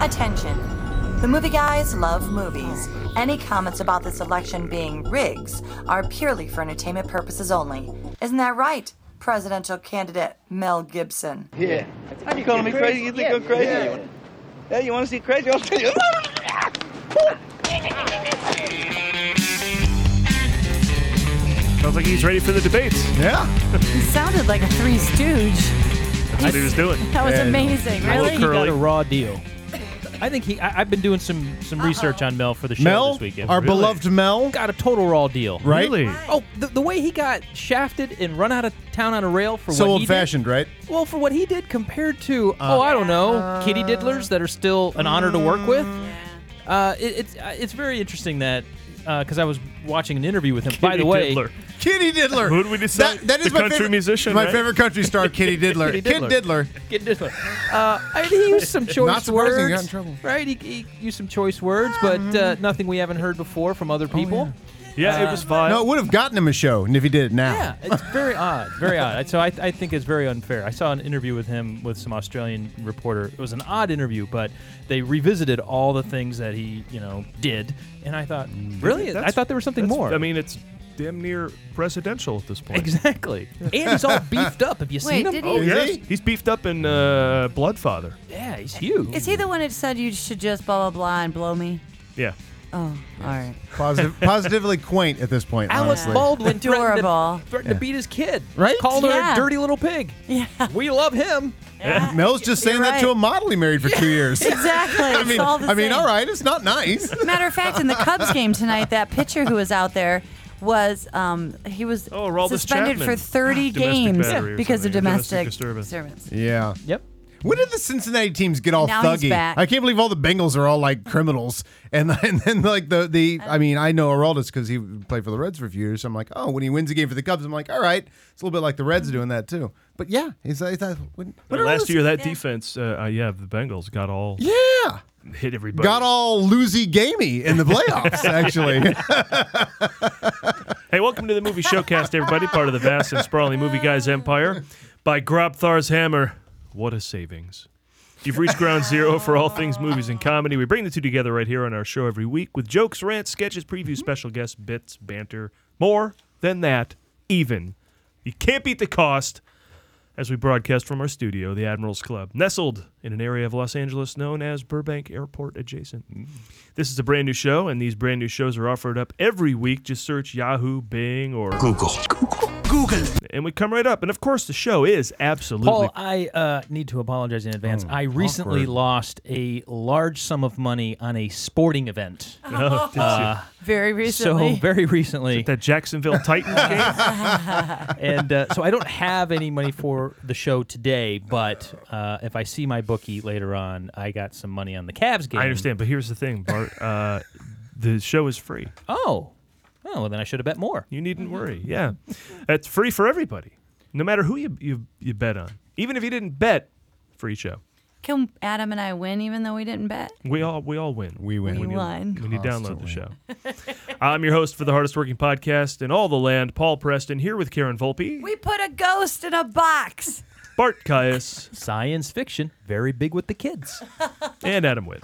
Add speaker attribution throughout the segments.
Speaker 1: Attention. The movie guys love movies. Any comments about this election being rigs are purely for entertainment purposes only. Isn't that right, presidential candidate Mel Gibson?
Speaker 2: Yeah. How you calling me crazy? You think I'm crazy? Yeah, you wanna- yeah, you want to see crazy? I'll tell you.
Speaker 3: Sounds like he's ready for the debates.
Speaker 4: Yeah.
Speaker 5: He sounded like a Three Stooge.
Speaker 3: That's what he was doing.
Speaker 5: That was
Speaker 4: Yeah.
Speaker 5: amazing. Really?
Speaker 3: Little
Speaker 6: He got
Speaker 3: Curly.
Speaker 6: a raw deal. I think he. I, I've been doing some some research on Mel for the show
Speaker 4: Mel,
Speaker 6: this weekend.
Speaker 4: our
Speaker 3: Really?
Speaker 4: beloved Mel,
Speaker 6: got a total raw deal.
Speaker 4: right?
Speaker 3: Really?
Speaker 6: Oh, the, the way he got shafted and run out of town on a rail for
Speaker 4: So Uh,
Speaker 6: what
Speaker 4: old
Speaker 6: he
Speaker 4: fashioned, right?
Speaker 6: Did, well, for what he did compared to oh, I don't know, kitty diddlers that are still an honor to work with.
Speaker 4: Mm.
Speaker 6: Uh, it, it's uh, it's very interesting that because I was watching an interview with him. By the
Speaker 3: Kitty
Speaker 6: way,
Speaker 3: Diddler.
Speaker 4: Kitty Diddler.
Speaker 3: Who did we decide?
Speaker 4: That, that is
Speaker 3: The
Speaker 4: my
Speaker 3: country
Speaker 4: favorite
Speaker 3: musician,
Speaker 4: My
Speaker 3: right?
Speaker 4: favorite country star, Kitty Diddler.
Speaker 6: Kitty
Speaker 4: Kid
Speaker 6: Diddler.
Speaker 4: Diddler.
Speaker 6: Get this one. Uh, I mean, he used some choice
Speaker 4: Not surprising, he
Speaker 6: words,
Speaker 4: got in trouble. Um,
Speaker 6: right? He, he used some choice words, but uh, nothing we haven't heard before from
Speaker 4: Oh,
Speaker 6: other people.
Speaker 3: Yeah,
Speaker 6: uh,
Speaker 3: it was fine.
Speaker 4: No, it would have gotten him a show and if he did it now.
Speaker 6: yeah. it's very odd, very odd. So I, I think it's very unfair. I saw an interview with him with some Australian reporter. It was an odd interview, but they revisited all the things that he, you know, did, and I thought,
Speaker 4: Mm.
Speaker 6: really, I
Speaker 3: That's-
Speaker 6: thought there was something
Speaker 3: that's-
Speaker 6: more.
Speaker 3: I mean, it's damn near presidential at this point.
Speaker 6: exactly. and he's all beefed up. Have you seen
Speaker 5: Wait,
Speaker 6: him?
Speaker 5: did
Speaker 3: Oh
Speaker 5: he?
Speaker 3: yes,
Speaker 4: Is he?
Speaker 3: he's beefed up in uh, Bloodfather.
Speaker 6: Yeah, he's huge.
Speaker 5: Is he the one that said you should just blah blah blah and blow me?
Speaker 3: Yeah.
Speaker 5: Oh, all right.
Speaker 4: Positive, positively quaint at this point,
Speaker 6: Alice
Speaker 4: honestly.
Speaker 6: Baldwin threatened to-
Speaker 5: Adorable.
Speaker 6: threatened to beat his kid.
Speaker 4: Right?
Speaker 6: Called her
Speaker 5: Yeah.
Speaker 6: a dirty little pig.
Speaker 5: Yeah.
Speaker 6: We love him.
Speaker 4: Mel's just saying
Speaker 5: You're
Speaker 4: that to
Speaker 5: right.
Speaker 4: a model he married for two years.
Speaker 5: Exactly.
Speaker 4: I mean,
Speaker 5: it's all the
Speaker 4: I mean,
Speaker 5: same.
Speaker 4: all right, it's not nice.
Speaker 5: Matter of fact, in the Cubs game tonight, that pitcher who was out there was um, he was
Speaker 3: Oh, Aroldis
Speaker 5: suspended
Speaker 3: Chapman. Ah,
Speaker 5: for 30
Speaker 3: Domestic
Speaker 5: games
Speaker 3: battery or
Speaker 5: because of
Speaker 3: something, or domestic
Speaker 5: domestic,
Speaker 3: disturbance.
Speaker 4: yeah.
Speaker 6: Yep.
Speaker 4: When did the Cincinnati teams get all
Speaker 5: Now he's
Speaker 4: thuggy?
Speaker 5: back.
Speaker 4: I can't believe all the Bengals are all like criminals, and and then like the the I mean I know Araldis because he played for the Reds for a few years. So I'm like, oh, when he wins a game for the Cubs, I'm like, all right, it's a little bit like the Reds doing that too. But yeah, he's like, that, when, when
Speaker 3: last
Speaker 4: Aroldis-
Speaker 3: year, that defense, uh, uh, yeah, the Bengals got all
Speaker 4: yeah,
Speaker 3: hit everybody.
Speaker 4: got all loosey gamey in the playoffs. actually,
Speaker 3: Hey, welcome to the movie showcast, everybody. Part of the vast and sprawling movie guys empire. By Grobthar's hammer, what a savings! You've reached ground zero for all things movies and comedy. We bring the two together right here on our show every week with jokes, rants, sketches, previews, special guests, bits, banter, more than that, even. You can't beat the cost as we broadcast from our studio, the Admirals Club, nestled in an area of Los Angeles known as Burbank Airport adjacent. This is a brand new show, and these brand new shows are offered up every week. Just search Yahoo, Bing, or Google. Google. Google. And we come right up. And of course, the show is absolutely.
Speaker 6: Paul, I uh, need to apologize in advance. I recently lost a large sum of money on a sporting event.
Speaker 3: Oh, did you-
Speaker 5: Very
Speaker 6: So
Speaker 5: recently.
Speaker 6: very recently,
Speaker 3: that Jacksonville Titans game?
Speaker 6: and uh, so I don't have any money for the show today. But uh, if I see my bookie later on, I got some money on the Cavs game.
Speaker 3: I understand, but here's the thing, Bart. Uh, the show is free.
Speaker 6: Oh, well then I should have bet more.
Speaker 3: You needn't worry. Yeah, it's free for everybody, no matter who you you, you bet on. Even if you didn't bet, free show.
Speaker 5: Can Adam and I win even though we didn't bet?
Speaker 3: We all we all win.
Speaker 4: we win.
Speaker 5: We won.
Speaker 3: when you download the show. I'm your host for the hardest working podcast in all the land, Paul Preston, here with Karen Volpe,
Speaker 5: We put a ghost in a box.
Speaker 3: Bart Caius,
Speaker 6: Science fiction, very big with the kids.
Speaker 3: and Adam Witt.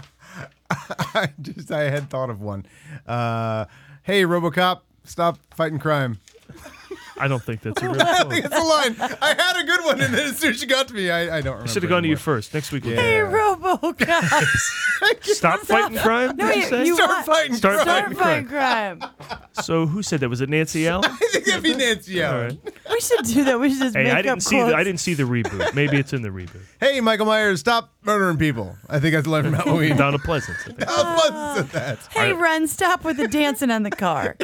Speaker 4: I just I had thought of one. Uh, hey, RoboCop, stop fighting crime.
Speaker 3: I don't think that's a real quote.
Speaker 4: It's a line. I had a good one, and then as soon as she got to me, I, I don't remember.
Speaker 3: Should have gone to you
Speaker 4: anymore.
Speaker 3: first. Next week, we'll
Speaker 4: Yeah.
Speaker 3: do
Speaker 5: Hey, RoboCop.
Speaker 3: that. stop fighting crime.
Speaker 5: No,
Speaker 3: did you
Speaker 5: you-
Speaker 3: say?
Speaker 5: you-
Speaker 4: Start
Speaker 5: What?
Speaker 4: fighting
Speaker 3: Start
Speaker 4: crime.
Speaker 3: fighting
Speaker 5: Start fighting crime.
Speaker 3: so who said that? Was it Nancy Allen?
Speaker 4: I think that'd be Nancy
Speaker 3: All
Speaker 4: Allen.
Speaker 3: right.
Speaker 5: We should do that. We should just
Speaker 3: Hey,
Speaker 5: make
Speaker 3: I
Speaker 5: up
Speaker 3: didn't see. The,
Speaker 5: quotes.
Speaker 3: I didn't see the reboot. Maybe it's in the reboot.
Speaker 4: Hey, Michael Myers, stop murdering people. I think that's the line from Halloween.
Speaker 3: Donna Pleasant.
Speaker 4: How fun is that?
Speaker 5: Hey, Ren, stop with the dancing on the car.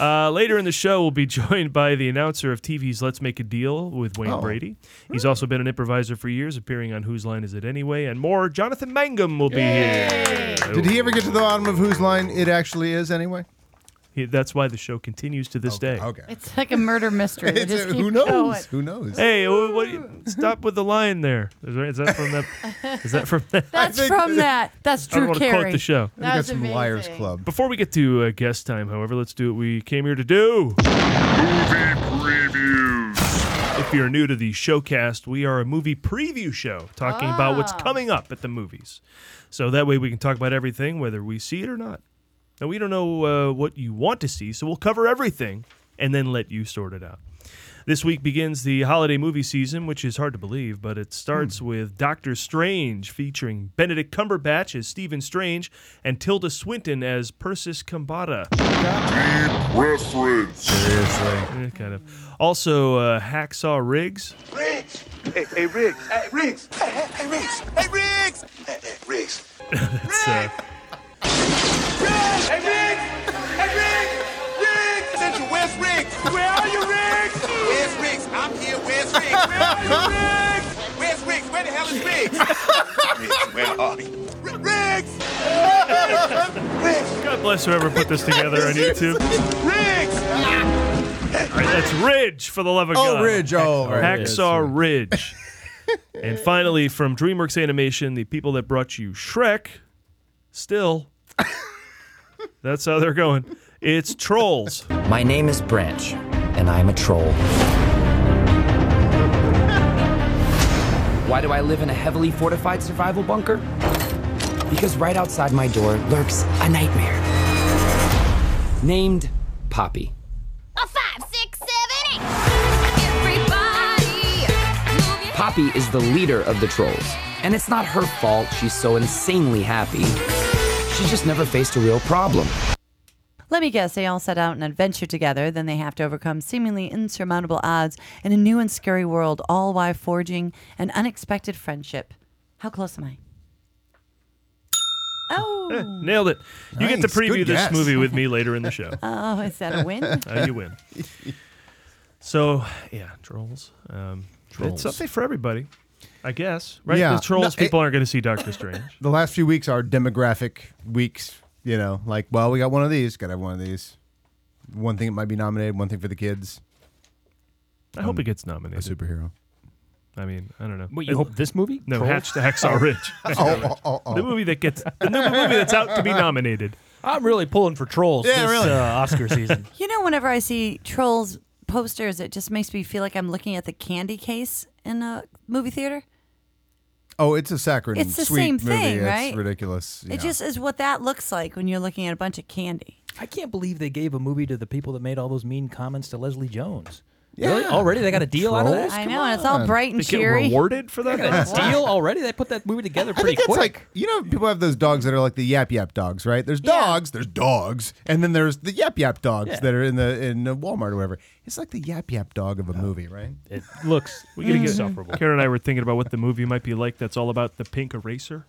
Speaker 3: Uh, later in the show, we'll be joined by the announcer of TV's Let's Make a Deal with Wayne
Speaker 4: Oh.
Speaker 3: Brady. He's also been an improviser for years, appearing on Whose Line Is It Anyway? and more. Jonathan Mangum will be here.
Speaker 4: Did he ever get to the bottom of whose line it actually is anyway?
Speaker 3: He- that's why the show continues to this day.
Speaker 4: Okay.
Speaker 5: It's like a murder mystery. They just
Speaker 4: It's- uh,
Speaker 5: keep
Speaker 4: who knows?
Speaker 5: going.
Speaker 4: Who knows?
Speaker 3: Hey, wh- what, you- stop with the line there. Is, there- is that from that? Is that from that?
Speaker 5: That's
Speaker 4: think-
Speaker 5: from that. That's
Speaker 3: I don't
Speaker 5: Drew
Speaker 3: want to quote
Speaker 5: Carey.
Speaker 3: the show.
Speaker 4: we got some Liars Club.
Speaker 3: Um, Before we get to uh, guest time, however, let's do what we came here to do. Movie previews. If if you're new to the showcast, we are a movie preview show talking about what's coming up at the movies. So that way we can talk about everything, whether we see it or not. Now, we don't know uh, what you want to see, so we'll cover everything and then let you sort it out. This week begins the holiday movie season, which is hard to believe, but it
Speaker 4: Hmm.
Speaker 3: starts with Doctor Strange featuring Benedict Cumberbatch as Stephen Strange and Tilda Swinton as Persis Kambata.
Speaker 4: Seriously.
Speaker 3: Eh, kind of. Also, uh, Hacksaw Riggs.
Speaker 7: Riggs! Hey, hey, Riggs! Hey, Riggs! Hey, hey, hey, Riggs! Hey, Riggs! Hey, hey, Riggs!
Speaker 3: It's, uh,
Speaker 7: Riggs! Hey, Riggs! Hey, Riggs! Riggs! Central, where's Riggs? Where are you, Riggs? Where's Riggs? I'm here, where's Riggs? Where are you, Riggs? Where's Riggs? Where the hell is Riggs? Riggs, where are you? Riggs! Riggs!
Speaker 3: God bless whoever put this together on YouTube. All
Speaker 7: Riggs!
Speaker 3: right, that's Ridge, for the love of God.
Speaker 4: Oh, Ridge. Oh, all right.
Speaker 3: Hacksaw Ridge. and finally, from DreamWorks Animation, the people that brought you Shrek, still. That's how they're going. It's Trolls.
Speaker 8: My name is Branch, and I'm a troll. Why do I live in a heavily fortified survival bunker? Because right outside my door lurks a nightmare named Poppy.
Speaker 9: A five, six, seven, eight. Everybody, move your
Speaker 8: Poppy is the leader of the trolls, and it's not her fault she's so insanely happy. She just never faced a real problem.
Speaker 5: Let me guess, they all set out on an adventure together. Then they have to overcome seemingly insurmountable odds in a new and scary world, all while forging an unexpected friendship. How close am I? Oh,
Speaker 3: Nailed it. You get to
Speaker 4: Nice. Good
Speaker 3: preview this
Speaker 4: guess.
Speaker 3: movie with me later in the show.
Speaker 5: oh, is that a win?
Speaker 3: Uh, you win. So, yeah, Trolls. Um, It's
Speaker 4: Trolls.
Speaker 3: something for everybody, I guess. Right?
Speaker 4: Yeah.
Speaker 3: With Trolls,
Speaker 4: No, it-
Speaker 3: people aren't going to see Doctor Strange.
Speaker 4: The last few weeks are demographic weeks. You know, like, well, we got one of these. Got to have one of these. One thing that might be nominated. One thing for the kids.
Speaker 3: I hope it gets nominated.
Speaker 4: superhero.
Speaker 3: I mean, I don't know.
Speaker 10: Wait, you
Speaker 6: Uh,
Speaker 10: hope this movie?
Speaker 3: No,
Speaker 10: Trolls?
Speaker 3: Hatch to Hacksaw Ridge.
Speaker 4: Oh, oh, oh,
Speaker 3: the movie that gets the new movie that's out to be nominated.
Speaker 10: I'm really pulling for Trolls
Speaker 4: Yeah,
Speaker 10: this
Speaker 4: really.
Speaker 10: uh, Oscar season.
Speaker 5: You know, whenever I see trolls posters, it just makes me feel like I'm looking at the candy case in a movie theater.
Speaker 4: oh, it's a saccharine.
Speaker 5: It's the
Speaker 4: sweet
Speaker 5: same
Speaker 4: movie.
Speaker 5: thing,
Speaker 4: It's
Speaker 5: right?
Speaker 4: ridiculous. Yeah.
Speaker 5: It just is what that looks like when you're looking at a bunch of candy.
Speaker 10: I can't believe they gave a movie to the people that made all those mean comments to Leslie Jones. Really?
Speaker 4: Yeah.
Speaker 10: Already they got a deal out of
Speaker 4: Trolls?
Speaker 10: that?
Speaker 5: I know, and it's all bright and
Speaker 3: They get
Speaker 5: cheery.
Speaker 3: rewarded for that.
Speaker 10: Got a deal already? They put that movie together
Speaker 4: I
Speaker 10: pretty
Speaker 4: think it's
Speaker 10: quick.
Speaker 4: like you know people have those dogs that are like the yap yap dogs, right? There's
Speaker 5: Yeah.
Speaker 4: dogs, there's dogs, and then there's the yap yap dogs
Speaker 10: Yeah.
Speaker 4: that are in the in uh, Walmart or whatever. It's like the yap yap dog of a movie, right?
Speaker 10: it looks
Speaker 3: We gotta get
Speaker 10: insufferable.
Speaker 3: Karen and I were thinking about what the movie might be like. That's all about the pink eraser.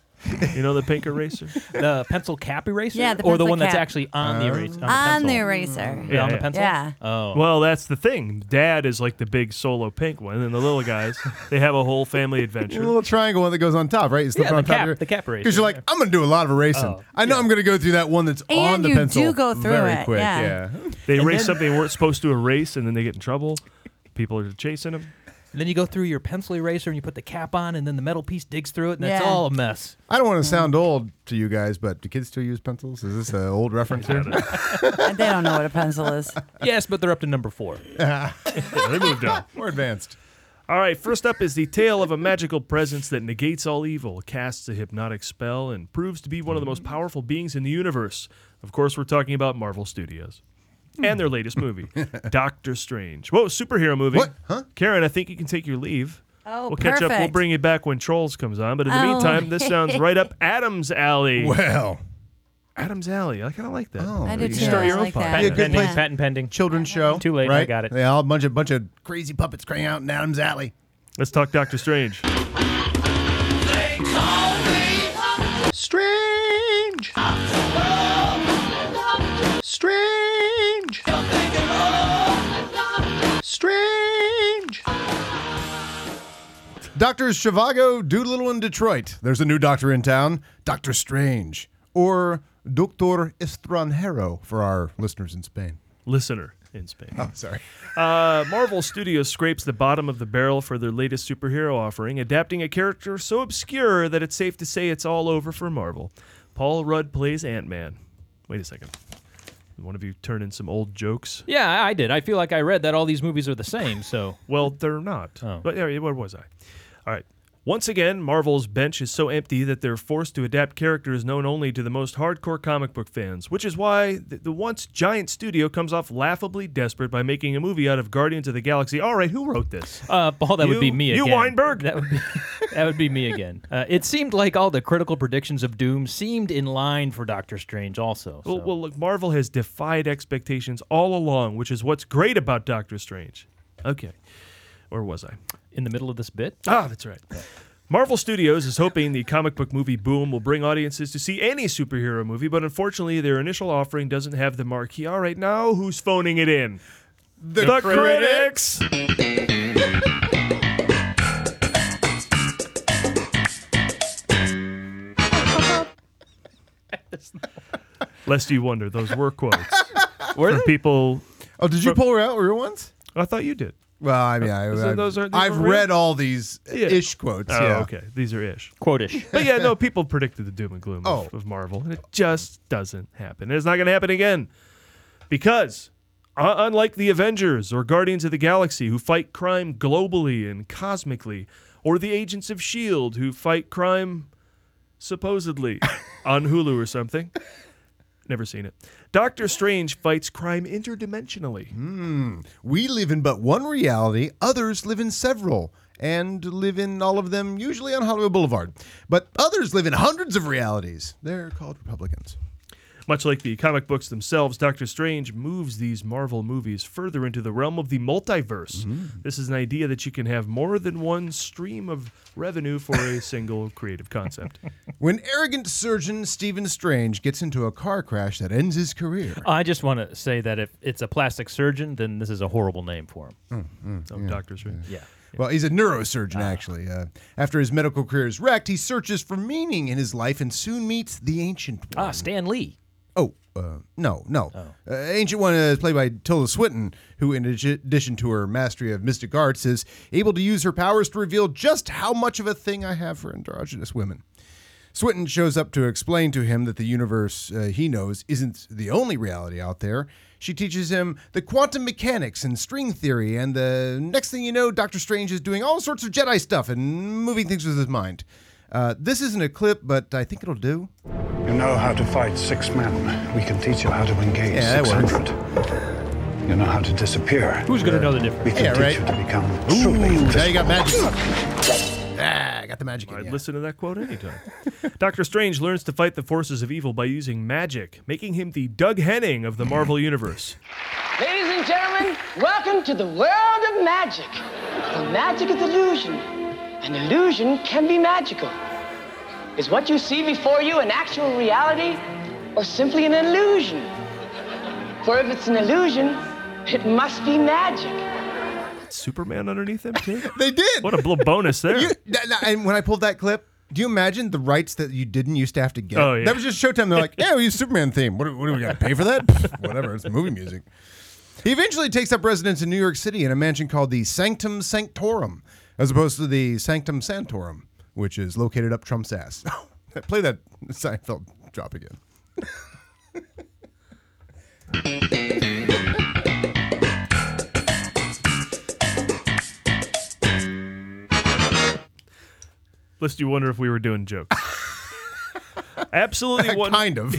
Speaker 3: You know the pink eraser.
Speaker 10: the pencil cap eraser?
Speaker 5: Yeah, the
Speaker 10: or the
Speaker 5: pencil
Speaker 10: one that's
Speaker 5: cap.
Speaker 10: actually on the eraser.
Speaker 5: On the
Speaker 10: pencil.
Speaker 5: eraser.
Speaker 10: Oh. Yeah, on the
Speaker 3: Yeah.
Speaker 10: pencil?
Speaker 5: Yeah.
Speaker 10: Oh.
Speaker 3: Well, that's the thing. Dad is like the big solo pink one, and then the little guys they have a whole family
Speaker 4: The
Speaker 3: adventure.
Speaker 4: little triangle one that goes on top, right? You slip
Speaker 10: Yeah,
Speaker 4: it on
Speaker 10: the
Speaker 4: top
Speaker 10: cap-
Speaker 4: of your-
Speaker 10: the cap eraser,
Speaker 4: you're like,
Speaker 10: yeah.
Speaker 4: I'm gonna do a lot of erasing.
Speaker 10: Oh,
Speaker 4: I know I'm gonna go through that one that's
Speaker 5: And
Speaker 4: on the
Speaker 5: you
Speaker 4: pencil.
Speaker 5: do go through
Speaker 4: very
Speaker 5: it,
Speaker 4: quick.
Speaker 5: yeah.
Speaker 3: They erase something they weren't supposed to erase, and then they get in trouble. People are chasing them.
Speaker 10: And then you go through your pencil eraser and you put the cap on, and then the metal piece digs through it, and that's
Speaker 5: Yeah.
Speaker 10: all a mess.
Speaker 4: I don't want to sound old to you guys, but do kids still use pencils? Is this an old reference here?
Speaker 5: they don't know what a pencil is.
Speaker 4: Oh,
Speaker 10: yes, but they're up to number four.
Speaker 3: They moved on.
Speaker 4: More advanced.
Speaker 3: All right, first up is the tale of a magical presence that negates all evil, casts a hypnotic spell, and proves to be one of the most powerful beings in the universe. Of course, we're talking about Marvel Studios and their latest movie, Doctor Strange. Whoa, superhero movie.
Speaker 4: What? Huh?
Speaker 3: Karen, I think you can take your leave.
Speaker 5: Oh,
Speaker 3: We'll catch up. We'll
Speaker 5: perfect.
Speaker 3: bring you back when Trolls comes on. But in the
Speaker 5: Oh.
Speaker 3: meantime, this sounds right up Adam's alley.
Speaker 4: Well,
Speaker 3: Adam's alley. I kind of like that.
Speaker 4: Oh,
Speaker 5: I
Speaker 4: there
Speaker 5: do
Speaker 4: you
Speaker 5: too.
Speaker 4: go.
Speaker 3: Start your
Speaker 5: I
Speaker 3: own
Speaker 5: like
Speaker 3: podcast.
Speaker 5: that.
Speaker 4: Be a good
Speaker 10: Pending,
Speaker 4: place.
Speaker 10: patent pending.
Speaker 4: Children's show.
Speaker 10: Too late, I
Speaker 4: Right?
Speaker 10: got it.
Speaker 4: Yeah, a bunch of bunch of crazy puppets crying out in Adam's alley.
Speaker 3: Let's talk Doctor Strange.
Speaker 11: Strange. Strange. Strange.
Speaker 4: Doctors Shivago, Doolittle, and Detroit. There's a new doctor in town, Doctor Strange, or Doctor Estranjero for our listeners in Spain.
Speaker 3: Listener in Spain.
Speaker 4: Oh, sorry.
Speaker 3: Uh, Marvel Studios scrapes the bottom of the barrel for their latest superhero offering, adapting a character so obscure that it's safe to say it's all over for Marvel. Paul Rudd plays Ant Man. Wait a second. One of you turn in some old jokes.
Speaker 10: Yeah, I- I did. I feel like I read that all these movies are the same. So
Speaker 3: Well, they're not.
Speaker 10: Oh.
Speaker 3: But yeah, where was I? All right. Once again, Marvel's bench is so empty that they're forced to adapt characters known only to the most hardcore comic book fans, which is why the, the once giant studio comes off laughably desperate by making a movie out of Guardians of the Galaxy. All right, who wrote this?
Speaker 10: Uh, Paul, that would be
Speaker 3: You-
Speaker 10: me
Speaker 3: you
Speaker 10: again.
Speaker 3: Weinberg.
Speaker 10: That would be, that would be me again. Uh, it seemed like all the critical predictions of Doom seemed in line for Doctor Strange, also. so.
Speaker 3: Well, well, look, Marvel has defied expectations all along, which is what's great about Doctor Strange. Okay. Where was I?
Speaker 10: in the middle of this bit,
Speaker 3: Ah, that's right. Marvel Studios is hoping the comic book movie boom will bring audiences to see any superhero movie, but unfortunately, their initial offering doesn't have the marquee. All right, now who's phoning it in? The, critics. Lest you wonder, those were quotes
Speaker 10: were
Speaker 3: from people.
Speaker 4: Oh, did you pull out real ones?
Speaker 3: I thought you did.
Speaker 4: Well, I mean, I,
Speaker 3: So
Speaker 4: I've,
Speaker 3: those are- these
Speaker 4: I've
Speaker 3: were real?
Speaker 4: read all these
Speaker 3: Yeah.
Speaker 4: ish quotes.
Speaker 3: Oh,
Speaker 4: yeah.
Speaker 3: okay. These are ish.
Speaker 10: quotish?
Speaker 3: But yeah, no, people predicted the doom and gloom of- of,
Speaker 4: Oh.
Speaker 3: Marvel, and it just doesn't happen. And it's not going to happen again. Because, uh, unlike the Avengers or Guardians of the Galaxy, who fight crime globally and cosmically, or the Agents of S.H.I.E.L.D., E who fight crime supposedly on Hulu or something. Never seen it. Doctor Strange fights crime interdimensionally.
Speaker 4: We live in but one reality, others live in several, and live in all of them usually on Hollywood Boulevard. But others live in hundreds of realities. They're called Republicans.
Speaker 3: Much like the comic books themselves, Doctor Strange moves these Marvel movies further into the realm of the multiverse.
Speaker 10: Mm-hmm.
Speaker 3: This is an idea that you can have more than one stream of revenue for a single creative concept.
Speaker 4: When arrogant surgeon Stephen Strange gets into a car crash that ends his career.
Speaker 10: I just want to say that if it's a plastic surgeon, then this is a horrible name for him.
Speaker 3: Oh, Doctor Strange.
Speaker 10: Yeah.
Speaker 4: Well, he's a neurosurgeon, actually. Uh, after his medical career is wrecked, he searches for meaning in his life and soon meets the Ancient One.
Speaker 10: Ah, Stan Lee.
Speaker 4: Oh, uh, no, no. Uh, Ancient One is played by Tilda Swinton, who, in addi- addition to her mastery of mystic arts, is able to use her powers to reveal just how much of a thing I have for androgynous women. Swinton shows up to explain to him that the universe uh, he knows isn't the only reality out there. She teaches him the quantum mechanics and string theory, and the next thing you know, Doctor Strange is doing all sorts of Jedi stuff and moving things with his mind. Uh, this isn't a clip, but I think it'll do.
Speaker 12: You know how to fight six men. We can teach you how to engage
Speaker 4: Yeah, that
Speaker 12: 600. You know how to disappear.
Speaker 10: Who's going to know the difference?
Speaker 12: We can
Speaker 4: Yeah,
Speaker 12: teach
Speaker 4: right.
Speaker 12: you to become truly
Speaker 4: Now
Speaker 12: invisible.
Speaker 4: you got magic. Ah, I got the magic.
Speaker 3: I'd
Speaker 4: In, yeah.
Speaker 3: listen to that quote anytime. Doctor Strange learns to fight the forces of evil by using magic, making him the Doug Henning of the Marvel Universe.
Speaker 13: Ladies and gentlemen, welcome to the world of magic. For magic is illusion, and illusion can be magical. Is what you see before you an actual reality or simply an illusion? For if it's an illusion, it must be magic.
Speaker 3: Superman underneath him, too?
Speaker 4: They did.
Speaker 3: What a bl- bonus there.
Speaker 4: You- th- th- and when I pulled that clip, do you imagine the rights that you didn't used to have to get?
Speaker 3: Oh, yeah.
Speaker 4: That was just Showtime. They're like, yeah, we use Superman theme. What, do- what do we got to pay for that? Pfft, Whatever. It's movie music. He eventually takes up residence in New York City in a mansion called the Sanctum Sanctorum, as opposed to the Sanctum Santorum, which is located up Trump's ass. Play that Seinfeld drop again.
Speaker 3: Lest you wonder if we were doing jokes. Absolutely one
Speaker 4: kind of.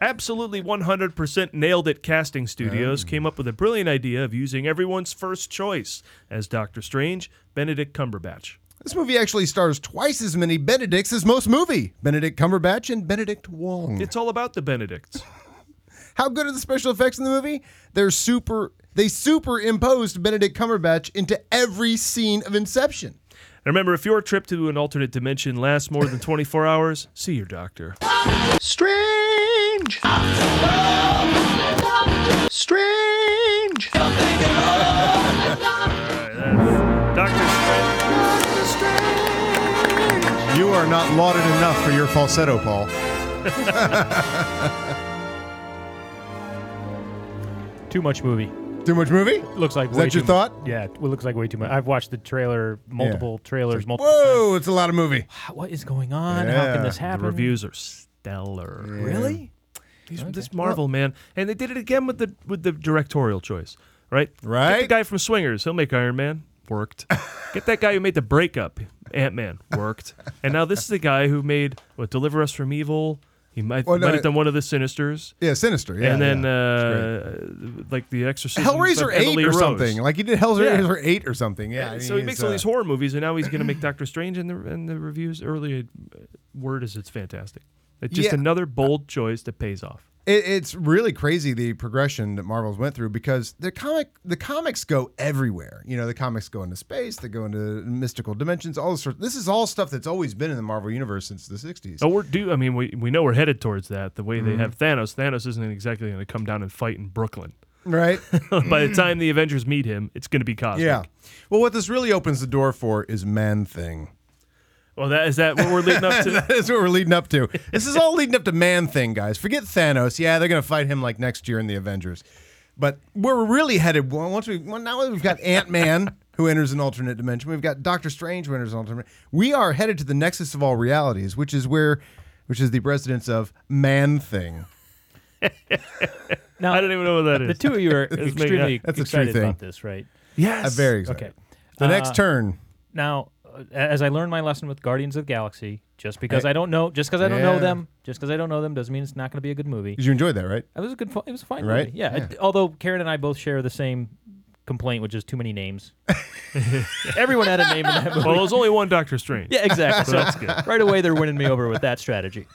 Speaker 3: absolutely 100% nailed it casting studios came up with a brilliant idea of using everyone's first choice as Doctor Strange, Benedict Cumberbatch.
Speaker 4: This movie actually stars twice as many Benedicts as most movie. Benedict Cumberbatch and Benedict Wong.
Speaker 3: It's all about the Benedicts.
Speaker 4: How good are the special effects in the movie? They're super. They superimposed Benedict Cumberbatch into every scene of Inception.
Speaker 3: And remember, if your trip to an alternate dimension lasts more than 24 hours, see your doctor.
Speaker 12: Strange! Strange!
Speaker 3: Doctor Strange.
Speaker 4: You are not lauded enough for your falsetto, Paul.
Speaker 10: Too much movie.
Speaker 4: Too much movie?
Speaker 10: Looks like
Speaker 4: Is
Speaker 10: way
Speaker 4: that your
Speaker 10: too
Speaker 4: thought?
Speaker 10: Yeah, it looks like way too much. I've watched the trailer, multiple trailers, multiple.
Speaker 4: Whoa, it's a lot of movie.
Speaker 10: times. What is going on? How
Speaker 4: Yeah,
Speaker 10: can this
Speaker 4: the
Speaker 3: The
Speaker 10: happen?
Speaker 3: reviews are stellar.
Speaker 10: Really?
Speaker 3: He's this Marvel man, and they did it again with the with the directorial choice, right? Right. Get the guy from Swingers, he'll make Iron Man. Worked. Get that guy who made the breakup, Ant Man. Worked. and now this is the guy who made what? Deliver Us from Evil. He might
Speaker 4: Well, Oh, no,
Speaker 3: might have
Speaker 4: it-
Speaker 3: done one of the Sinisters.
Speaker 4: Yeah, Sinister, yeah,
Speaker 3: and then
Speaker 4: yeah.
Speaker 3: uh, like the Exorcist.
Speaker 4: Hellraiser eight or something. Like he did Hellraiser
Speaker 3: Yeah.
Speaker 4: eight or something. Yeah.
Speaker 3: And
Speaker 4: I mean,
Speaker 3: so he
Speaker 4: he's,
Speaker 3: makes all
Speaker 4: uh,
Speaker 3: these horror movies, and now he's going to make Doctor Strange. And the and the reviews early uh, word is it's fantastic. It's just
Speaker 4: Yeah.
Speaker 3: another bold choice that pays off.
Speaker 4: It, it's really crazy the progression that Marvel's went through because the comic the comics go everywhere. You know, the comics go into space, they go into mystical dimensions, all this sort. This is all stuff that's always been in the Marvel universe since the '60s.
Speaker 3: Oh, we're do. I mean, we we know we're headed towards that. The way they
Speaker 4: Mhm.
Speaker 3: have Thanos, Thanos isn't exactly going to come down and fight in Brooklyn.
Speaker 4: Right.
Speaker 3: By the time the Avengers meet him, it's going to be cosmic.
Speaker 4: Mm. Yeah. Well, what this really opens the door for is Man Thing.
Speaker 3: Well, that is that what we're leading up to.
Speaker 4: that is what we're leading up to. This is all leading up to Man Thing, guys. Forget Thanos. Yeah, they're gonna fight him like next year in the Avengers, but we're really headed well, once we well, now that we've got Ant Man who enters an alternate dimension. We've got Doctor Strange who enters an alternate. We are headed to the nexus of all realities, which is where, which is the residence of Man Thing.
Speaker 6: Now,
Speaker 3: I don't even know what that is.
Speaker 6: The two of you are
Speaker 3: It's making-
Speaker 6: extremely
Speaker 4: That's a true
Speaker 6: excited
Speaker 4: thing.
Speaker 6: about this, right?
Speaker 3: Yes.
Speaker 4: I'm Uh, very excited.
Speaker 6: Okay.
Speaker 4: The next
Speaker 6: Uh,
Speaker 4: turn.
Speaker 6: Now, uh, as I learned my lesson with Guardians of the Galaxy, just because
Speaker 4: Hey.
Speaker 6: I don't know, just because I don't know
Speaker 4: Yeah.
Speaker 6: them, just because I don't know them, doesn't mean it's not going to be a good movie.
Speaker 4: Did you enjoy that, right?
Speaker 6: It was a good. fu- It was a fine
Speaker 4: Right?
Speaker 6: movie. Yeah.
Speaker 4: Yeah.
Speaker 6: It- although Karen and I both share the same complaint, which is too many names. Everyone had a name in that movie.
Speaker 3: Well, there's only one Doctor Strange.
Speaker 6: Yeah, exactly.
Speaker 3: So that's good.
Speaker 6: Right away, they're winning me over with that strategy.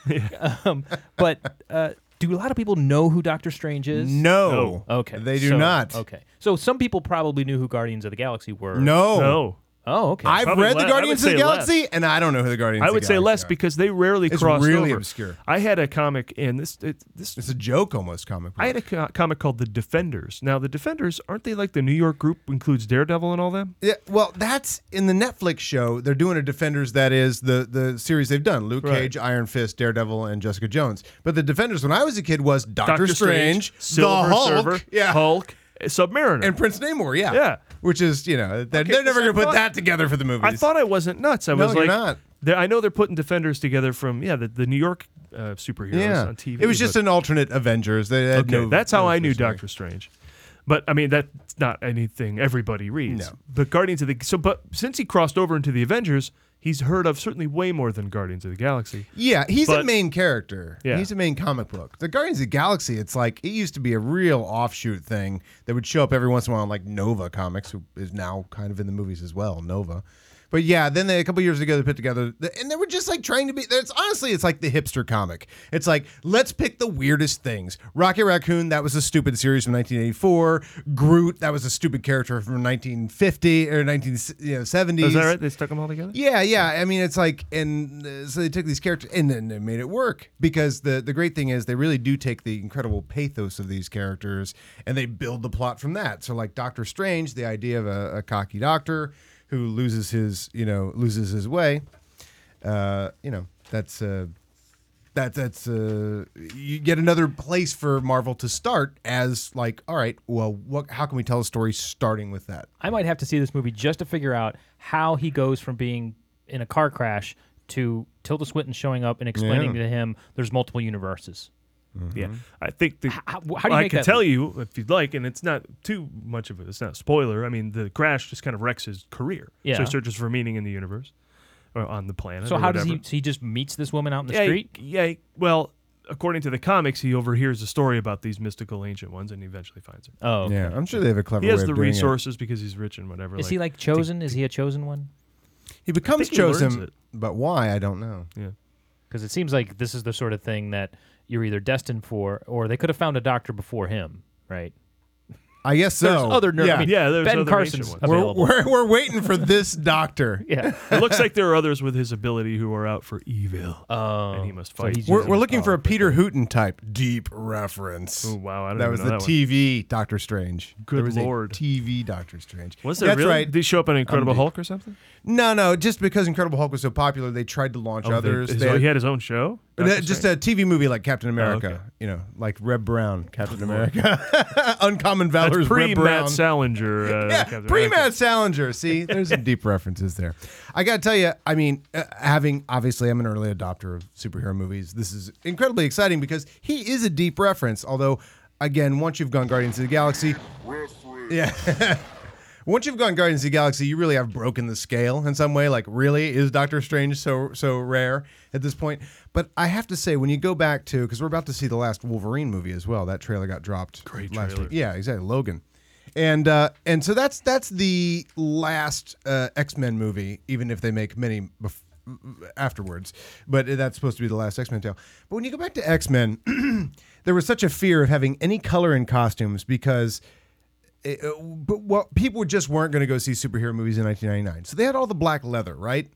Speaker 6: Um, but uh, do a lot of people know who Doctor Strange is?
Speaker 4: No. No.
Speaker 6: Okay.
Speaker 4: They do
Speaker 6: so-
Speaker 4: not.
Speaker 6: Okay. So some people probably knew who Guardians of the Galaxy were.
Speaker 4: No.
Speaker 3: No.
Speaker 6: Oh, okay.
Speaker 4: I've
Speaker 3: Probably
Speaker 4: read
Speaker 3: le- I
Speaker 4: the
Speaker 3: would
Speaker 4: Guardians of the
Speaker 3: say less.
Speaker 4: Galaxy, and I don't know who the Guardians.
Speaker 3: I
Speaker 4: of the
Speaker 3: would say
Speaker 4: Galaxy
Speaker 3: less
Speaker 4: are.
Speaker 3: because they rarely
Speaker 4: It's
Speaker 3: cross
Speaker 4: really
Speaker 3: over.
Speaker 4: obscure.
Speaker 3: I had a comic, and this it, this
Speaker 4: It's a joke almost comic. book.
Speaker 3: I had a co- comic called The Defenders. Now, The Defenders aren't they like the New York group includes Daredevil and all them?
Speaker 4: Yeah, well, that's in the Netflix show. They're doing a Defenders that is the the series they've done: Luke
Speaker 3: Right.
Speaker 4: Cage, Iron Fist, Daredevil, and Jessica Jones. But the Defenders, when I was a kid, was Doctor,
Speaker 3: Doctor
Speaker 4: Strange,
Speaker 3: Silver
Speaker 4: the Hulk,
Speaker 3: Surfer,
Speaker 4: yeah,
Speaker 3: Hulk, Submariner.
Speaker 4: and Prince Namor. Yeah,
Speaker 3: Yeah.
Speaker 4: Which is you know they're, they're
Speaker 3: so
Speaker 4: never
Speaker 3: I
Speaker 4: going to put
Speaker 3: thought-
Speaker 4: that together for the movies.
Speaker 3: I thought I wasn't nuts. I
Speaker 4: No,
Speaker 3: was like,
Speaker 4: you're not.
Speaker 3: they're- I know they're putting Defenders together from yeah the, the New York uh, superheroes
Speaker 4: yeah,
Speaker 3: on TV.
Speaker 4: it was just
Speaker 3: but-
Speaker 4: an alternate Avengers. They had
Speaker 3: okay.
Speaker 4: no-
Speaker 3: that's how
Speaker 4: no
Speaker 3: I knew
Speaker 4: first
Speaker 3: Doctor Strange. But I mean, that's not anything everybody reads.
Speaker 4: No.
Speaker 3: But Guardians of the so, but since he crossed over into the Avengers, he's heard of certainly way more than Guardians of the Galaxy.
Speaker 4: Yeah, he's a
Speaker 3: But-
Speaker 4: main character.
Speaker 3: Yeah.
Speaker 4: He's a main comic book. The Guardians of the Galaxy, it's like it used to be a real offshoot thing that would show up every once in a while on like Nova Comics, who is now kind of in the movies as well, Nova. But yeah, then they, a couple years ago they put together, the, and they were just like trying to be. It's honestly, it's like the hipster comic. It's like let's pick the weirdest things. Rocket Raccoon, that was a stupid series from 1984. Groot, that was a stupid character from 1950 or 1970.
Speaker 3: Is that right? They stuck them all together.
Speaker 4: Yeah, yeah. I mean, it's like, and uh, so they took these characters and then they made it work because the the great thing is they really do take the incredible pathos of these characters and they build the plot from that. So like Doctor Strange, the idea of a, a cocky doctor who loses his you know loses his way, uh, you know that's. Uh, that that's uh, you get another place for Marvel to start as like all right well what how can we tell a story starting with that
Speaker 6: I might have to see this movie just to figure out how he goes from being in a car crash to Tilda Swinton showing up and explaining
Speaker 4: Yeah.
Speaker 6: to him there's multiple universes.
Speaker 3: Yeah, I think the,
Speaker 6: Mm-hmm. how do you
Speaker 3: I
Speaker 6: make
Speaker 3: can
Speaker 6: that
Speaker 3: tell you if you'd like, and it's not too much of it. It's not a spoiler. I mean, the crash just kind of wrecks his career. so
Speaker 6: Yeah.
Speaker 3: he searches for meaning in the universe or on the planet.
Speaker 6: So
Speaker 3: or
Speaker 6: how does he?
Speaker 3: whatever.
Speaker 6: so he just meets this woman out in the
Speaker 3: yeah, he-
Speaker 6: street.
Speaker 3: yeah. he- Well, according to the comics, he overhears a story about these mystical ancient ones, and he eventually finds her.
Speaker 6: Oh, okay.
Speaker 4: yeah I'm sure they have a clever
Speaker 3: He
Speaker 4: way
Speaker 3: has
Speaker 4: of
Speaker 3: the
Speaker 4: doing it.
Speaker 3: resources because he's rich and whatever.
Speaker 6: Is he like chosen? Is he a chosen one?
Speaker 4: He becomes
Speaker 3: think he learns
Speaker 4: chosen,
Speaker 3: it.
Speaker 4: but why I don't know.
Speaker 3: Yeah.
Speaker 6: Because it seems like this is the sort of thing that you're either destined for, or they could have found a doctor before him, right?
Speaker 4: I guess so.
Speaker 6: There's other nerds.
Speaker 4: Yeah,
Speaker 6: I mean,
Speaker 3: Yeah, there's
Speaker 6: Ben
Speaker 3: other
Speaker 6: Carson's
Speaker 3: ancient ones.
Speaker 4: we're,
Speaker 6: available.
Speaker 4: we're, we're waiting for this doctor.
Speaker 6: yeah.
Speaker 3: It looks like there are others with his ability who are out for evil,
Speaker 6: Oh.
Speaker 3: and he must
Speaker 6: So
Speaker 3: fight.
Speaker 6: he's
Speaker 4: We're,
Speaker 6: using
Speaker 4: we're
Speaker 6: his
Speaker 4: looking for a
Speaker 6: power.
Speaker 4: Peter Hooten type deep reference.
Speaker 3: Oh, wow, I don't
Speaker 4: that
Speaker 3: even
Speaker 4: was
Speaker 3: know
Speaker 4: the
Speaker 3: that one.
Speaker 4: TV Doctor Strange.
Speaker 3: Good
Speaker 4: There was a
Speaker 3: lord.
Speaker 4: TV Doctor Strange.
Speaker 3: Was there
Speaker 4: That's
Speaker 3: really?
Speaker 4: right.
Speaker 3: Did he show up in Incredible
Speaker 4: deep.
Speaker 3: Hulk or something?
Speaker 4: No, no, just because Incredible Hulk was so popular, they tried to launch
Speaker 3: Oh, they-
Speaker 4: others.
Speaker 3: his-
Speaker 4: They-
Speaker 3: he had his own show?
Speaker 4: That-
Speaker 3: Doctor
Speaker 4: just
Speaker 3: Strange? Oh,
Speaker 4: a TV movie like Captain America,
Speaker 3: okay.
Speaker 4: you know, like Reb Brown, Captain America, Uncommon
Speaker 3: That's
Speaker 4: Valor's
Speaker 3: pre
Speaker 4: Reb Brown.
Speaker 3: Matt Salinger. Uh,
Speaker 4: yeah,
Speaker 3: Captain
Speaker 4: pre
Speaker 3: America.
Speaker 4: Matt Salinger. See, there's some deep references there. I gotta tell you, I mean, uh, having obviously, I'm an early adopter of superhero movies. This is incredibly exciting because he is a deep reference. Although, again, once you've gone Guardians of the Galaxy, yeah. Once you've gone Guardians of the Galaxy, you really have broken the scale in some way. Like, really, is Doctor Strange so so rare at this point? But I have to say, when you go back to because we're about to see the last Wolverine movie as well. That trailer got dropped
Speaker 3: Great
Speaker 4: last
Speaker 3: trailer.
Speaker 4: week. Yeah, exactly. Logan, and uh, and so that's that's the last uh, X Men movie, even if they make many bef- afterwards. But that's supposed to be the last X Men tale. But when you go back to X Men, there was such a fear of having any color in costumes because it- uh, but what people just weren't going to go see superhero movies in 1999. So they had all the black leather, right?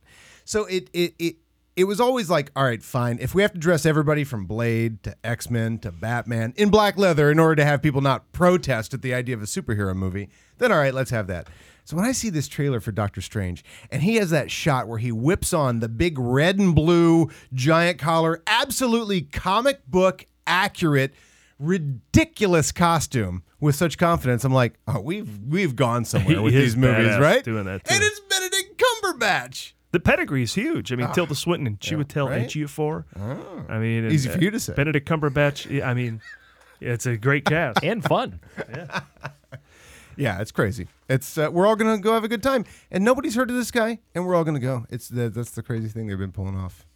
Speaker 4: So it it it it was always like, all right, fine. If we have to dress everybody from Blade to X Men to Batman in black leather in order to have people not protest at the idea of a superhero movie, then all right, let's have that. So when I see this trailer for Doctor Strange, and he has that shot where he whips on the big red and blue giant collar, absolutely comic book accurate ridiculous costume with such confidence. I'm like, oh, we've we've gone
Speaker 3: He
Speaker 4: somewhere with
Speaker 3: is
Speaker 4: these movies,
Speaker 3: badass
Speaker 4: right?
Speaker 3: doing that,
Speaker 4: and
Speaker 3: too.
Speaker 4: it's Benedict Cumberbatch.
Speaker 3: The pedigree is huge. I mean,
Speaker 4: Ah,
Speaker 3: Tilda Swinton and Chiwetel
Speaker 4: right? Ah.
Speaker 3: Ejiofor. I mean, and,
Speaker 4: Easy
Speaker 3: uh,
Speaker 4: for you to say.
Speaker 3: Benedict Cumberbatch. yeah, I mean, yeah, it's a great cast.
Speaker 6: and fun.
Speaker 4: Yeah, it's crazy. It's uh, we're all gonna go have a good time, and nobody's heard of this guy, and we're all gonna go. It's the, that's the crazy thing they've been pulling off.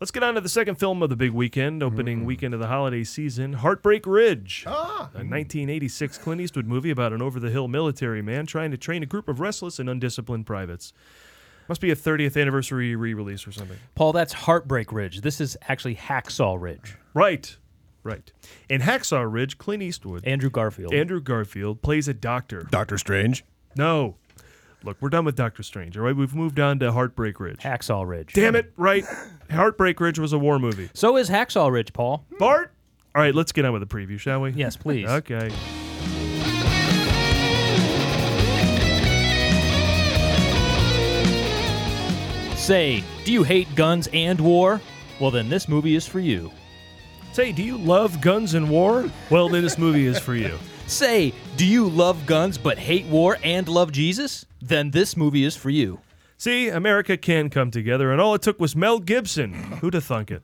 Speaker 3: Let's get on to the second film of the big weekend, opening
Speaker 4: Mm-hmm.
Speaker 3: weekend of the holiday season Heartbreak Ridge.
Speaker 4: Ah.
Speaker 3: A 1986 Clint Eastwood movie about an over the hill military man trying to train a group of restless and undisciplined privates. Must be a 30th anniversary re release or something.
Speaker 6: Paul, that's Heartbreak Ridge. This is actually Hacksaw Ridge.
Speaker 3: Right, right. In Hacksaw Ridge, Clint Eastwood,
Speaker 6: Andrew Garfield.
Speaker 3: Andrew Garfield plays a doctor.
Speaker 4: Doctor Strange.
Speaker 3: No. Look, we're done with Doctor Strange, all right? We've moved on to Heartbreak Ridge.
Speaker 6: Hacksaw Ridge.
Speaker 3: Damn it, right? Heartbreak Ridge was a war movie.
Speaker 6: So is Hacksaw Ridge, Paul.
Speaker 3: Bart? All right, let's get on with the preview, shall we?
Speaker 6: Yes, please.
Speaker 3: Okay.
Speaker 6: Say, do you hate guns and war? Well, then this movie is for you.
Speaker 3: Say, do you love guns and war? Well, then this movie is for you.
Speaker 6: Say, do you love guns but hate war and love Jesus? Then this movie is for you.
Speaker 3: See, America can come together, and all it took was Mel Gibson. Who'd have thunk it?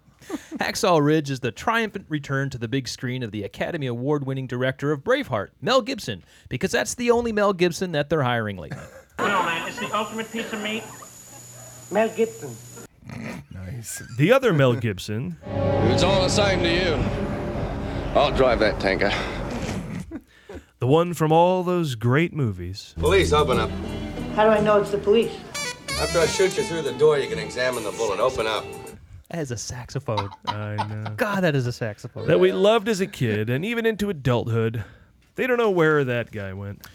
Speaker 6: Hacksaw Ridge is the triumphant return to the big screen of the Academy Award winning director of Braveheart, Mel Gibson, because that's the only Mel Gibson that they're hiring lately.
Speaker 14: No, man, it's the ultimate piece of meat.
Speaker 15: Mel Gibson.
Speaker 3: The other Mel Gibson
Speaker 16: It's all the same to you. I'll drive that tanker.
Speaker 3: The one from all those great movies.
Speaker 16: Police, open up.
Speaker 15: How do I know it's the police?
Speaker 16: After I shoot you through the door, you can examine the bullet. Open up.
Speaker 6: That is a saxophone.
Speaker 3: I know.
Speaker 6: God, that is a saxophone.
Speaker 3: That we loved as a kid and even into adulthood. They don't know where that guy went.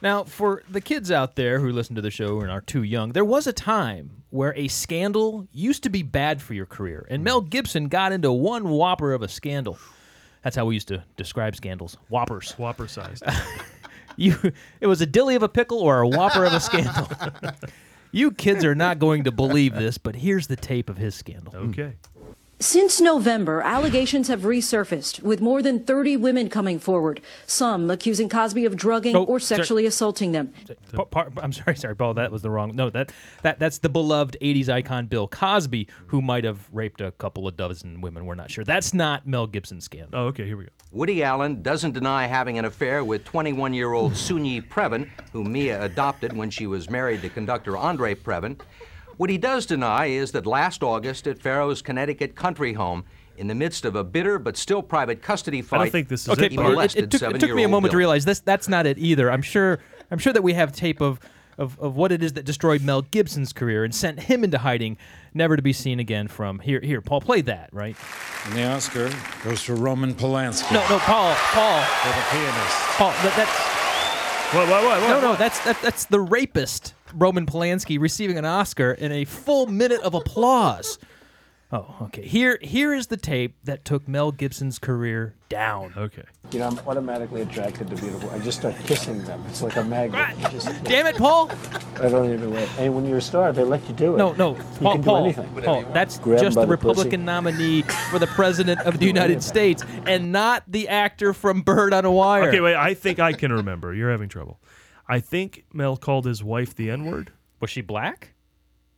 Speaker 6: Now, for the kids out there who listen to the show and are too young, there was a time where a scandal used to be bad for your career, and Mel Gibson got into one whopper of a scandal. That's how we used to describe scandals. Whoppers.
Speaker 3: Whopper sized.
Speaker 6: You it was a dilly of a pickle or a whopper of a scandal. you kids are not going to believe this, but here's the tape of his scandal.
Speaker 3: Okay.
Speaker 2: Since November, allegations have resurfaced, with more than 30 women coming forward, some accusing Cosby of drugging
Speaker 6: Oh,
Speaker 2: or
Speaker 6: sorry.
Speaker 2: sexually assaulting them.
Speaker 6: Pa- pa- I'm sorry, sorry, Paul. That was the wrong. No, that, that that's the beloved '80s icon Bill Cosby, who might have raped a couple of dozen women. We're not sure. That's not Mel Gibson's scandal.
Speaker 3: Oh, okay, here we go.
Speaker 7: Woody Allen doesn't deny having an affair with 21 year old Sunyi Previn, who Mia adopted when she was married to conductor Andre Previn. What he does deny is that last August at Pharaoh's Connecticut country home, in the midst of a bitter but still private custody fight,
Speaker 6: okay.
Speaker 7: he
Speaker 6: Paul, it-
Speaker 7: molested
Speaker 6: it, took, it took me a
Speaker 7: seven-year-old
Speaker 6: moment to
Speaker 7: Bill.
Speaker 6: realize this. That's not it either. I'm sure. I'm sure that we have tape of, of of what it is that destroyed Mel Gibson's career and sent him into hiding, never to be seen again. From here, here, Paul, play that right.
Speaker 17: And the Oscar goes to Roman Polanski.
Speaker 6: No, no, Paul, Paul,
Speaker 17: For the pianist.
Speaker 6: Paul. That, that's
Speaker 3: What, what, what,
Speaker 6: no, no. That's that, that's the rapist Roman Polanski receiving an Oscar in a full minute of applause. Oh, okay. Here, here is the tape that took Mel Gibson's career down. Okay.
Speaker 8: You know, I'm automatically attracted to beautiful. I just start kissing them. It's like a magnet. You just-
Speaker 6: Damn it, Paul!
Speaker 8: I don't even wait. And when you're a star, they let you do it.
Speaker 6: No, no,
Speaker 8: You
Speaker 6: Paul,
Speaker 8: can do
Speaker 6: Paul,
Speaker 8: anything.
Speaker 6: Paul, that's
Speaker 8: Grab 'em
Speaker 6: just
Speaker 8: by
Speaker 6: the
Speaker 8: the pussy.
Speaker 6: Republican nominee for the president of the United States, and not the actor from Bird on a Wire.
Speaker 3: Okay, wait. I think I can remember. You're having trouble. I think Mel called his wife the N word.
Speaker 6: Was she black?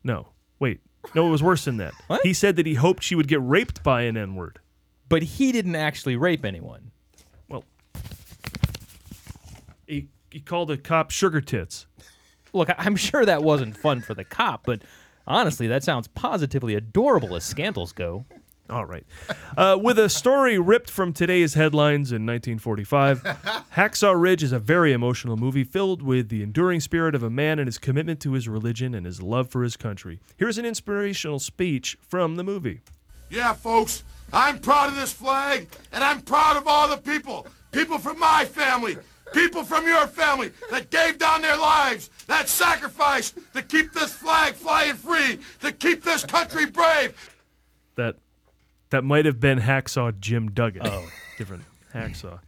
Speaker 3: No. Wait. No, it was worse than that. He said that he hoped she would get raped by an N word.
Speaker 6: But he didn't actually rape anyone.
Speaker 3: Well, he, he called a cop sugar tits.
Speaker 6: Look, I- I'm sure that wasn't fun for the cop, but honestly, that sounds positively adorable as scandals go.
Speaker 3: All right. Uh, with a story ripped from today's headlines in 1945, Hacksaw Ridge is a very emotional movie filled with the enduring spirit of a man and his commitment to his religion and his love for his country. Here's an inspirational speech from the movie.
Speaker 7: Yeah, folks, I'm proud of this flag, and I'm proud of all the people. People from my family, people from your family that gave down their lives, that sacrificed to keep this flag flying free, to keep this country brave.
Speaker 3: That that might have been Hacksaw Jim Duggan. Oh, different Hacksaw.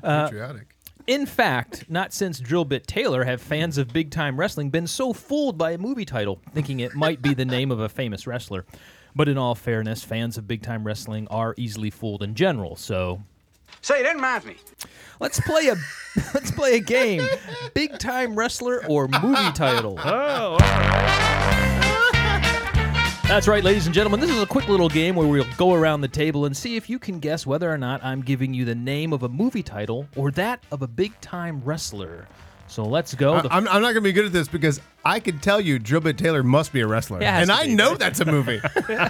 Speaker 6: Patriotic. In fact, not since Drill Bit Taylor have fans of big time wrestling been so fooled by a movie title, thinking it might be the name of a famous wrestler. But in all fairness, fans of big time wrestling are easily fooled in general, so.
Speaker 18: Say, that reminds me.
Speaker 6: Let's play a let's play a game. Big time wrestler or movie title.
Speaker 3: Oh.
Speaker 6: That's right, ladies and gentlemen. This is a quick little game where we'll go around the table and see if you can guess whether or not I'm giving you the name of a movie title or that of a big time wrestler. So let's go.
Speaker 4: I-
Speaker 6: The-
Speaker 4: I'm, I'm not going to be good at this because I could tell you Drillbit Taylor must be a wrestler.
Speaker 6: Yeah, it has
Speaker 4: and
Speaker 6: to
Speaker 4: I
Speaker 6: be,
Speaker 4: know
Speaker 6: right?
Speaker 4: that's a movie.
Speaker 6: Uh,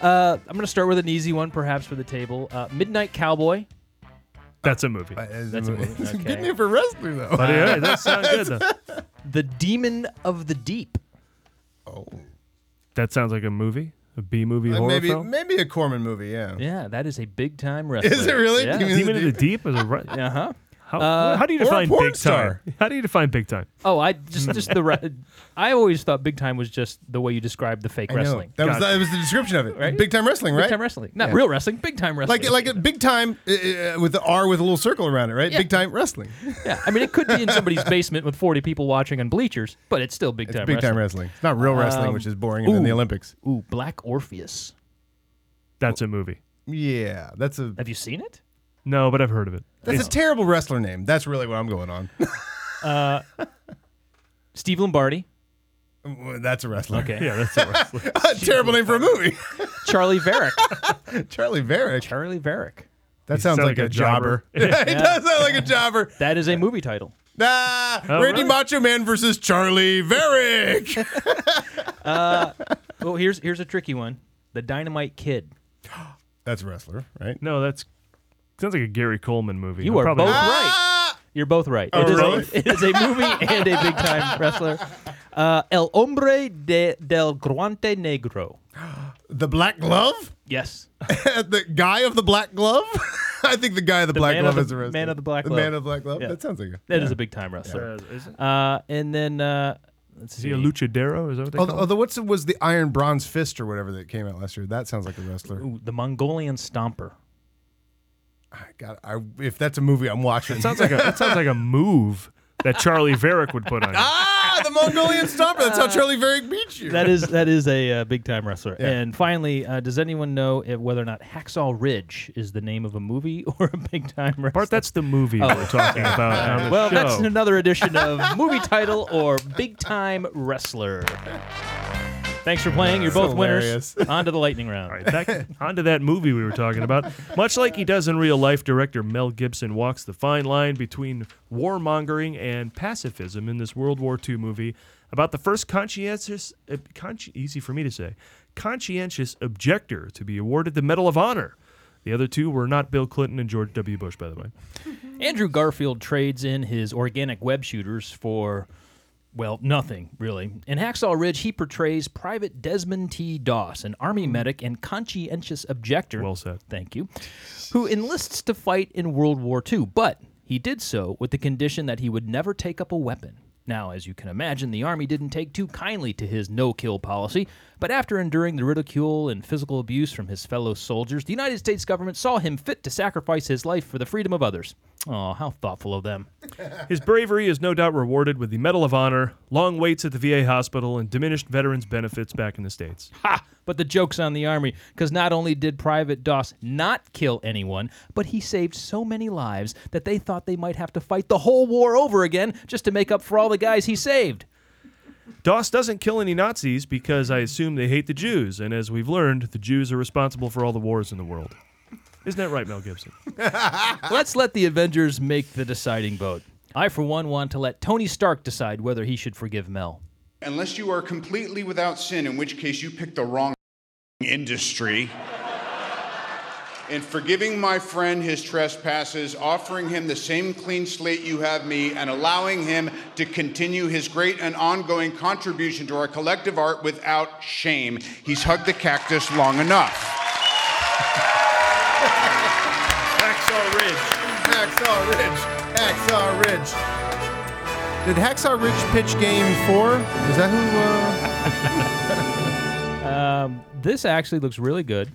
Speaker 6: I'm going to start with an easy one, perhaps for the table. Uh, Midnight Cowboy.
Speaker 3: That's a movie.
Speaker 6: That's a movie. Okay.
Speaker 4: Good name for wrestler, though.
Speaker 3: But, yeah, that sounds good, though.
Speaker 6: The Demon of the Deep.
Speaker 3: That sounds like a movie, a B movie
Speaker 4: Uh,
Speaker 3: horror
Speaker 4: maybe
Speaker 3: film.
Speaker 4: maybe a Corman movie, yeah.
Speaker 6: Yeah, that is a big time wrestler.
Speaker 4: Is it really?
Speaker 6: Yeah.
Speaker 4: Demon of the
Speaker 3: Demon of the Deep is a right.
Speaker 6: Uh huh.
Speaker 3: How,
Speaker 6: Uh,
Speaker 3: how do you
Speaker 6: or a
Speaker 3: define
Speaker 6: porn
Speaker 3: big
Speaker 6: star.
Speaker 3: time? How do you define big time?
Speaker 6: Oh, I just just the re- I always thought big time was just the way you described the fake
Speaker 4: I know.
Speaker 6: wrestling.
Speaker 4: That was, that was the description of it. Big time wrestling, right?
Speaker 6: Big time wrestling, not
Speaker 4: Yeah.
Speaker 6: real wrestling. Big time wrestling.
Speaker 4: Like like a big time uh, uh, with the R with a little circle around it, right?
Speaker 6: Yeah.
Speaker 4: Big time wrestling.
Speaker 6: yeah, I mean it could be in somebody's basement with 40 people watching on bleachers, but it's still big time.
Speaker 4: big
Speaker 6: wrestling.
Speaker 4: time wrestling. It's not real wrestling,
Speaker 6: Um,
Speaker 4: which is boring, and then the
Speaker 6: ooh,
Speaker 4: Olympics.
Speaker 6: Ooh, Black Orpheus.
Speaker 3: That's a movie.
Speaker 4: Yeah, that's a.
Speaker 6: Have you seen it?
Speaker 3: No, but I've heard of it.
Speaker 4: That's a terrible wrestler name. That's really what I'm going on.
Speaker 6: Uh, Steve Lombardi.
Speaker 4: Well, that's a wrestler.
Speaker 6: Okay.
Speaker 3: Yeah, that's a wrestler.
Speaker 4: a terrible name for a movie.
Speaker 6: Charlie Varick.
Speaker 4: Charlie Varick.
Speaker 6: Charlie Varick.
Speaker 4: That
Speaker 6: You
Speaker 4: sounds
Speaker 6: sound
Speaker 4: like,
Speaker 6: like
Speaker 4: a
Speaker 6: a
Speaker 4: jobber.
Speaker 6: jobber.
Speaker 4: Yeah, it
Speaker 6: Yeah.
Speaker 4: does sound like a jobber.
Speaker 6: That is a movie title.
Speaker 4: Ah,
Speaker 6: Oh,
Speaker 4: Randy
Speaker 6: really?
Speaker 4: Macho Man versus Charlie Varick.
Speaker 6: Uh, well, here's here's a tricky one. The Dynamite Kid.
Speaker 4: That's a wrestler, right?
Speaker 3: No, that's sounds like a Gary Coleman movie.
Speaker 6: You
Speaker 3: I'm
Speaker 6: are
Speaker 3: probably-
Speaker 6: both
Speaker 4: Uh,
Speaker 6: right. You're both right.
Speaker 3: Oh,
Speaker 6: it, is
Speaker 3: really?
Speaker 6: a, it is a movie and a big time wrestler. Uh, El hombre de, del guante negro.
Speaker 4: The Black Glove?
Speaker 6: Yes.
Speaker 4: the guy of the Black Glove? I think the guy of the, Black
Speaker 6: man
Speaker 4: Glove
Speaker 6: of
Speaker 4: is
Speaker 6: the-
Speaker 4: a wrestler.
Speaker 6: man of the black
Speaker 4: the
Speaker 6: glove.
Speaker 4: man of the Black Glove?
Speaker 6: Yeah.
Speaker 4: That sounds like a.
Speaker 6: That is
Speaker 4: yeah.
Speaker 6: a big time wrestler.
Speaker 3: Yeah, is it?
Speaker 6: Uh, and then uh, let's
Speaker 3: Is
Speaker 6: see.
Speaker 3: he a luchadero? Is that what they
Speaker 4: Although,
Speaker 3: call? him?
Speaker 4: although what's the, was the Iron Bronze Fist or whatever that came out last year? That sounds like a wrestler.
Speaker 6: Ooh, the Mongolian Stomper.
Speaker 4: God, I, if that's a movie, I'm watching.
Speaker 3: That sounds like a that sounds like a move that Charlie Varick would put on. you.
Speaker 4: ah, the Mongolian Stomper. That's how Charlie Varick beats you.
Speaker 6: Uh, That is that is a uh, big time wrestler.
Speaker 4: Yeah.
Speaker 6: And finally, uh, does anyone know if, whether or not Hacksaw Ridge is the name of a movie or a big time wrestler?
Speaker 3: Bart, that's the movie
Speaker 6: Oh.
Speaker 3: we're talking about on the
Speaker 6: Uh, well,
Speaker 3: show.
Speaker 6: that's another edition of movie title or big time wrestler. Thanks for playing. You're both
Speaker 3: Hilarious.
Speaker 6: winners. On to the lightning round.
Speaker 3: Back onto that movie we were talking about. Much like he does in real life, director Mel Gibson walks the fine line between warmongering and pacifism in this World War II movie about the first conscientious, uh, consci- easy for me to say, conscientious objector to be awarded the Medal of Honor. The other two were not Bill Clinton and George W. Bush, by the way.
Speaker 6: Andrew Garfield trades in his organic web shooters for, well, nothing, really. In Hacksaw Ridge, he portrays Private Desmond T. Doss, an Army medic and conscientious objector. Well
Speaker 3: said.
Speaker 6: Thank you. Who enlists to fight in World War II, but he did so with the condition that he would never take up a weapon. Now, as you can imagine, the army didn't take too kindly to his no kill policy, but after enduring the ridicule and physical abuse from his fellow soldiers, the United States government saw him fit to sacrifice his life for the freedom of others. Oh, how thoughtful of them.
Speaker 3: His bravery is no doubt rewarded with the Medal of Honor, long waits at the VA hospital, and diminished veterans' benefits back in the States.
Speaker 6: Ha! But the joke's on the Army, because not only did Private Doss not kill anyone, but he saved so many lives that they thought they might have to fight the whole war over again just to make up for all the guys he saved.
Speaker 3: Doss doesn't kill any Nazis because I assume they hate the Jews, and as we've learned, the Jews are responsible for all the wars in the world. Isn't that right, Mel Gibson?
Speaker 6: Let's let the Avengers make the deciding vote. I, for one, want to let Tony Stark decide whether he should forgive Mel.
Speaker 7: Unless you are completely without sin, in which case you picked the wrong industry. In forgiving my friend his trespasses, offering him the same clean slate you have me, and allowing him to continue his great and ongoing contribution to our collective art without shame. He's hugged the cactus long enough.
Speaker 19: Hacksaw Ridge. Hacksaw Ridge. Hacksaw Ridge.
Speaker 4: Did Hacksaw Ridge pitch game four? Is that uh, who? Uh...
Speaker 6: Um, this actually looks really good.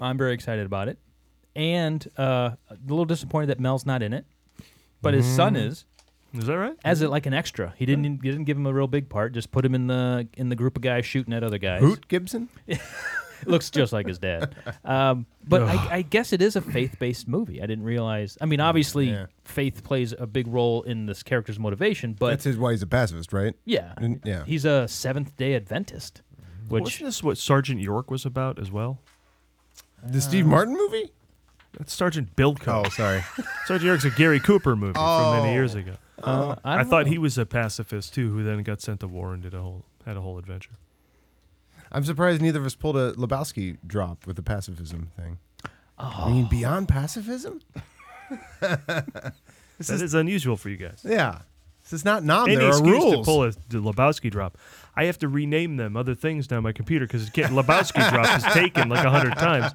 Speaker 6: I'm very excited about it, and uh, a little disappointed that Mel's not in it, but his son
Speaker 3: Mm.
Speaker 6: is.
Speaker 3: Is that right?
Speaker 4: Mm-hmm.
Speaker 6: As it like an extra, he didn't he didn't give him a real big part. Just put him in the in the group of guys shooting at other guys.
Speaker 4: Hoot Gibson?
Speaker 6: looks just like his dad. Um, but I, I guess it is a faith-based movie. I didn't realize. I mean, obviously, faith plays a big role in this character's motivation. But
Speaker 4: That's his, why he's a pacifist, right?
Speaker 6: yeah,
Speaker 4: And- yeah.
Speaker 6: he's a Seventh Day Adventist. Which
Speaker 3: Wasn't this what Sergeant York was about as well? Uh,
Speaker 4: The Steve Martin movie?
Speaker 3: That's Sergeant Bilko.
Speaker 4: Oh, sorry.
Speaker 3: Sergeant York's a Gary Cooper movie from many years
Speaker 4: Oh.
Speaker 3: ago.
Speaker 4: Uh, I
Speaker 3: I,
Speaker 4: don't
Speaker 3: thought
Speaker 4: know.
Speaker 3: he was a pacifist too, who then got sent to war and did a whole had a whole adventure.
Speaker 4: I'm surprised neither of us pulled a Lebowski drop with the pacifism thing.
Speaker 3: Oh.
Speaker 4: I mean, beyond pacifism?
Speaker 3: This
Speaker 4: is-
Speaker 3: is unusual for you guys.
Speaker 4: Yeah. This is not nom.
Speaker 3: Any
Speaker 4: there are
Speaker 3: excuse
Speaker 4: rules.
Speaker 3: to pull a the Lebowski drop. I have to rename them other things now on my computer because Lebowski drop is taken like a hundred times.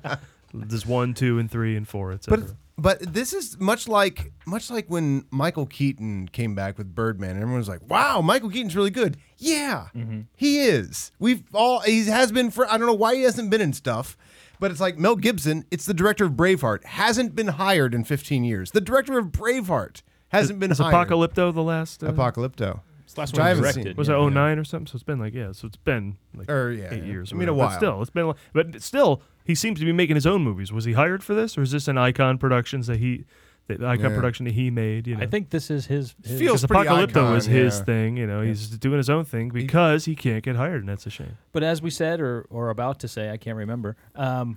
Speaker 3: There's one, two, and three, and four, etc.
Speaker 4: But this is much like much like when Michael Keaton came back with Birdman, and everyone was like, "Wow, Michael Keaton's really good." Yeah,
Speaker 3: Mm-hmm.
Speaker 4: he is. We've all he has been for. I don't know why he hasn't been in stuff, but it's like Mel Gibson. It's the director of Braveheart hasn't been hired in 15 years. The director of Braveheart hasn't been
Speaker 3: Is
Speaker 4: hired.
Speaker 3: Apocalypto the last? Uh,
Speaker 4: Apocalypto.
Speaker 3: It's the last
Speaker 4: Which
Speaker 3: one
Speaker 4: I
Speaker 3: he
Speaker 4: haven't
Speaker 3: directed.
Speaker 4: seen.
Speaker 3: Was it 09 or something? So it's been like yeah, so it's been like
Speaker 4: Or, Er, yeah,
Speaker 3: eight
Speaker 4: yeah.
Speaker 3: years.
Speaker 4: I
Speaker 3: or
Speaker 4: mean, a
Speaker 3: whatever. But
Speaker 4: while.
Speaker 3: still, it's been. a li- But still, he seems to be making his own movies. Was he hired for this, or is this an Icon Productions that he, that Icon
Speaker 6: Yeah.
Speaker 3: production that he made? You know,
Speaker 6: I think this is his. his
Speaker 3: Because Apocalypto was his thing. You know, he's doing his own thing because he can't get hired, and that's a shame.
Speaker 6: But as we said, or or about to say, I can't remember. Um,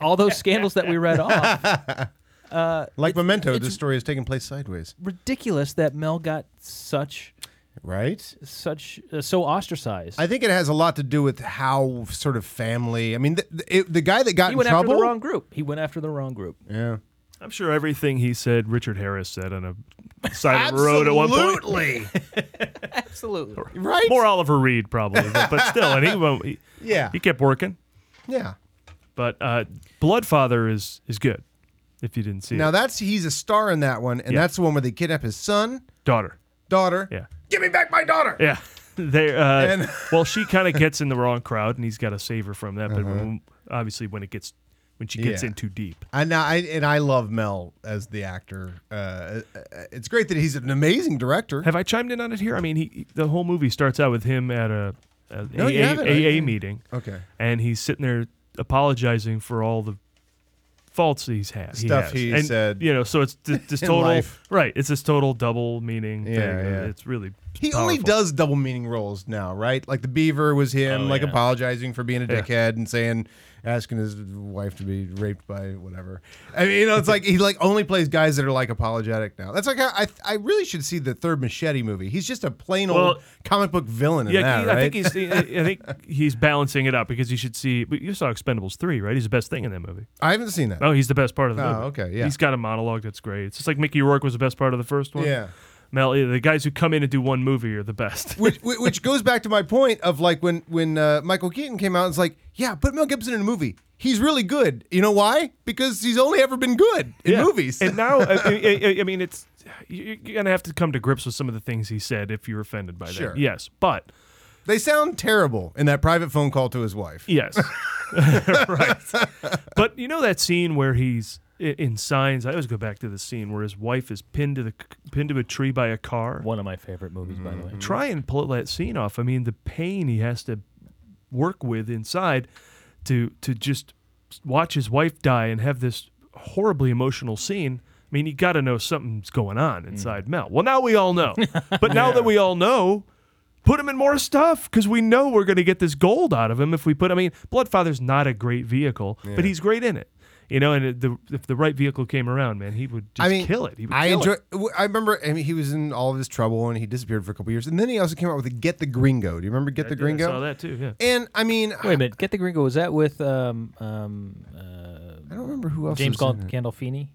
Speaker 6: all those scandals that we read off. Uh,
Speaker 4: Like Memento,
Speaker 6: it's-
Speaker 4: this story is taking place sideways.
Speaker 6: ridiculous that Mel got such
Speaker 4: right
Speaker 6: such uh, so ostracized.
Speaker 4: I think it has a lot to do with how sort of family. I mean, the, the, it- the guy that got
Speaker 6: he
Speaker 4: in
Speaker 6: went
Speaker 4: trouble.
Speaker 6: after the wrong group. He went after the wrong group.
Speaker 4: Yeah.
Speaker 3: I'm sure everything he said, Richard Harris said on a side of the road at one point.
Speaker 4: Absolutely.
Speaker 6: Absolutely.
Speaker 4: Right?
Speaker 3: More Oliver Reed, probably, but, but still, and he won't. He,
Speaker 4: Yeah.
Speaker 3: he kept working.
Speaker 4: Yeah.
Speaker 3: But uh, Bloodfather is is good. If you didn't see
Speaker 4: Now
Speaker 3: it,
Speaker 4: that's he's a star in that one, and
Speaker 3: Yeah.
Speaker 4: that's the one where they kidnap his son,
Speaker 3: daughter.
Speaker 4: daughter.
Speaker 3: Yeah.
Speaker 19: Give me back my daughter.
Speaker 3: Yeah. They, uh,
Speaker 4: And-
Speaker 3: well, she kind of gets in the wrong crowd, and he's got to save her from that. But when, obviously, when it gets when she gets
Speaker 4: Uh-huh. Yeah.
Speaker 3: in too deep,
Speaker 4: And I and I love Mel as the actor. Uh, uh, it's great that he's an amazing director.
Speaker 3: Have I chimed in on it here? I mean, he, he- the whole movie starts out with him at a, a
Speaker 4: No, you
Speaker 3: AA,
Speaker 4: haven't.
Speaker 3: AA meeting.
Speaker 4: Okay.
Speaker 3: and he's sitting there apologizing for all the faults he's had.
Speaker 4: Stuff
Speaker 3: has.
Speaker 4: he
Speaker 3: And,
Speaker 4: said
Speaker 3: You know, so it's th- this
Speaker 4: in
Speaker 3: total
Speaker 4: life.
Speaker 3: right. It's this total double meaning.
Speaker 4: Yeah,
Speaker 3: thing.
Speaker 4: yeah.
Speaker 3: It's really
Speaker 4: He only
Speaker 3: powerful. Oh,
Speaker 4: does double meaning roles now, right? Like the Beaver was him, like apologizing for being a
Speaker 3: Yeah.
Speaker 4: dickhead and saying, asking his wife to be raped by whatever. I mean, you know, it's like he like only plays guys that are like apologetic now. That's like how I I really should see the third Machete movie. He's just a plain old
Speaker 3: Well,
Speaker 4: comic book villain in
Speaker 3: Yeah,
Speaker 4: that,
Speaker 3: he-
Speaker 4: right?
Speaker 3: I think he's. I I think he's balancing it out because you should see. But you saw Expendables three, right? He's the best thing in that movie.
Speaker 4: I haven't seen that.
Speaker 3: Oh, he's the best part of the
Speaker 4: Oh,
Speaker 3: movie.
Speaker 4: okay, yeah.
Speaker 3: He's got a monologue that's great. It's just like Mickey Rourke was the best part of the first one.
Speaker 4: Yeah.
Speaker 3: Mel, eh, the guys who come in and do one movie are the best.
Speaker 4: which, whi- which goes back to my point of like when when uh, Michael Keaton came out, it's like, yeah, put Mel Gibson in a movie. He's really good. You know why? Because he's only ever been good in
Speaker 3: Yeah.
Speaker 4: movies.
Speaker 3: And now, I, I- I- I mean, it's you- you're gonna have to come to grips with some of the things he said if you're offended by
Speaker 4: Sure.
Speaker 3: that. Yes, but
Speaker 4: they sound terrible in that private phone call to his wife.
Speaker 3: Yes, right. But you know that scene where he's i- in signs. I always go back to the scene where his wife is pinned to the c- pinned to a tree by a car.
Speaker 6: One of my favorite movies, by the way.
Speaker 3: Mm-hmm.
Speaker 4: Mm-hmm.
Speaker 3: Try and pull that scene off. I mean, the pain he has to work with inside to to just watch his wife die and have this horribly emotional scene. I mean, you got to know something's going on inside Mel. Well, now we all know. But now that we all know, put him in more stuff because we know we're going to get this gold out of him if we put. I mean, Bloodfather's not a great vehicle, but he's great in it. You know, and it, the, if the right vehicle came around, man, he would just
Speaker 4: I mean,
Speaker 3: kill it. He would
Speaker 4: I
Speaker 3: kill
Speaker 4: enjoy.
Speaker 3: It.
Speaker 4: w- I remember. I mean, he was in all of his trouble, and he disappeared for a couple years, and then he also came out with a "Get the Gringo." Do you remember "Get
Speaker 3: I
Speaker 4: the
Speaker 3: did- I
Speaker 4: Gringo"?
Speaker 3: saw that too, yeah.
Speaker 4: And I mean,
Speaker 6: Wait a minute, Get the Gringo. Was that with um um? Uh, I
Speaker 4: don't remember who else
Speaker 6: James
Speaker 4: was
Speaker 6: Gal-
Speaker 4: in it.
Speaker 6: Gandolfini.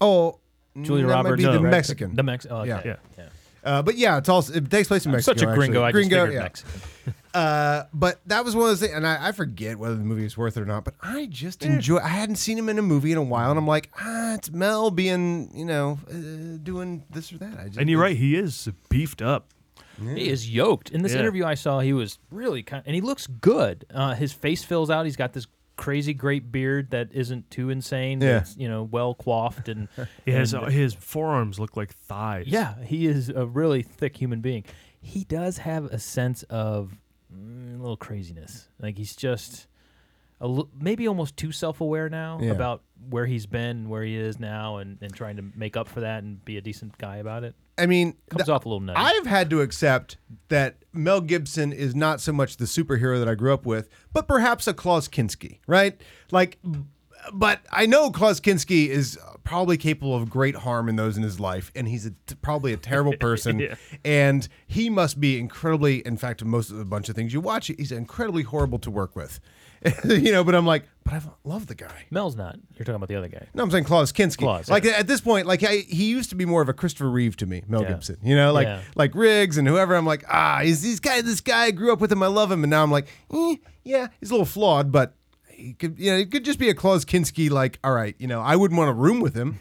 Speaker 4: Oh,
Speaker 6: Julia
Speaker 4: mm, that
Speaker 6: Roberts.
Speaker 4: might be
Speaker 6: No,
Speaker 4: the
Speaker 6: right.
Speaker 4: Mexican.
Speaker 6: The Mex- oh, okay. Yeah. Yeah.
Speaker 4: Uh, but yeah, it's also it takes place in
Speaker 6: I'm
Speaker 4: Mexico.
Speaker 6: such a gringo,
Speaker 4: actually.
Speaker 6: I just
Speaker 4: gringo,
Speaker 6: figured
Speaker 4: yeah.
Speaker 6: Mexican.
Speaker 4: Uh, but that was one of those things, and I, I forget whether the movie was worth it or not. But I just enjoy. I hadn't seen him in a movie in a while, and I'm like, ah, it's Mel being, you know, uh, doing this or that. I just,
Speaker 3: And you're right, he is beefed up.
Speaker 6: He is yoked. In this
Speaker 3: Yeah.
Speaker 6: interview I saw, he was really kind, and he looks good. Uh, his face fills out. He's got this crazy great beard that isn't too insane.
Speaker 3: Yeah.
Speaker 6: It's, you know, well coiffed and
Speaker 3: He has, uh,
Speaker 6: and-
Speaker 3: his forearms look like thighs.
Speaker 6: Yeah, he is a really thick human being. He does have a sense of mm, a little craziness. Like he's just a l- maybe almost too self-aware now
Speaker 4: Yeah.
Speaker 6: about where he's been and where he is now and, and trying to make up for that and be a decent guy about it.
Speaker 4: I mean,
Speaker 6: Comes off a little nutty.
Speaker 4: I've had to accept that Mel Gibson is not so much the superhero that I grew up with, but perhaps a Klaus Kinski, right? Like, but I know Klaus Kinski is probably capable of great harm in those in his life, and he's a, probably a terrible person,
Speaker 3: Yeah.
Speaker 4: and he must be incredibly, in fact, most of the bunch of things you watch, he's incredibly horrible to work with, you know. But I'm like, but I love the guy.
Speaker 6: Mel's not. You're talking about the other guy.
Speaker 4: No, I'm saying Klaus Kinski.
Speaker 6: Klaus,
Speaker 4: like
Speaker 6: yeah.
Speaker 4: at this point, like I, he used to be more of a Christopher Reeve to me, Mel
Speaker 6: Yeah.
Speaker 4: Gibson. You know, like
Speaker 6: Yeah.
Speaker 4: like Riggs and whoever. I'm like, ah, is this guy? This guy I grew up with him. I love him, and now I'm like, eh, yeah, he's a little flawed, but he could, you know, it could just be a Klaus Kinski. Like, all right, you know, I wouldn't want to room with him,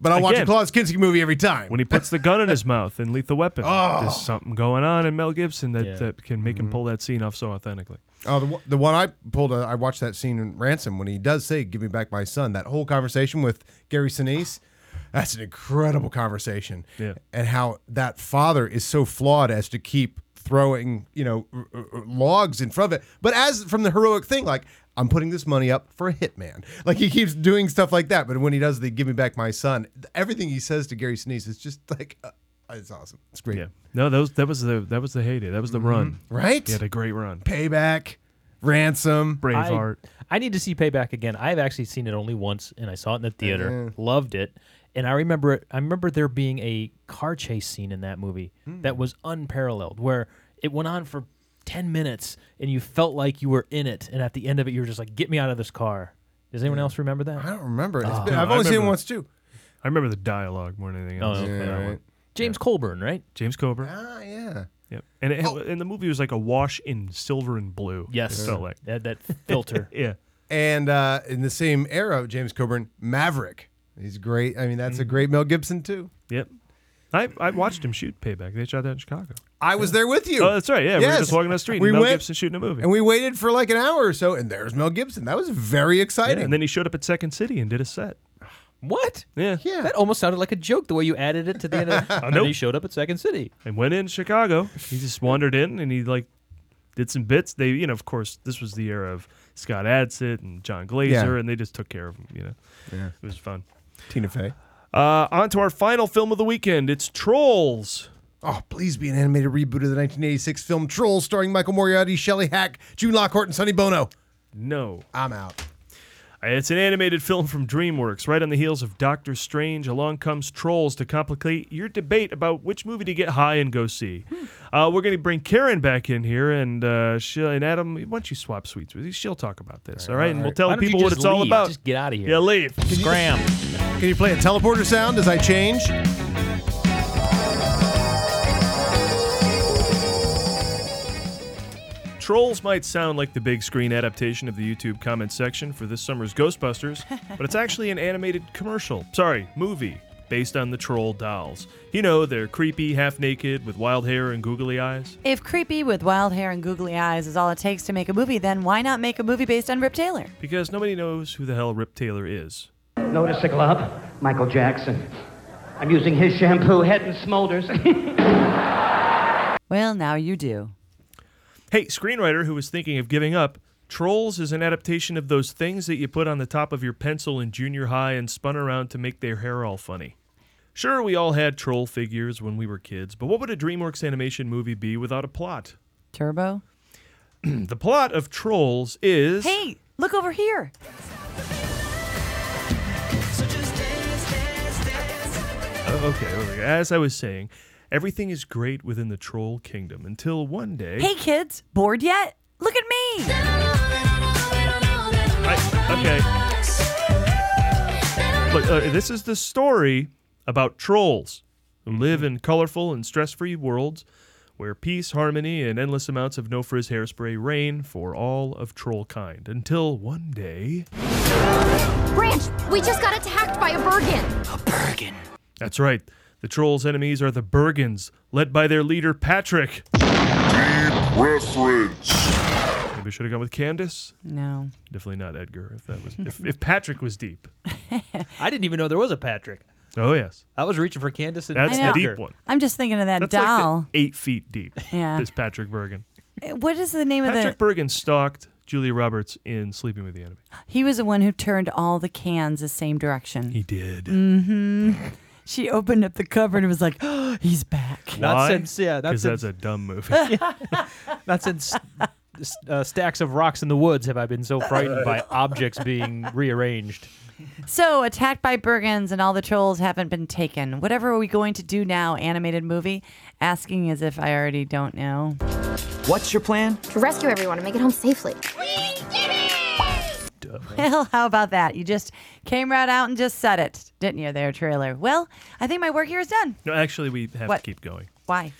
Speaker 4: but I watch a
Speaker 3: Again.
Speaker 4: Klaus Kinski movie every time.
Speaker 3: When he puts the gun in his mouth in Lethal Weapon,
Speaker 4: Oh. Mm-hmm.
Speaker 3: there's something going on in Mel Gibson that,
Speaker 4: Yeah.
Speaker 3: that can make him pull that scene off so authentically.
Speaker 4: Oh, the, one- the one I pulled, uh, I watched that scene in Ransom when he does say, Give me back my son. That whole conversation with Gary Sinise, that's an incredible conversation.
Speaker 3: Yeah.
Speaker 4: And how that father is so flawed as to keep throwing, you know, r- r- r- logs in front of it. But as from the heroic thing, like, I'm putting this money up for a hitman. Like, he keeps doing stuff like that. But when he does the Give me back my son, th- everything he says to Gary Sinise is just like, uh, it's awesome. It's great.
Speaker 3: Yeah. No, those that was the that was the heyday. That was the run.
Speaker 4: Mm-hmm. Right?
Speaker 3: He had a great run.
Speaker 4: Payback, Ransom,
Speaker 3: Braveheart.
Speaker 6: I, I need to see Payback again. I've actually seen it only once, and I saw it in the theater. Loved it, and I remember it. I remember there being a car chase scene in that movie
Speaker 4: Hmm.
Speaker 6: that was unparalleled, where it went on for ten minutes, and you felt like you were in it. And at the end of it, you were just like, "Get me out of this car." Does anyone else remember that?
Speaker 4: I don't remember. it. It's
Speaker 6: Oh.
Speaker 4: been-
Speaker 6: No,
Speaker 4: I've
Speaker 6: I
Speaker 4: only seen it
Speaker 3: Ah. remember-
Speaker 4: once too.
Speaker 3: I remember the dialogue more than anything
Speaker 6: Oh,
Speaker 3: else.
Speaker 6: okay,
Speaker 4: Yeah,
Speaker 6: that one.
Speaker 4: right.
Speaker 6: James Colburn, right?
Speaker 3: James Coburn.
Speaker 4: Ah, yeah.
Speaker 3: Yep. And
Speaker 4: Oh.
Speaker 3: it, and the movie was like a wash in silver and blue.
Speaker 6: Yes.
Speaker 3: It felt like.
Speaker 6: That, that filter.
Speaker 3: Yeah.
Speaker 4: And uh, in the same era, James Coburn, Maverick. He's great. I mean, that's a great Mel Gibson too.
Speaker 3: Yep. I, I watched him shoot Payback. They shot that in Chicago.
Speaker 4: I was there with you.
Speaker 3: Oh, that's right. Yeah, we were
Speaker 4: Yes.
Speaker 3: just walking down the street. and
Speaker 4: We
Speaker 3: Mel
Speaker 4: went-
Speaker 3: Gibson shooting a movie.
Speaker 4: and we waited for like an hour or so, and there's Mel Gibson. That was very
Speaker 3: Yeah,
Speaker 4: exciting.
Speaker 3: and then he showed up at Second City and did a set.
Speaker 6: What?
Speaker 3: Yeah.
Speaker 4: Yeah.
Speaker 6: That almost sounded like a joke the way you added it to the end. of the- And then he showed up at Second City.
Speaker 3: and went in Chicago. He just wandered in and he like did some bits. They, you know, of course, this was the era of Scott Adsit and John Glazer,
Speaker 4: Yeah.
Speaker 3: and they just took care of him. You know,
Speaker 4: Yeah.
Speaker 3: it was fun.
Speaker 4: Tina Fey.
Speaker 3: Uh, on to our final film of the weekend. It's Trolls.
Speaker 4: Oh, please be an animated reboot of the 1986 film Trolls, starring Michael Moriarty, Shelley Hack, June Lockhart, and Sonny Bono.
Speaker 3: No,
Speaker 4: I'm out.
Speaker 3: it's an animated film from DreamWorks. Right on the heels of Doctor Strange, along comes Trolls to complicate your debate about which movie to get high and go see.
Speaker 6: Hmm.
Speaker 3: Uh, we're going to bring Karen back in here, and uh, she and Adam. Why don't you swap sweets with you? She'll talk about this, all right? And we'll tell
Speaker 6: Why
Speaker 3: the
Speaker 6: don't you
Speaker 3: people what
Speaker 6: just
Speaker 3: it's all
Speaker 6: leave?
Speaker 3: about.
Speaker 6: Just get out of here.
Speaker 3: Yeah, leave.
Speaker 6: Scram.
Speaker 4: Can you play a teleporter sound as I change?
Speaker 3: Trolls might sound like the big screen adaptation of the YouTube comment section for this summer's Ghostbusters, but it's actually an animated commercial. Sorry, movie. Based on the troll dolls. You know, they're creepy, half naked, with wild hair and googly eyes.
Speaker 5: If creepy with wild hair and googly eyes is all it takes to make a movie, then why not make a movie based on Rip Taylor?
Speaker 3: Because nobody knows who the hell Rip Taylor is.
Speaker 20: Notice the glove? Michael Jackson. I'm using his shampoo, Head and Smolders.
Speaker 5: Well, now you do.
Speaker 3: Hey, screenwriter who was thinking of giving up, Trolls is an adaptation of those things that you put on the top of your pencil in junior high and spun around to make their hair all funny. Sure, we all had troll figures when we were kids, but what would a DreamWorks animation movie be without a plot?
Speaker 5: Turbo?
Speaker 3: the plot of Trolls is.
Speaker 5: Hey, look over here.
Speaker 3: Oh, okay, okay, as I was saying, everything is great within the Troll Kingdom until one day.
Speaker 5: Hey, kids, bored yet? Look at me.
Speaker 3: Okay. Look, uh, this is the story about trolls who live in colorful and stress free worlds where peace, harmony, and endless amounts of no frizz hairspray reign for all of troll kind. Until one day.
Speaker 9: Branch, we just got attacked by a Bergen.
Speaker 3: That's right, the trolls' enemies are the Bergens, led by their leader, Patrick. Maybe I should have gone with Candace.
Speaker 5: No.
Speaker 3: Definitely not Edgar. If that was if, if Patrick was deep.
Speaker 10: I didn't even know there was a Patrick.
Speaker 3: Oh yes,
Speaker 10: I was reaching for Candace and
Speaker 3: that's the
Speaker 10: Edgar.
Speaker 3: deep one.
Speaker 5: I'm just thinking of that
Speaker 3: That's
Speaker 5: doll.
Speaker 3: like the eight feet deep.
Speaker 5: Yeah.
Speaker 3: is Patrick Bergen.
Speaker 5: Uh, What is the name of
Speaker 3: Patrick
Speaker 5: the?
Speaker 3: Bergen stalked Julia Roberts in Sleeping with the Enemy.
Speaker 5: He was the one who turned all the cans the same direction. He
Speaker 3: did.
Speaker 5: Mm-hmm. She opened up the cover and was like, "He's back."
Speaker 10: Not
Speaker 3: Why?
Speaker 10: since- yeah, not
Speaker 3: 'Cause
Speaker 10: since-
Speaker 3: that's a dumb movie.
Speaker 10: Not since s- uh, stacks of rocks in the woods have I been so frightened by objects being rearranged.
Speaker 5: So, attacked by Bergens and all the trolls haven't been taken. Whatever are we going to do now? Animated movie? Asking as if I already don't know.
Speaker 8: What's your plan?
Speaker 9: To rescue everyone and make it home safely.
Speaker 5: Well, how about that? You just came right out and just said it, didn't you, there, trailer? Well, I think my work here is done.
Speaker 3: No, actually, we have
Speaker 5: What?
Speaker 3: to keep going.
Speaker 5: Why?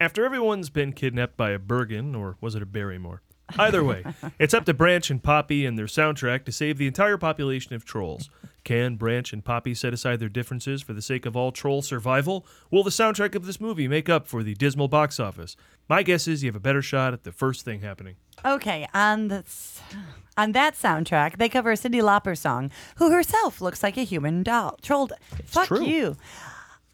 Speaker 3: After everyone's been kidnapped by a Bergen, or was it a Barrymore? Either way, it's up to Branch and Poppy and their soundtrack to save the entire population of trolls. Can Branch and Poppy set aside their differences for the sake of all troll survival? Will the soundtrack of this movie make up for the dismal box office? My guess is you have a better shot at the first thing happening.
Speaker 5: Okay, on the s- on that soundtrack, they cover a Cindy Lauper song, who herself looks like a human doll. Trolled. Fuck
Speaker 10: true.
Speaker 5: you.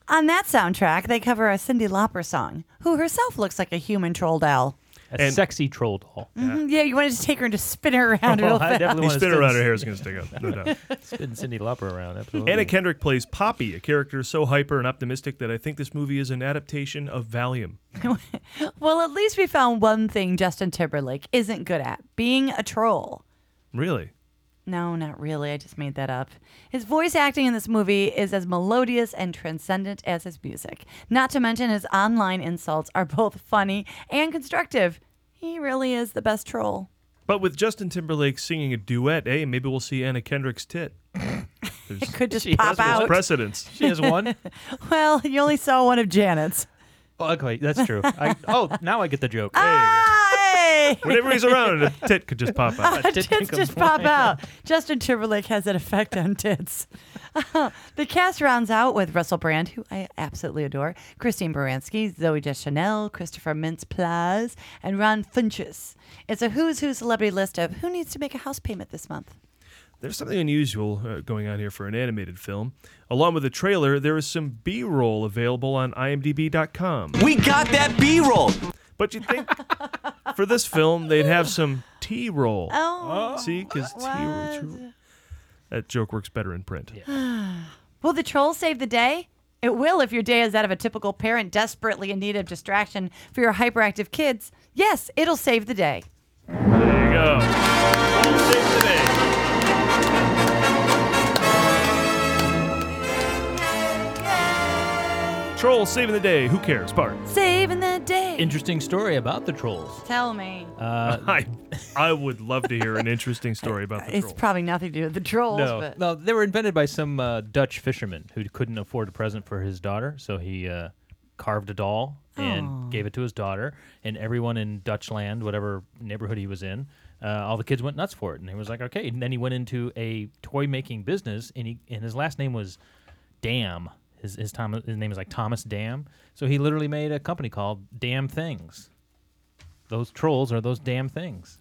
Speaker 5: On that soundtrack, they cover a Cindy Lauper song, who herself looks like a human troll doll.
Speaker 10: A sexy troll doll.
Speaker 5: Mhm, Yeah, you wanted to take her and just spin her around
Speaker 10: Oh,
Speaker 5: real
Speaker 10: I
Speaker 5: fast.
Speaker 10: definitely
Speaker 3: You
Speaker 10: wanna
Speaker 3: spin around, her hair is gonna stick out, no doubt.
Speaker 10: Spin Cindy Lauper around. Absolutely.
Speaker 3: Anna Kendrick plays Poppy, a character so hyper and optimistic that I think this movie is an adaptation of Valium.
Speaker 5: Well, at least we found one thing Justin Timberlake isn't good at being a troll.
Speaker 3: Really?
Speaker 5: No, not really. I just made that up. His voice acting in this movie is as melodious and transcendent as his music. Not to mention, his online insults are both funny and constructive. He really is the best troll.
Speaker 3: But with Justin Timberlake singing a duet, hey, maybe we'll see Anna Kendrick's tit. There's,
Speaker 5: It could just
Speaker 3: there's
Speaker 5: pop out.
Speaker 3: precedence.
Speaker 10: She has one.
Speaker 5: well, you only saw one of Janet's.
Speaker 10: Oh, okay, that's true. I, oh, now I get the joke.
Speaker 5: Ah! Hey!
Speaker 3: Whenever he's around, a tit could just pop out.
Speaker 5: Uh, tits just pop out. Justin Timberlake has an effect on tits. the cast rounds out with Russell Brand, who I absolutely adore, Christine Baranski, Zoe Deschanel, Christopher Mintz-Plasse, and Ron Funches. It's a who's who celebrity list of who needs to make a house payment this month.
Speaker 3: There's something unusual uh, going on here for an animated film. Along with the trailer, there is some B-roll available on IMDb.com.
Speaker 8: We got that B roll.
Speaker 3: But you'd think for this film they'd have some T-roll.
Speaker 5: Oh.
Speaker 3: See, because T-roll. That joke works better in print.
Speaker 5: Will the troll save the day? It will if your day is that of a typical parent desperately in need of distraction for your hyperactive kids. Yes, it'll save the day.
Speaker 3: There you go. Troll saving the day. Who cares, Bart?
Speaker 5: Saving the day.
Speaker 10: Interesting story about the trolls.
Speaker 5: Tell me.
Speaker 10: Uh,
Speaker 3: I, I would love to hear an interesting story about the
Speaker 5: It's
Speaker 3: troll.
Speaker 5: probably nothing to do with the trolls,
Speaker 10: no,
Speaker 5: but
Speaker 10: no, they were invented by some uh, Dutch fisherman who couldn't afford a present for his daughter, so he uh,
Speaker 6: carved a doll and gave it to his daughter. And everyone in Dutchland, whatever neighborhood he was in, uh, all the kids went nuts for it. And he was like, okay. And then he went into a toy making business, and he and his last name was Dam. His his, Tom, his name is like Thomas Dam. So he literally made a company called Damn Things. Those trolls are those damn things.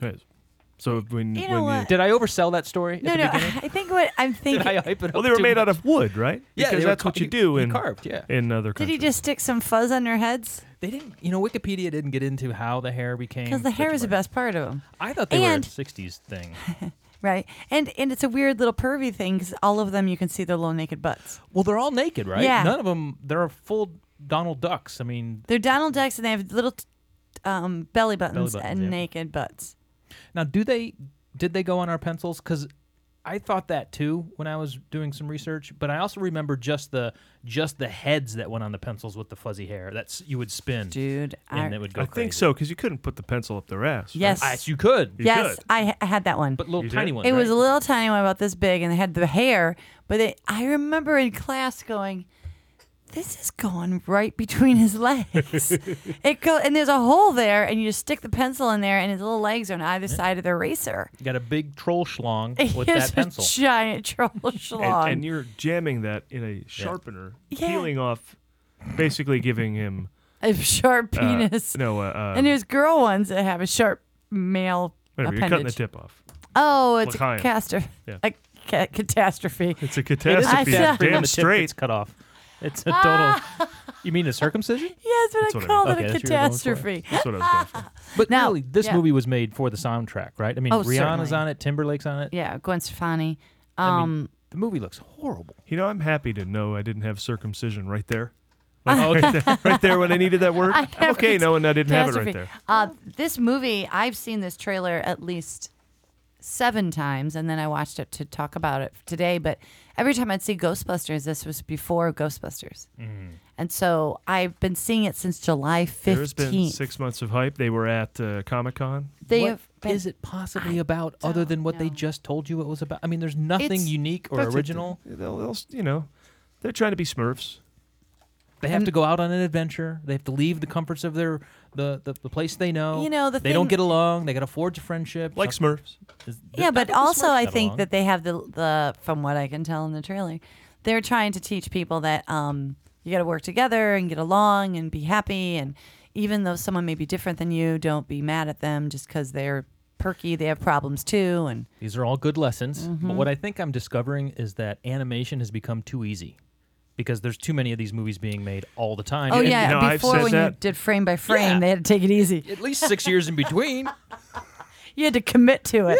Speaker 3: So when,
Speaker 5: You know when you- what?
Speaker 6: did I oversell that story?
Speaker 5: No,
Speaker 6: at the
Speaker 5: no.
Speaker 6: beginning?
Speaker 5: I think what I'm thinking.
Speaker 6: I hype it
Speaker 3: Well,
Speaker 6: up
Speaker 3: they were
Speaker 6: too
Speaker 3: made out
Speaker 6: much?
Speaker 3: of wood, right?
Speaker 6: Yeah, they
Speaker 3: because
Speaker 6: were
Speaker 3: that's what
Speaker 6: ca-
Speaker 3: you do
Speaker 6: he
Speaker 3: in
Speaker 6: carved, yeah.
Speaker 3: in other
Speaker 5: Did
Speaker 3: countries.
Speaker 5: he just stick some fuzz on their heads?
Speaker 6: They didn't. You know, Wikipedia didn't get into how the hair became.
Speaker 5: Because the hair was the best part of them.
Speaker 6: I thought they
Speaker 5: and,
Speaker 6: were a '60s thing.
Speaker 5: Right. And and it's a weird little pervy thing 'cause all of them you can see their little naked butts.
Speaker 6: Well, they're all naked, right?
Speaker 5: Yeah.
Speaker 6: None of them. They're full Donald Ducks. I mean,
Speaker 5: They're Donald Ducks and they have little t- um, belly, buttons
Speaker 6: buttons,
Speaker 5: and
Speaker 6: yeah.
Speaker 5: naked butts.
Speaker 6: now do they? Did they go on our pencils? Because I thought that too when I was doing some research. But I also remember just the just the heads that went on the pencils with the fuzzy hair. That's you would spin,
Speaker 5: dude,
Speaker 6: and
Speaker 5: I-
Speaker 6: it would go.
Speaker 3: I think so because you couldn't put the pencil up their ass. right?
Speaker 5: Yes.
Speaker 6: Yes, you could. You
Speaker 5: yes,
Speaker 6: could.
Speaker 5: I, I had that one.
Speaker 6: But little
Speaker 3: You
Speaker 6: tiny
Speaker 3: did?
Speaker 6: ones.
Speaker 5: It was
Speaker 6: right?
Speaker 5: a little tiny one about this big, and they had the hair. But it, I remember in class going, "This is going right between his legs." it go and there's a hole there, and you just stick the pencil in there, and his little legs are on either side of the eraser.
Speaker 6: You got a big troll schlong with
Speaker 5: Here's
Speaker 6: that pencil.
Speaker 5: a giant troll schlong.
Speaker 3: and, and you're jamming that in a sharpener,
Speaker 5: Yeah.
Speaker 3: peeling off, basically giving him
Speaker 5: a sharp
Speaker 3: uh,
Speaker 5: penis.
Speaker 3: no, uh, uh,
Speaker 5: and there's girl ones that have a sharp male
Speaker 3: whatever. You're
Speaker 5: appendage.
Speaker 3: cutting the tip off.
Speaker 5: Oh, it's
Speaker 3: L'chaim.
Speaker 5: a caster.
Speaker 3: Yeah.
Speaker 5: A ca- catastrophe.
Speaker 3: It's a
Speaker 6: It is a
Speaker 3: catastrophe.
Speaker 5: I saw-
Speaker 6: catastrophe when
Speaker 3: Damn
Speaker 6: the tip
Speaker 3: straight.
Speaker 6: gets cut off. It's a total.
Speaker 5: Ah.
Speaker 6: you mean a circumcision?
Speaker 5: Yes, but
Speaker 6: That's
Speaker 5: I
Speaker 6: what I
Speaker 5: called
Speaker 6: meant.
Speaker 5: it
Speaker 6: Okay,
Speaker 5: a
Speaker 6: that's what you're going for.
Speaker 5: catastrophe.
Speaker 3: That's what I was going for.
Speaker 6: But
Speaker 5: Now-
Speaker 6: really, this
Speaker 5: yeah.
Speaker 6: movie was made for the soundtrack, right? I mean,
Speaker 5: Oh,
Speaker 6: Rihanna's
Speaker 5: certainly.
Speaker 6: on it, Timberlake's on it.
Speaker 5: Yeah, Gwen Stefani.
Speaker 6: I mean,
Speaker 5: Um,
Speaker 6: the movie looks horrible.
Speaker 3: You know, I'm happy to know I didn't have circumcision right there. Like, right, there right there when I needed that word.
Speaker 5: I
Speaker 3: I'm
Speaker 5: have
Speaker 3: okay
Speaker 5: it.
Speaker 3: knowing I didn't have it right
Speaker 5: Catastrophe.
Speaker 3: there.
Speaker 5: Uh, this movie, I've seen this trailer at least seven times, and then I watched it to talk about it today. But every time I'd see Ghostbusters, this was before Ghostbusters. And so I've been seeing it since July 15th.
Speaker 3: Mm. There's been six months of hype. They were at uh, Comic Con.
Speaker 5: They
Speaker 6: What
Speaker 5: have been-
Speaker 6: is it possibly about other than what they just told you it was about? I mean, there's nothing
Speaker 5: It's-
Speaker 6: unique or
Speaker 3: That's it.
Speaker 6: original.
Speaker 3: They'll, they'll, you know, they're trying to be Smurfs.
Speaker 6: They have to go out on an adventure. They have to leave the comforts of their the, the, the place they know.
Speaker 5: You know, the
Speaker 6: they don't
Speaker 5: thing-
Speaker 6: get along. They got to forge a friendship.
Speaker 3: Like
Speaker 6: Some-
Speaker 3: Smurfs.
Speaker 6: is-
Speaker 5: Yeah, but
Speaker 6: think the
Speaker 5: also
Speaker 6: Smurfs
Speaker 5: I
Speaker 6: got
Speaker 5: think
Speaker 6: along.
Speaker 5: that they have the the from what I can tell in the trailer, they're trying to teach people that um you got to work together and get along and be happy and even though someone may be different than you, don't be mad at them just because they're perky. They have problems too, and
Speaker 6: These are all good lessons.
Speaker 5: Mm-hmm.
Speaker 6: But what I think I'm discovering is that animation has become too easy because there's too many of these movies being made all the time.
Speaker 5: oh
Speaker 6: And
Speaker 5: yeah,
Speaker 3: you know, I've
Speaker 5: before
Speaker 3: said
Speaker 5: when you
Speaker 3: that-
Speaker 5: did frame by frame,
Speaker 6: Yeah.
Speaker 5: they had to take it easy.
Speaker 6: At least six years in between.
Speaker 5: You had to commit to it.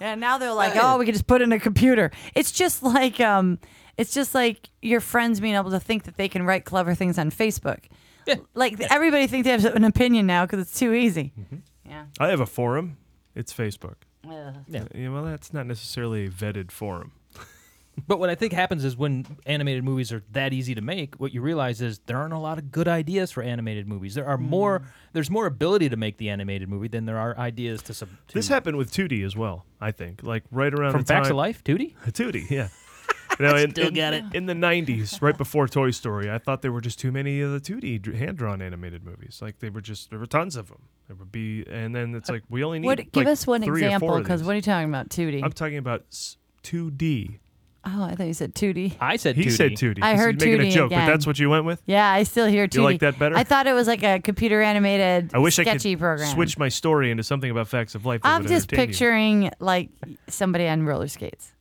Speaker 5: Yeah. now they're like, oh, we can just put it in a computer. It's just like um, it's just like your friends being able to think that they can write clever things on Facebook. Like everybody thinks they have an opinion now because it's too easy.
Speaker 3: I have a forum. It's Facebook. Uh,
Speaker 6: Yeah.
Speaker 3: Yeah, well, that's not necessarily a vetted forum.
Speaker 6: But what I think happens is when animated movies are that easy to make, what you realize is there aren't a lot of good ideas for animated movies. There are
Speaker 5: Hmm.
Speaker 6: more. There's more ability to make the animated movie than there are ideas to. sub- to
Speaker 3: This happened with 2D as well, I think. Like right around
Speaker 6: from
Speaker 3: the time.
Speaker 6: Facts of Life, Tootie.
Speaker 3: 2D, yeah. You know, in,
Speaker 6: Still
Speaker 3: in-
Speaker 6: got it.
Speaker 3: in the 90s, right before Toy Story, I thought there were just too many of the 2D dr- hand-drawn animated movies. Like they were just there were tons of them. There would be, and then it's like we only need.
Speaker 5: Uh, What? give
Speaker 3: like,
Speaker 5: us one
Speaker 3: three or
Speaker 5: example,
Speaker 3: four of
Speaker 5: because
Speaker 3: these.
Speaker 5: what are you talking about, 2D?
Speaker 3: I'm talking about s- 2D.
Speaker 5: oh, I thought you said 2D.
Speaker 6: I said
Speaker 3: He
Speaker 6: Tootie.
Speaker 3: said 2D.
Speaker 5: I
Speaker 3: He's
Speaker 5: heard
Speaker 3: making a
Speaker 5: 2D
Speaker 3: joke,
Speaker 5: again.
Speaker 3: but that's what you went with.
Speaker 5: Yeah, I still hear 2D.
Speaker 3: You like that better?
Speaker 5: I thought it was like a computer animated
Speaker 3: I wish I
Speaker 5: sketchy
Speaker 3: could
Speaker 5: program.
Speaker 3: switch my story into something about facts of life. that
Speaker 5: I'm
Speaker 3: would
Speaker 5: just
Speaker 3: entertain you.
Speaker 5: picturing like somebody on roller skates.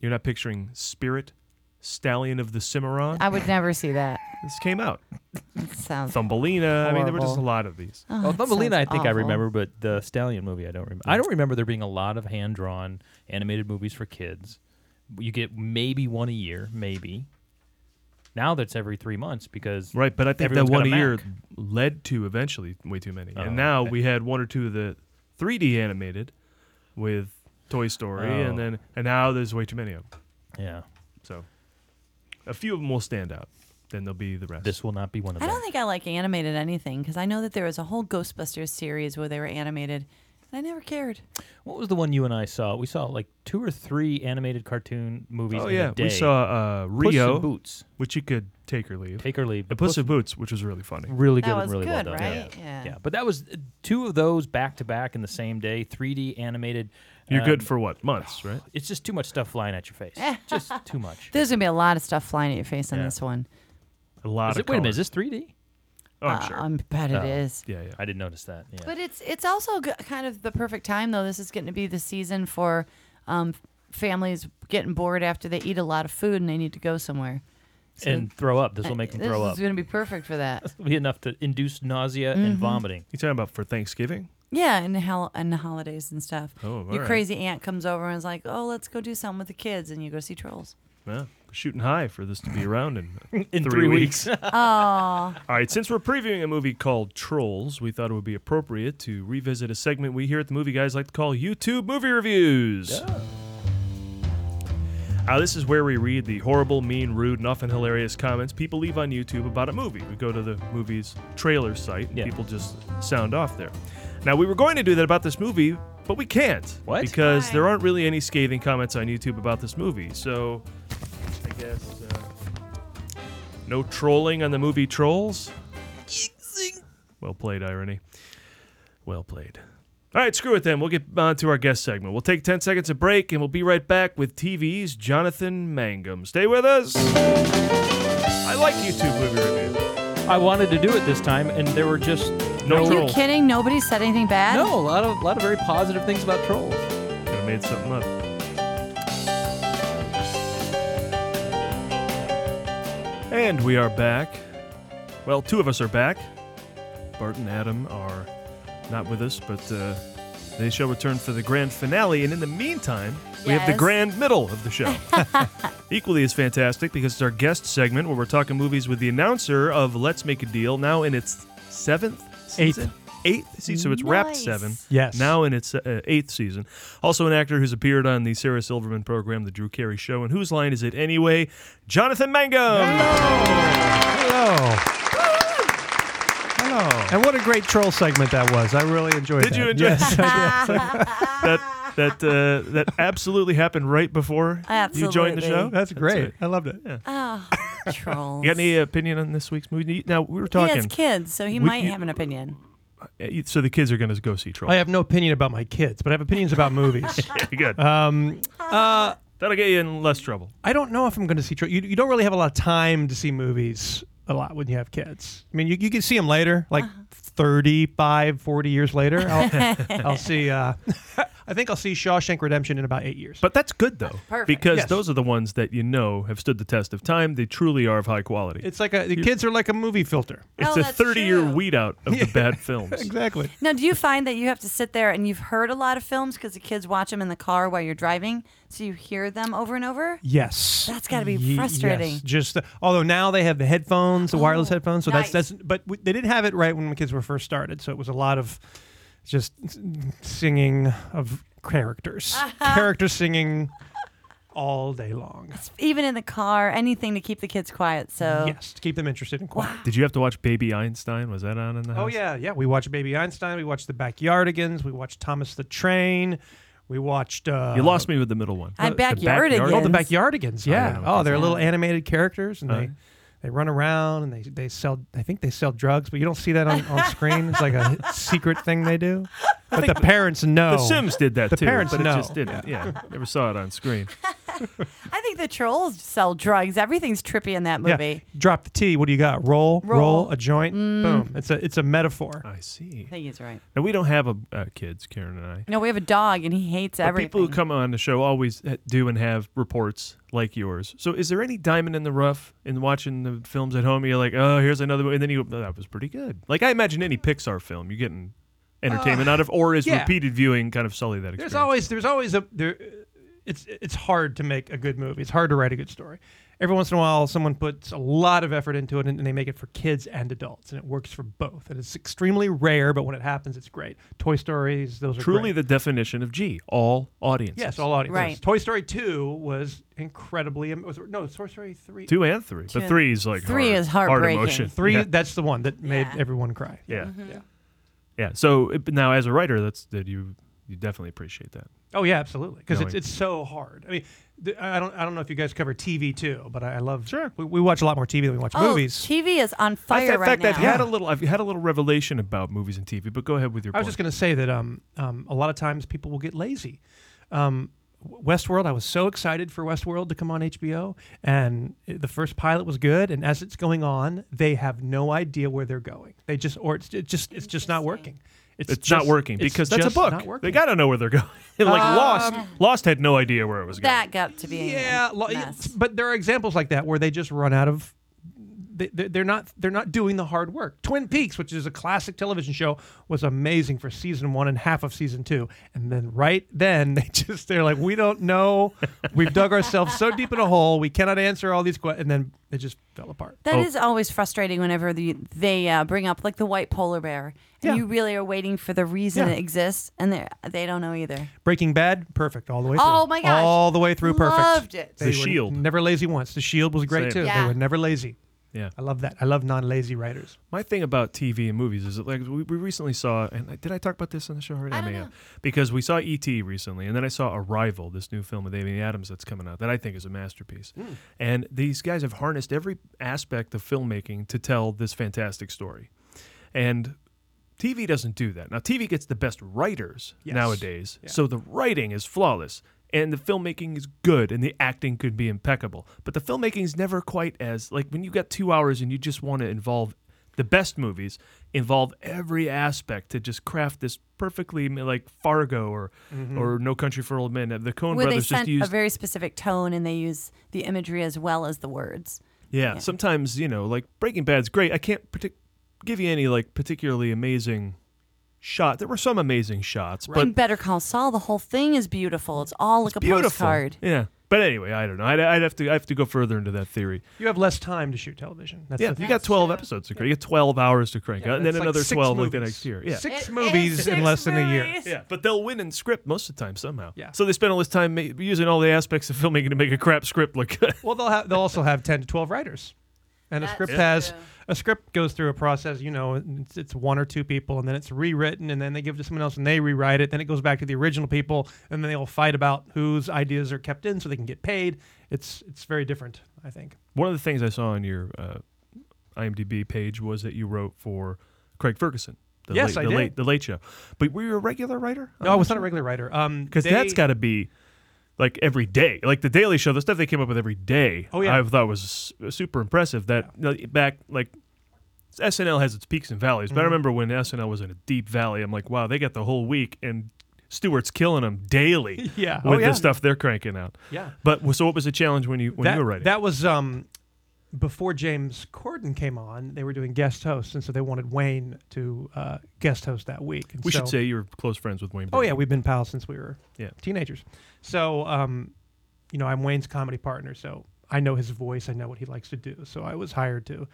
Speaker 3: You're not picturing Spirit, Stallion of the Cimarron.
Speaker 5: I would never see that.
Speaker 3: this came out.
Speaker 5: That sounds
Speaker 3: Thumbelina. I mean, there were just a
Speaker 5: Horrible.
Speaker 3: lot of these.
Speaker 5: Oh,
Speaker 6: well,
Speaker 5: that
Speaker 6: Thumbelina, I
Speaker 5: sounds
Speaker 6: think I
Speaker 5: awful.
Speaker 6: remember, but the Stallion movie, I don't remember. I don't remember there being a lot of hand drawn animated movies for kids. You get maybe one a year, maybe. Now that's every three months because
Speaker 3: Right, but I think that
Speaker 6: everyone's got
Speaker 3: one a
Speaker 6: a
Speaker 3: year
Speaker 6: Mac.
Speaker 3: led to eventually way too many.
Speaker 6: Oh,
Speaker 3: and now
Speaker 6: okay.
Speaker 3: we had one or two of the 3D animated with Toy Story,
Speaker 6: Oh.
Speaker 3: and then and now there's way too many of them.
Speaker 6: Yeah,
Speaker 3: So a few of them will stand out. Then there'll be the rest.
Speaker 6: this will not be one of
Speaker 5: I
Speaker 6: them.
Speaker 5: don't think I like animated anything because I know that there was a whole Ghostbusters series where they were animated, And I never cared.
Speaker 10: What was the one you and I saw? We saw like two or three animated cartoon movies.
Speaker 3: Oh
Speaker 10: in a
Speaker 3: yeah,
Speaker 10: day.
Speaker 3: we saw uh,
Speaker 10: Puss in
Speaker 3: Rio,
Speaker 10: Boots.
Speaker 3: which you could take or leave.
Speaker 10: Take or leave.
Speaker 3: And Puss
Speaker 10: Puss-
Speaker 3: in Boots, which was really funny.
Speaker 10: Really
Speaker 5: That
Speaker 10: good
Speaker 5: was
Speaker 10: and really
Speaker 5: good,
Speaker 10: well done.
Speaker 5: right?
Speaker 10: Yeah.
Speaker 5: Yeah.
Speaker 10: But that was uh, two of those back to back in the same day, 3D animated.
Speaker 6: uh,
Speaker 3: You're
Speaker 10: Um,
Speaker 3: good for what months, right?
Speaker 10: It's just too much stuff flying at your face.
Speaker 5: Eh.
Speaker 10: just too much.
Speaker 5: There's gonna be a lot of stuff flying at your face on
Speaker 10: Yeah.
Speaker 5: this one.
Speaker 3: A lot
Speaker 10: Is
Speaker 3: of
Speaker 10: it- wait a minute,
Speaker 3: color.
Speaker 10: is this 3D?
Speaker 5: Oh, I'm Uh, sure. I'm bet it
Speaker 10: it
Speaker 5: is.
Speaker 10: is.
Speaker 3: Yeah, yeah.
Speaker 10: I didn't notice that. Yeah.
Speaker 5: But it's it's also g- kind of the perfect time though. This is getting to be the season for um, families getting bored after they eat a lot of food and they need to go somewhere. So-
Speaker 10: and throw up. This will make them
Speaker 5: eh, This
Speaker 10: throw up.
Speaker 5: is going to be perfect for that.
Speaker 10: It'll be enough to induce nausea
Speaker 5: Mhm.
Speaker 10: and vomiting.
Speaker 3: You talking about for Thanksgiving?
Speaker 5: Yeah, and hol- and the holidays and stuff.
Speaker 3: Oh, all
Speaker 5: your
Speaker 3: right.
Speaker 5: crazy aunt comes over and is like, "Oh, let's go do something with the kids," and you go see trolls.
Speaker 3: Yeah, we're shooting high for this to be around in uh,
Speaker 10: In
Speaker 3: three,
Speaker 10: three
Speaker 3: weeks.
Speaker 10: weeks.
Speaker 5: Aw.
Speaker 3: All right, since we're previewing a movie called Trolls, we thought it would be appropriate to revisit a segment we here at the Movie Guys like to call YouTube Movie Reviews. Uh, this is where we read the horrible, mean, rude, and often hilarious comments people leave on YouTube about a movie. We go to the movie's trailer site, and people just sound off there. Now, we were going to do that about this movie, but we can't. What? Because there aren't really any scathing comments on YouTube about this movie, so I guess uh, no trolling on the movie Trolls? Well played, irony. Well played. All right, screw it then. We'll get on to our guest segment. We'll take 10 seconds of break and we'll be right back with TV's Jonathan Mangum. Stay with us. I like YouTube movie review.
Speaker 10: I wanted to do it this time, and there were just
Speaker 3: no
Speaker 5: Are you
Speaker 3: trolls.
Speaker 5: kidding? Nobody said anything bad.
Speaker 10: No, a lot of a lot of very positive things about trolls.
Speaker 3: I made something up. And we are back. Well, two of us are back. Bart and Adam are not with us, but uh, they shall return for the grand finale. And in the meantime, we have the
Speaker 21: Yes.
Speaker 3: grand middle of the show. Equally as fantastic because it's our guest segment where we're talking movies with the announcer of Let's Make a Deal, now in its seventh season. Eighth. season. So it's wrapped
Speaker 10: Nice.
Speaker 3: seven.
Speaker 10: Yes.
Speaker 3: Now in its uh, eighth season. Also, an actor who's appeared on the Sarah Silverman program, The Drew Carey Show, and whose line is it anyway? Jonathan Mangum.
Speaker 6: Hello. Hello. And what a great troll segment that was. I really enjoyed
Speaker 3: Did
Speaker 6: that.
Speaker 3: you enjoy
Speaker 6: Yes, I did.
Speaker 3: that? That uh, that absolutely happened right before you joined the
Speaker 6: Absolutely.
Speaker 3: show.
Speaker 6: That's great.
Speaker 3: it.
Speaker 6: I loved it.
Speaker 3: Yeah.
Speaker 5: Oh, trolls.
Speaker 3: You got any opinion on this week's movie? Now we were talking.
Speaker 5: He has kids, so he
Speaker 3: We-
Speaker 5: might
Speaker 3: you-
Speaker 5: have an opinion.
Speaker 3: Uh, So the kids are going to go see Troll.
Speaker 6: I have no opinion about my kids, but I have opinions about movies.
Speaker 3: Good.
Speaker 6: Um, uh,
Speaker 3: That'll get you in less trouble.
Speaker 6: I don't know if I'm going to see. Tro- you, you don't really have a lot of time to see movies a lot when you have kids. I mean, you, you can see them later, like 35, 40 years later. I'll, I'll see. Uh, I think I'll see Shawshank Redemption in about eight years.
Speaker 3: But that's good though,
Speaker 6: Perfect.
Speaker 3: because
Speaker 6: Yes.
Speaker 3: those are the ones that you know have stood the test of time. They truly are of high quality.
Speaker 6: It's like a, the kids are like a movie filter.
Speaker 3: It's a 30 year weed out of the bad films.
Speaker 6: Exactly.
Speaker 5: Now, do you find that you have to sit there and you've heard a lot of films because the kids watch them in the car while you're driving, so you hear them over and over?
Speaker 6: Yes,
Speaker 5: That's gotta be
Speaker 6: Ye-
Speaker 5: frustrating. Oh,
Speaker 6: Just the, although now they have the headphones, the wireless headphones, so that's that's. But we, they didn't have it right when my kids were first started, so it was a lot of just s- singing of characters,
Speaker 5: Uh-huh.
Speaker 6: characters singing all day long.
Speaker 5: Even in the car, anything to keep the kids quiet. So
Speaker 6: Yes, to keep them interested and quiet.
Speaker 3: Did you have to watch Baby Einstein? Was that on in the house?
Speaker 6: Oh yeah, yeah. We watched Baby Einstein. We watched The Backyardigans. We watched Thomas the Train. We watched. Uh,
Speaker 3: You lost me with the middle one.
Speaker 5: I
Speaker 6: the-
Speaker 5: Backyardigans.
Speaker 6: Oh, the Backyardigans.
Speaker 3: I don't
Speaker 6: Yeah.
Speaker 3: know what
Speaker 6: Oh,
Speaker 3: that's
Speaker 6: they're
Speaker 3: about.
Speaker 6: little animated characters, and
Speaker 3: Huh?
Speaker 6: they they run around and they they sell. I think they sell drugs, but you don't see that on, on screen. It's like a secret thing they do. But the parents know.
Speaker 3: The Sims did that
Speaker 6: The
Speaker 3: too.
Speaker 6: parents
Speaker 3: but
Speaker 6: know.
Speaker 3: it just didn't. Yeah. Never saw it on screen.
Speaker 5: I think the trolls sell drugs. Everything's trippy in that movie.
Speaker 6: Yeah. Drop the T. What do you got? Roll, roll,
Speaker 5: Roll.
Speaker 6: a joint.
Speaker 5: Mm.
Speaker 6: Boom. It's a it's a metaphor.
Speaker 3: I see.
Speaker 5: I think he's right.
Speaker 3: And we don't have a, uh, kids, Karen and I.
Speaker 5: No, we have a dog and he hates
Speaker 3: But
Speaker 5: everything.
Speaker 3: people who come on the show always uh, do and have reports like yours. So is there any diamond in the rough in watching the films at home? You're like, oh, here's another movie. And then you go, "Oh, that was pretty good. Like I imagine any Pixar film you're getting entertainment
Speaker 6: Uh,
Speaker 3: out of, or is
Speaker 6: yeah.
Speaker 3: repeated viewing kind of sully that experience?
Speaker 6: There's always there's always a there. It's it's hard to make a good movie. It's hard to write a good story. Every once in a while, someone puts a lot of effort into it, and, and they make it for kids and adults, and it works for both. And it's extremely rare, but when it happens, it's great. Toy Stories, those are
Speaker 3: Truly
Speaker 6: great.
Speaker 3: the definition of G, all audiences.
Speaker 6: yes, all audiences.
Speaker 3: Right.
Speaker 6: Toy Story two was incredibly. am- Was, no, Toy Story three.
Speaker 3: Two and three. But Two and- three is, Mm-hmm. like, Three hard- is hard heartbreaking. emotion.
Speaker 6: Three
Speaker 3: Yeah.
Speaker 6: that's the one that made everyone cry.
Speaker 3: Yeah.
Speaker 6: yeah.
Speaker 3: Yeah. So it, now, as a writer, that's that you you definitely appreciate that.
Speaker 6: Oh yeah, absolutely. Because it's
Speaker 3: Knowing-
Speaker 6: it's so hard. I mean, th- I don't I don't know if you guys cover TV too, but I, I love sure. We, we watch a lot more TV than we watch
Speaker 5: Oh,
Speaker 6: movies.
Speaker 5: TV is on
Speaker 3: I-
Speaker 5: fire
Speaker 3: in
Speaker 5: right
Speaker 3: fact,
Speaker 5: now.
Speaker 3: I've had a little I've had a little revelation about movies and TV. But go ahead with your.
Speaker 6: I was
Speaker 3: point.
Speaker 6: just going to say that um, um, a lot of times people will get lazy. Um, W- Westworld, I was so excited for Westworld to come on HBO, and the first pilot was good. And as it's going on, they have no idea where they're going. They just or it's it just it's just not working.
Speaker 3: It's, not
Speaker 6: just-
Speaker 3: working
Speaker 6: it's
Speaker 3: because that's a
Speaker 6: just not
Speaker 3: book.
Speaker 6: working.
Speaker 3: They got to know where they're going. like
Speaker 6: Um,
Speaker 3: Lost, Lost had no idea where it was going.
Speaker 5: that got to be
Speaker 6: yeah, lo- but there are examples like that where they just run out of. They, they- they're not. They're not doing the hard work. Twin Peaks, which is a classic television show, was amazing for season one and half of season two, and then right then they just they're like, we don't know. We've dug ourselves so deep in a hole. We cannot answer all these questions, and then it just fell apart.
Speaker 5: That is always frustrating whenever the, they uh, bring up like the white polar bear, and
Speaker 6: Yeah.
Speaker 5: you really are waiting for the reason
Speaker 6: Yeah.
Speaker 5: it exists, and they they don't know either.
Speaker 6: Breaking Bad, perfect all the way. through.
Speaker 5: Oh my gosh.
Speaker 6: all the way through, perfect.
Speaker 5: Loved it. The
Speaker 6: They were
Speaker 3: Shield.
Speaker 6: never lazy once. The Shield was great
Speaker 3: Same.
Speaker 6: too.
Speaker 3: Yeah.
Speaker 6: They were never lazy.
Speaker 3: Yeah.
Speaker 6: I love that. I love non-lazy writers.
Speaker 3: My thing about TV and movies is that like we, we recently saw and I- did I talk about this on the show already? I, may have. because we saw ET recently and then I saw Arrival, this new film with Amy Adams that's coming out that I think is a masterpiece.
Speaker 21: Mm.
Speaker 3: And these guys have harnessed every aspect of filmmaking to tell this fantastic story. And TV doesn't do that. Now TV gets the best writers
Speaker 21: Yes.
Speaker 3: nowadays.
Speaker 21: Yeah.
Speaker 3: So the writing is flawless and the filmmaking is good and the acting could be impeccable. But the filmmaking is never quite as like when you got 2 hours and you just want to involve the best movies involve every aspect to just craft this perfectly like Fargo or
Speaker 21: Mm-hmm.
Speaker 5: Mhm.
Speaker 3: or No Country for Old Men. The Coen
Speaker 5: Where they
Speaker 3: brothers just
Speaker 5: sent
Speaker 3: used
Speaker 5: a very specific tone, and they use the imagery as well as the words.
Speaker 3: yeah, sometimes you know, like Breaking Bad's great. I can't partic- give you any like particularly amazing shot. There were some amazing shots,
Speaker 5: But
Speaker 3: but
Speaker 5: in Better Call Saul, the whole thing is beautiful. It's all like a postcard.
Speaker 3: Yeah, but anyway, I don't know. I'd, I'd have to I have to go further into that theory.
Speaker 6: You have less time to shoot television. That's
Speaker 3: yeah,
Speaker 6: the
Speaker 3: you got twelve episodes to crank. You got twelve hours to crank, out, and then
Speaker 6: that's like
Speaker 3: another
Speaker 6: six
Speaker 3: twelve like the
Speaker 6: movies.
Speaker 3: next year. Yeah,
Speaker 6: Six It movies is in six less than a year. movies.
Speaker 3: Yeah, but they'll win in script most of the time somehow. Yeah. So they spend all this time ma- using all the aspects of filmmaking to make a crap script look good.
Speaker 6: Well, they'll have, they'll also have ten to twelve writers, and a
Speaker 3: That's
Speaker 6: script
Speaker 3: true.
Speaker 6: has a script goes through a process. You know, and it's, it's one or two people, and then it's rewritten, and then they give it to someone else, and they rewrite it. Then it goes back to the original people, and then they'll fight about whose ideas are kept in so they can get paid. It's it's very different, I think.
Speaker 3: One of the things I saw on your uh, IMDb page was that you wrote for Craig Ferguson. The
Speaker 6: Yes,
Speaker 3: late,
Speaker 6: I
Speaker 3: the
Speaker 6: did.
Speaker 3: Late, the Late Show. But were you a regular writer?
Speaker 6: No, I was not a regular writer. Um,
Speaker 3: Because
Speaker 6: they-
Speaker 3: that's got to be like every day, like the Daily Show. The stuff they came up with every day.
Speaker 6: Oh, yeah.
Speaker 3: I thought was s- super impressive. That you know, back like. SNL has its peaks and valleys, but I
Speaker 6: Mhm.
Speaker 3: remember when SNL was in a deep valley, I'm like, wow, they got the whole week, and Stewart's killing them daily
Speaker 6: Yeah. Oh,
Speaker 3: with
Speaker 6: yeah.
Speaker 3: the stuff they're cranking out.
Speaker 6: Yeah.
Speaker 3: But so, what was the challenge when you when
Speaker 6: that,
Speaker 3: you were writing?
Speaker 6: That was um, before James Corden came on. They were doing guest hosts, and so they wanted Wayne to uh, guest host that week. And
Speaker 3: we should
Speaker 6: so-
Speaker 3: say you're close friends with Wayne.
Speaker 6: Oh yeah,
Speaker 3: Brady.
Speaker 6: we've been pals since we were
Speaker 3: Yeah.
Speaker 6: teenagers. So um, you know, I'm Wayne's comedy partner, so I know his voice, I know what he likes to do. So I was hired to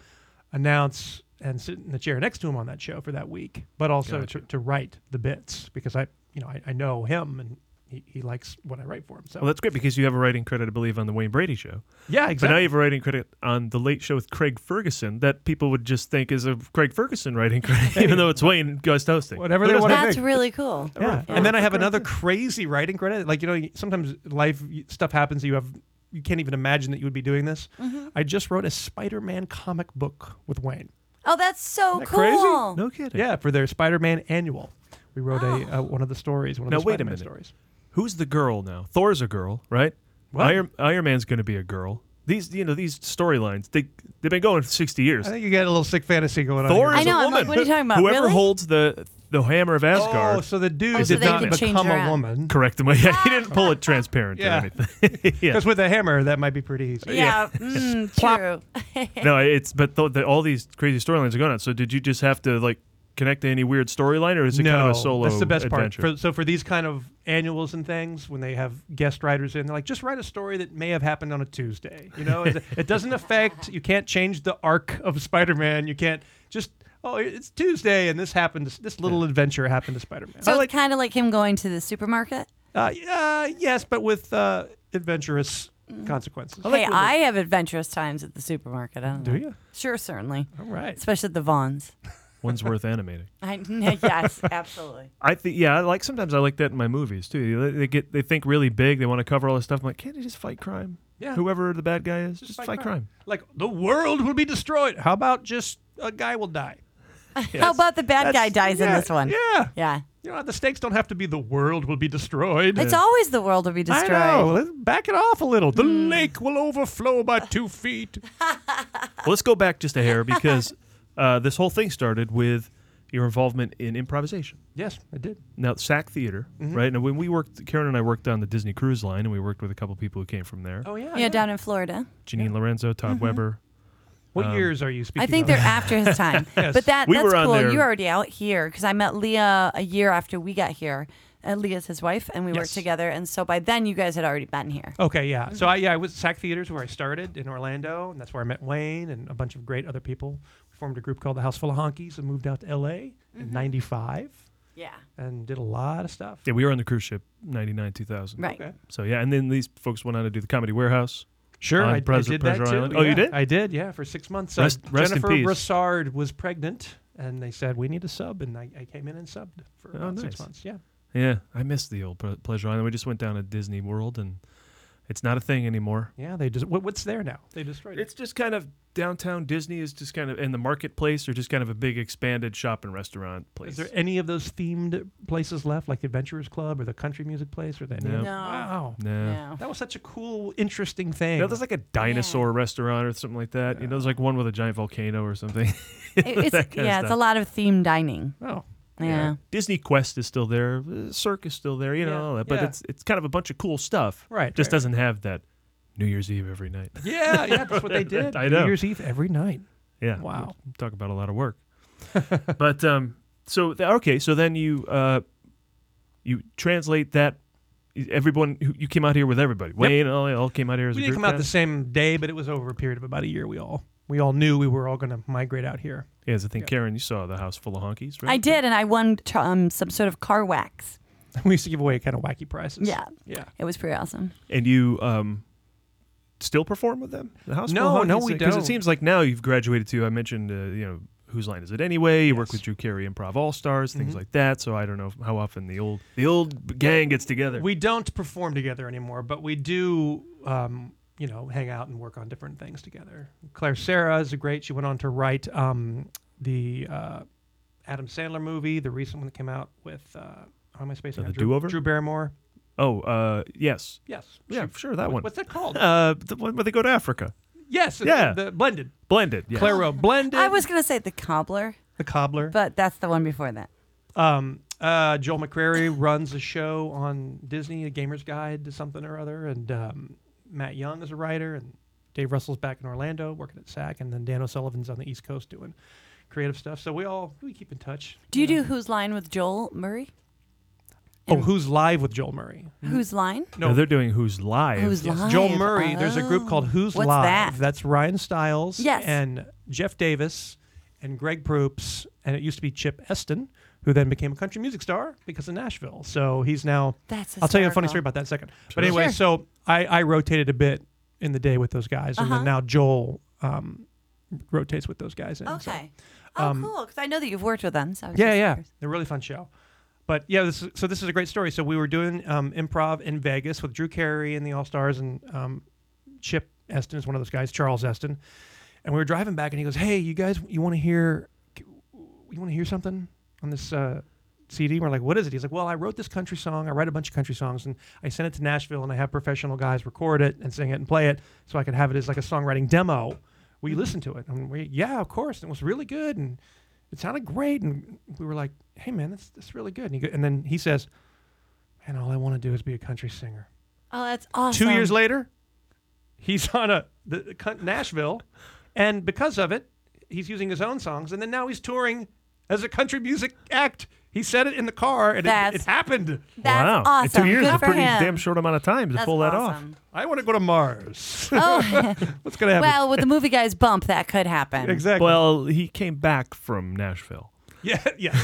Speaker 6: announce and sit in the chair next to him on that show for that week, but also
Speaker 3: Gotcha.
Speaker 6: to, to write the bits because I, you know, I, I know him and he, he likes what I write for him. So
Speaker 3: Well, Oh, that's great because you have a writing credit, I believe, on the Wayne Brady show.
Speaker 6: Yeah,
Speaker 3: But now
Speaker 6: exactly.
Speaker 3: you have a writing credit on the Late Show with Craig Ferguson that people would just think is a Craig Ferguson writing credit, even though it's Wayne guest hosting.
Speaker 6: whatever
Speaker 3: Who
Speaker 6: they
Speaker 3: does
Speaker 6: want
Speaker 3: that
Speaker 6: to
Speaker 3: think?
Speaker 5: That's really cool.
Speaker 6: Yeah. And then I have another crazy writing credit. Like, you know, sometimes life stuff happens that you have you can't even imagine that you would be doing this.
Speaker 5: Mhm.
Speaker 6: I just wrote a Spider-Man comic book with Wayne.
Speaker 5: Oh, that's so
Speaker 6: Isn't that
Speaker 5: cool.
Speaker 6: crazy?
Speaker 3: No kidding.
Speaker 6: Yeah, for their Spider-Man annual. We wrote a uh, one of the stories, one of
Speaker 3: Now,
Speaker 6: the
Speaker 3: wait a
Speaker 6: Spider-Man
Speaker 3: minute.
Speaker 6: stories.
Speaker 3: Who's the girl now? Thor's a girl, right?
Speaker 6: What?
Speaker 3: Iron, Iron Man's going to be a girl. These, you know, these storylines, they, they've been going for 60 years.
Speaker 6: I think you got a little sick fantasy going
Speaker 3: Thor
Speaker 6: on.
Speaker 3: is
Speaker 6: here.
Speaker 3: a woman. Whoever holds the the hammer of Asgard.
Speaker 6: Oh, so the dude Oh, so did they not could change become her a out. woman.
Speaker 3: Correct him. Yeah, he didn't pull it transparent
Speaker 6: Yeah.
Speaker 3: or anything. yeah.
Speaker 6: Because with a hammer, that might be pretty easy.
Speaker 5: Yeah, mm, true.
Speaker 3: no, it's but th- the, all these crazy storylines are going on. So did you just have to like connect to any weird storyline, or is it
Speaker 6: no,
Speaker 3: kind of a solo?
Speaker 6: That's the best
Speaker 3: adventure?
Speaker 6: part. For, so for these kind of annuals and things, when they have guest writers in, they're like, just write a story that may have happened on a Tuesday. You know, it it doesn't affect. You can't change the arc of Spider-Man. You can't just. Oh, it's Tuesday, and this happened. to- This little adventure happened to Spider-Man.
Speaker 5: So it's kind of like him going to the supermarket.
Speaker 6: Uh, yeah, yes, but with uh, adventurous consequences.
Speaker 5: Mm. hey, I have adventurous times at the supermarket. I don't
Speaker 6: Do Oh.
Speaker 5: know.
Speaker 6: you?
Speaker 5: Sure, certainly.
Speaker 6: All right.
Speaker 5: Especially at the Vons.
Speaker 3: One's worth animating.
Speaker 5: I, yes, absolutely.
Speaker 3: I think yeah, I like sometimes I like that in my movies too. They- They get they think really big. They want to cover all this stuff. I'm like, can't you just fight crime?
Speaker 6: Yeah.
Speaker 3: Whoever the bad guy is, just, fight, crime.
Speaker 6: Like the world will be destroyed. How about just a guy will die?
Speaker 5: How about the bad guy
Speaker 6: That's-
Speaker 5: dies in
Speaker 6: yeah,
Speaker 5: this one?
Speaker 6: Yeah.
Speaker 5: Yeah.
Speaker 6: You know, the stakes don't have to be the world will be destroyed.
Speaker 5: It's always the world will be destroyed. Hmm.
Speaker 6: I know. Let's Back it off a little. The lake will overflow by two feet.
Speaker 3: Well, let's go back just a hair because uh, this whole thing started with your involvement in improvisation.
Speaker 6: Yes, I did.
Speaker 3: Now, SAC Theater,
Speaker 6: Mhm.
Speaker 3: right? And when we worked, Karen and I worked on the Disney Cruise Line, and we worked with a couple people who came from there.
Speaker 6: Oh yeah. Mm-hmm.
Speaker 5: Yeah, down in Florida.
Speaker 3: Janine Lorenzo, Todd
Speaker 5: Mhm.
Speaker 3: Weber.
Speaker 6: What
Speaker 3: Um,
Speaker 6: years are you speaking?
Speaker 5: I think
Speaker 6: of?
Speaker 5: they're after his time.
Speaker 6: Yes.
Speaker 5: But that
Speaker 3: We
Speaker 5: that's
Speaker 3: were on
Speaker 5: cool.
Speaker 3: there-
Speaker 5: You're already out here because I met Leah a year after we got here. And Leah's his wife, and we worked
Speaker 6: Yes.
Speaker 5: together. And so by then, you guys had already been here.
Speaker 6: Okay, yeah. So I yeah, I was SAC Theaters where I started in Orlando, and that's where I met Wayne and a bunch of great other people. We formed a group called the House Full of Honkies and moved out to LA
Speaker 5: Mm-hmm.
Speaker 6: in '95.
Speaker 5: Yeah.
Speaker 6: And did a lot of stuff.
Speaker 3: Yeah, we were on the cruise ship, 99, 2000.
Speaker 5: Right. Okay.
Speaker 3: So, yeah, and then these folks went on to do the Comedy Warehouse.
Speaker 6: Sure,
Speaker 3: on
Speaker 6: I, I
Speaker 3: Pres-
Speaker 6: did
Speaker 3: Pleasure
Speaker 6: that too.
Speaker 3: Island. Oh,
Speaker 6: yeah.
Speaker 3: you did?
Speaker 6: I did, yeah, for six months.
Speaker 3: Rest- rest in
Speaker 6: Jennifer
Speaker 3: peace.
Speaker 6: Broussard was pregnant, and they said we need a sub, and I, I came in and subbed for
Speaker 3: Oh,
Speaker 6: about
Speaker 3: nice.
Speaker 6: six months. Yeah.
Speaker 3: Yeah, I missed the old Ple- Pleasure Island. We just went down to Disney World, and it's not a thing anymore.
Speaker 6: Yeah, they just what, what's there now? They destroyed it.
Speaker 3: It's just kind of downtown Disney is just kind of in the marketplace or just kind of a big expanded shop and restaurant place.
Speaker 6: Is there any of those themed places left, like the Adventurers Club or the Country Music Place, or that?
Speaker 3: No. No.
Speaker 6: Wow.
Speaker 3: No.
Speaker 6: That was such a cool, interesting thing.
Speaker 3: No, there's like a dinosaur restaurant or something like that. You know, there's like one with a giant volcano or something.
Speaker 5: It- it's, yeah,
Speaker 3: That kinda
Speaker 5: it's a
Speaker 3: stuff.
Speaker 5: lot of themed dining.
Speaker 6: Oh.
Speaker 5: Yeah.
Speaker 3: Disney Quest is still there, uh, Circus still there, you know,
Speaker 6: Yeah,
Speaker 3: all that. But
Speaker 6: yeah.
Speaker 3: it's it's kind of a bunch of cool stuff.
Speaker 6: Right,
Speaker 3: Just
Speaker 6: right.
Speaker 3: doesn't have that New Year's Eve every night.
Speaker 6: Yeah, yeah, that's what they did.
Speaker 3: I know.
Speaker 6: New Year's Eve every night.
Speaker 3: Yeah.
Speaker 6: Wow.
Speaker 3: we Talk about a lot of work. but um, so th- okay, so then you uh, you translate that. Everyone who you came out here with everybody. Wayne and all, they all came out here as
Speaker 6: we
Speaker 3: a
Speaker 6: didn't
Speaker 3: group
Speaker 6: come out
Speaker 3: then?
Speaker 6: the same day, but it was over a period of about a year. We all we all knew we were all going to migrate out here.
Speaker 3: Yeah, 'cause I think Karen, you saw the house full of honkies, right?
Speaker 5: I did, and I won t- um, some sort of car wax.
Speaker 6: We used to give away kind of wacky prices.
Speaker 5: Yeah.
Speaker 6: Yeah.
Speaker 5: It was pretty awesome.
Speaker 3: And you um, still perform with them? The house
Speaker 6: No,
Speaker 3: full of
Speaker 6: no,
Speaker 3: honkies?
Speaker 6: we
Speaker 3: it
Speaker 6: don't.
Speaker 3: seems like now you've graduated to. I mentioned, uh, you know, whose line is it anyway? You work with Drew Carey, Improv All Stars, things
Speaker 6: Mhm.
Speaker 3: like that. So I don't know how often the old the old gang gets together.
Speaker 6: We don't perform together anymore, but we do, um, you know, hang out and work on different things together. Claire Sarah is a great. She went on to write um, the uh, Adam Sandler movie, the recent one that came out with. Uh, how am I spacing?
Speaker 3: Uh,
Speaker 6: out?
Speaker 3: The
Speaker 6: Drew,
Speaker 3: Do-Over?
Speaker 6: Drew Barrymore.
Speaker 3: oh, uh, yes.
Speaker 6: Yes.
Speaker 3: Yeah,
Speaker 6: She-
Speaker 3: sure, that
Speaker 6: what-
Speaker 3: one.
Speaker 6: What's that called?
Speaker 3: Uh, the one where they go to Africa.
Speaker 6: yes.
Speaker 3: yeah.
Speaker 6: The, the blended.
Speaker 3: Blended. Yes.
Speaker 6: Claire Rowe blended.
Speaker 5: I was going to say the cobbler,
Speaker 6: the cobbler.
Speaker 5: but that's the one before that.
Speaker 6: Um, uh, Joel McCrary runs a show on Disney, a gamer's guide to something or other. And um, Matt Young is a writer. And Dave Russell's back in Orlando working at SAC. And then Dan O'Sullivan's on the East Coast doing creative stuff. So we all we keep in touch.
Speaker 5: Do you do Whose Line with Joel Murray?
Speaker 6: Oh, who's live with Joel Murray?
Speaker 5: Whose Line?
Speaker 3: No, they're doing Who's Live.
Speaker 5: Who's
Speaker 3: Yes.
Speaker 5: Live?
Speaker 6: Joel Murray. There's a group called Who's
Speaker 5: Oh. What's
Speaker 6: Live.
Speaker 5: that?
Speaker 6: That's Ryan Stiles
Speaker 5: Yes.
Speaker 6: and Jeff Davis and Greg Proops. And it used to be Chip Eston, who then became a country music star because of Nashville. So he's now.
Speaker 5: That's
Speaker 6: I'll tell you a funny
Speaker 5: hysterical.
Speaker 6: story about that in a second.
Speaker 5: Sure.
Speaker 6: But anyway,
Speaker 5: Sure.
Speaker 6: so I, I rotated a bit in the day with those guys. And
Speaker 5: Uh-huh.
Speaker 6: then now Joel um, rotates with those guys. In, so,
Speaker 5: Okay. Oh,
Speaker 6: um,
Speaker 5: cool. Because I know that you've worked with them. So I was
Speaker 6: yeah,
Speaker 5: just
Speaker 6: yeah,
Speaker 5: curious.
Speaker 6: they're a really fun show. But yeah, this is, so this is a great story. So we were doing um, improv in Vegas with Drew Carey and the All Stars, and um, Chip Eston is one of those guys, Charles Eston. And we were driving back, and he goes, "Hey, you guys, you want to hear, you want to hear something on this uh, CD?" We're like, "What is it?" He's like, "Well, I wrote this country song. I write a bunch of country songs, and I sent it to Nashville, and I have professional guys record it and sing it and play it, so I could have it as like a songwriting demo." We listened to it, and we, yeah, of course, it was really good, and it sounded great. And we were like, hey, man, that's, that's really good. And, he go, and then he says, man, all I want to do is be a country singer.
Speaker 5: Oh, that's awesome.
Speaker 6: Two years later, he's on a the, the cunt- Nashville, and because of it, he's using his own songs, and then now he's touring as a country music act. He said it in the car, and it,
Speaker 5: That's-
Speaker 6: it happened.
Speaker 3: wow.
Speaker 5: That's
Speaker 3: In
Speaker 5: awesome.
Speaker 3: two years
Speaker 5: Good
Speaker 3: is a
Speaker 5: for
Speaker 3: pretty
Speaker 5: him.
Speaker 3: damn short amount of time to
Speaker 5: That's
Speaker 3: pull that off.
Speaker 5: awesome.
Speaker 6: I want to go to Mars.
Speaker 5: Oh.
Speaker 6: What's gonna happen?
Speaker 5: well, with the movie guys bump, that could happen.
Speaker 6: exactly.
Speaker 3: Well, he came back from Nashville.
Speaker 6: yeah, yeah,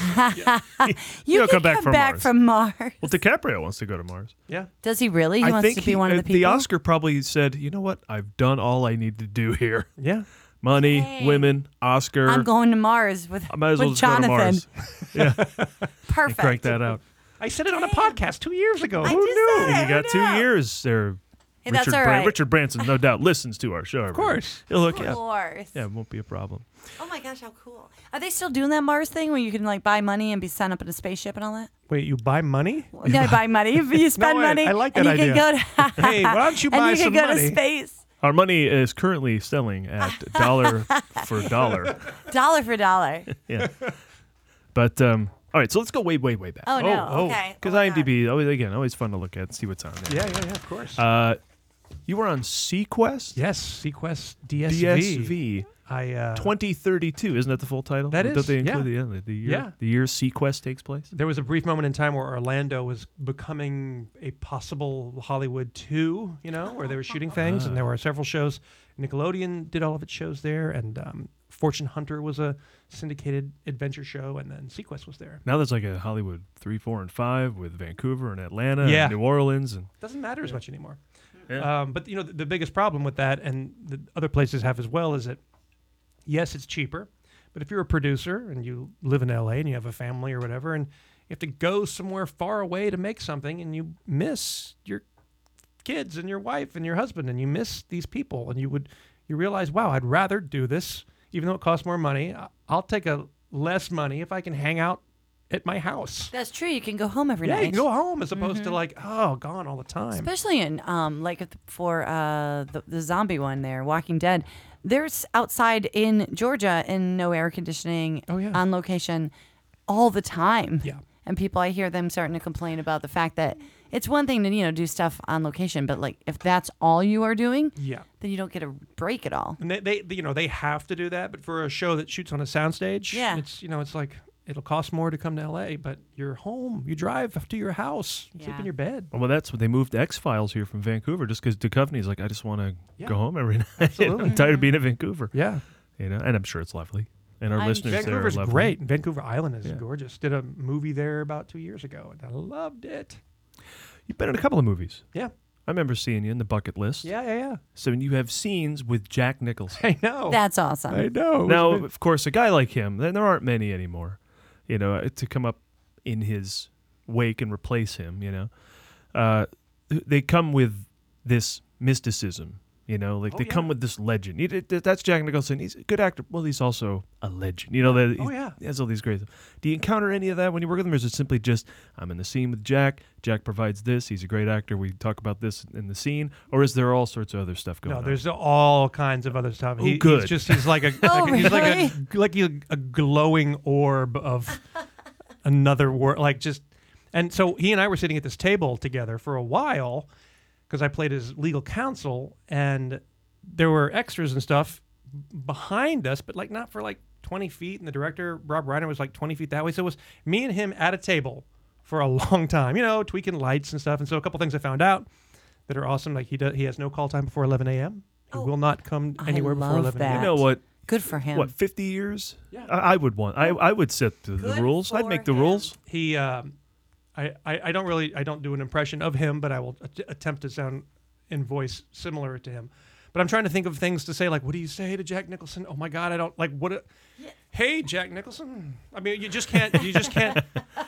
Speaker 5: You
Speaker 3: know, come
Speaker 5: could
Speaker 3: back from Mars.
Speaker 5: from Mars.
Speaker 3: Well, DiCaprio wants to go to Mars.
Speaker 6: yeah.
Speaker 5: Does he really? He wants to be
Speaker 3: he-
Speaker 5: one of
Speaker 3: uh,
Speaker 5: the people.
Speaker 3: Oscar probably said, "You know what? I've done all I need to do here.
Speaker 6: Yeah.
Speaker 3: Money, women, Oscar.
Speaker 5: I'm going to Mars with,
Speaker 3: I might as well
Speaker 5: with
Speaker 3: just
Speaker 5: Jonathan.
Speaker 3: go to Mars. yeah.
Speaker 5: Perfect.
Speaker 3: Crank that out.
Speaker 6: I said it on a podcast two years ago.
Speaker 5: I just
Speaker 6: Who knew?
Speaker 3: you got two years there.
Speaker 5: Hey,
Speaker 3: Richard,
Speaker 5: that's all
Speaker 3: Bran-
Speaker 5: right.
Speaker 3: Richard Branson, no doubt, listens to our show. Of
Speaker 5: course.
Speaker 3: He'll hook
Speaker 5: Of
Speaker 3: you up.
Speaker 5: course.
Speaker 3: Yeah, it won't be a problem.
Speaker 5: Oh my gosh, how cool! Are they still doing that Mars thing where you can like buy money and be sent up in a spaceship and all that?
Speaker 6: Wait, you buy money?
Speaker 5: Yeah, buy money. If you spend
Speaker 6: wait,
Speaker 5: money,
Speaker 6: I like
Speaker 5: and
Speaker 6: that
Speaker 5: you
Speaker 6: idea.
Speaker 5: Can go to,
Speaker 6: Hey, why don't you
Speaker 5: and
Speaker 6: buy
Speaker 5: you
Speaker 6: some
Speaker 5: can go to
Speaker 6: money?
Speaker 5: space,
Speaker 3: Our money is currently selling at dollar for dollar.
Speaker 5: dollar for dollar.
Speaker 3: Yeah. But um, all right, so let's go way, way, way back.
Speaker 5: Oh, no. Okay.
Speaker 3: Because IMDb, always again, always fun to look at and see what's on there.
Speaker 6: Yeah, yeah, yeah, of course.
Speaker 3: Uh, you were on Sequest.
Speaker 6: Yes, Sequest
Speaker 3: DSV.
Speaker 6: DSV. I uh,
Speaker 3: 2032, isn't that the full title?
Speaker 6: That
Speaker 3: Don't
Speaker 6: is,
Speaker 3: they
Speaker 6: yeah.
Speaker 3: include the, yeah, the year?
Speaker 6: Yeah.
Speaker 3: The year Sequest takes place.
Speaker 6: There was a brief moment in time where Orlando was becoming a possible Hollywood 2, you know, where they were shooting things, and there were several shows. Nickelodeon did all of its shows there, and um, Fortune Hunter was a syndicated adventure show, and then Sequest was there.
Speaker 3: Now there's like a Hollywood three, four, and five with Vancouver and Atlanta,
Speaker 6: Yeah.
Speaker 3: and New Orleans, and
Speaker 6: Doesn't matter as much anymore.
Speaker 3: Yeah.
Speaker 6: Um, but you know, the, the biggest problem with that, and the other places have as well, is that yes, it's cheaper, but if you're a producer and you live in LA and you have a family or whatever, and you have to go somewhere far away to make something, and you miss your kids and your wife and your husband, and you miss these people, and you would you realize, wow, I'd rather do this, even though it costs more money. I- I'll take a less money if I can hang out at my house.
Speaker 5: That's true. You can go home every
Speaker 6: yeah,
Speaker 5: night.
Speaker 6: you can go home as opposed to
Speaker 5: Mhm.
Speaker 6: like, oh, gone all the time.
Speaker 5: Especially in um, like if- for uh, the, the zombie one there, Walking Dead. There's outside in Georgia in no air conditioning
Speaker 6: Oh,
Speaker 5: on location all the time. Yeah. And people, I hear them starting to complain about the fact that it's one thing to you know do stuff on location, but like if that's all you are doing,
Speaker 6: Yeah.
Speaker 5: then you don't get a break at all.
Speaker 6: And they, they, you know, they have to do that. But for a show that shoots on a soundstage,
Speaker 5: Yeah.
Speaker 6: it's you know, it's like it'll cost more to come to LA, but you're home. You drive to your house, sleep
Speaker 5: Yeah.
Speaker 6: in your bed.
Speaker 3: oh, well, that's what they moved X Files here from Vancouver, just because Duchovny's like, I just want to
Speaker 6: Yeah.
Speaker 3: go home every night.
Speaker 6: Absolutely.
Speaker 3: I'm
Speaker 5: Mm-hmm.
Speaker 3: tired of being in Vancouver.
Speaker 6: Yeah,
Speaker 3: you know, and I'm sure it's lovely, and our
Speaker 5: I'm
Speaker 3: listeners there are
Speaker 6: Vancouver's
Speaker 3: lovely.
Speaker 6: great. Vancouver Island is
Speaker 3: Yeah.
Speaker 6: gorgeous. Did a movie there about two years ago, and I loved it.
Speaker 3: You've been in a couple of movies.
Speaker 6: Yeah.
Speaker 3: I remember seeing you in the bucket list.
Speaker 6: Yeah, yeah, yeah.
Speaker 3: So you have scenes with Jack Nicholson.
Speaker 6: I know.
Speaker 5: That's awesome.
Speaker 6: I know.
Speaker 3: Now, of course, a guy like him, then there aren't many anymore. You know, uh, to come up in his wake and replace him. You know, uh, th- they come with this mysticism. You know,
Speaker 6: Oh,
Speaker 3: like they come with this legend. He did- th- that's Jack Nicholson. He's a good actor. Well, he's also a legend. You know, that
Speaker 6: Oh,
Speaker 3: he's-
Speaker 6: yeah.
Speaker 3: he has all these great. Do you encounter any of that when you work with him, or is it simply just I'm in the scene with Jack? Jack provides this. He's a great actor. We talk about this in the scene, or is there all sorts of other stuff going
Speaker 6: No,
Speaker 3: on?
Speaker 6: there's all kinds of other stuff.
Speaker 3: Oh,
Speaker 6: He-
Speaker 3: good.
Speaker 6: He's just he's like a,
Speaker 5: Oh,
Speaker 6: like a- he's like
Speaker 5: really?
Speaker 6: a like a, a glowing orb of another world. Like just and so he and I were sitting at this table together for a while because I played his legal counsel and there were extras and stuff behind us, but like not for like 20 feet. And the director Rob Reiner was like 20 feet that way, so it was me and him at a table for a long time. You know, tweaking lights and stuff. And so a couple things I found out that are awesome. Like he does, he has no call time before 11 a.m. He will not come
Speaker 5: Oh, I
Speaker 6: anywhere before
Speaker 5: love
Speaker 6: 11
Speaker 5: that.
Speaker 3: You
Speaker 6: a.m.
Speaker 3: know what?
Speaker 5: Good for him.
Speaker 3: What, 50 years? Yeah. I, I would want. I, I would set the, the rules. I'd make the rules.
Speaker 6: He, um, I, I, I don't really, I don't do an impression of him, but I will at- attempt to sound in voice similar to him. But I'm trying to think of things to say, like, what do you say to Jack Nicholson? Oh my God, I don't like what. A, Hey, Jack Nicholson. I mean, you just can't. You just can't.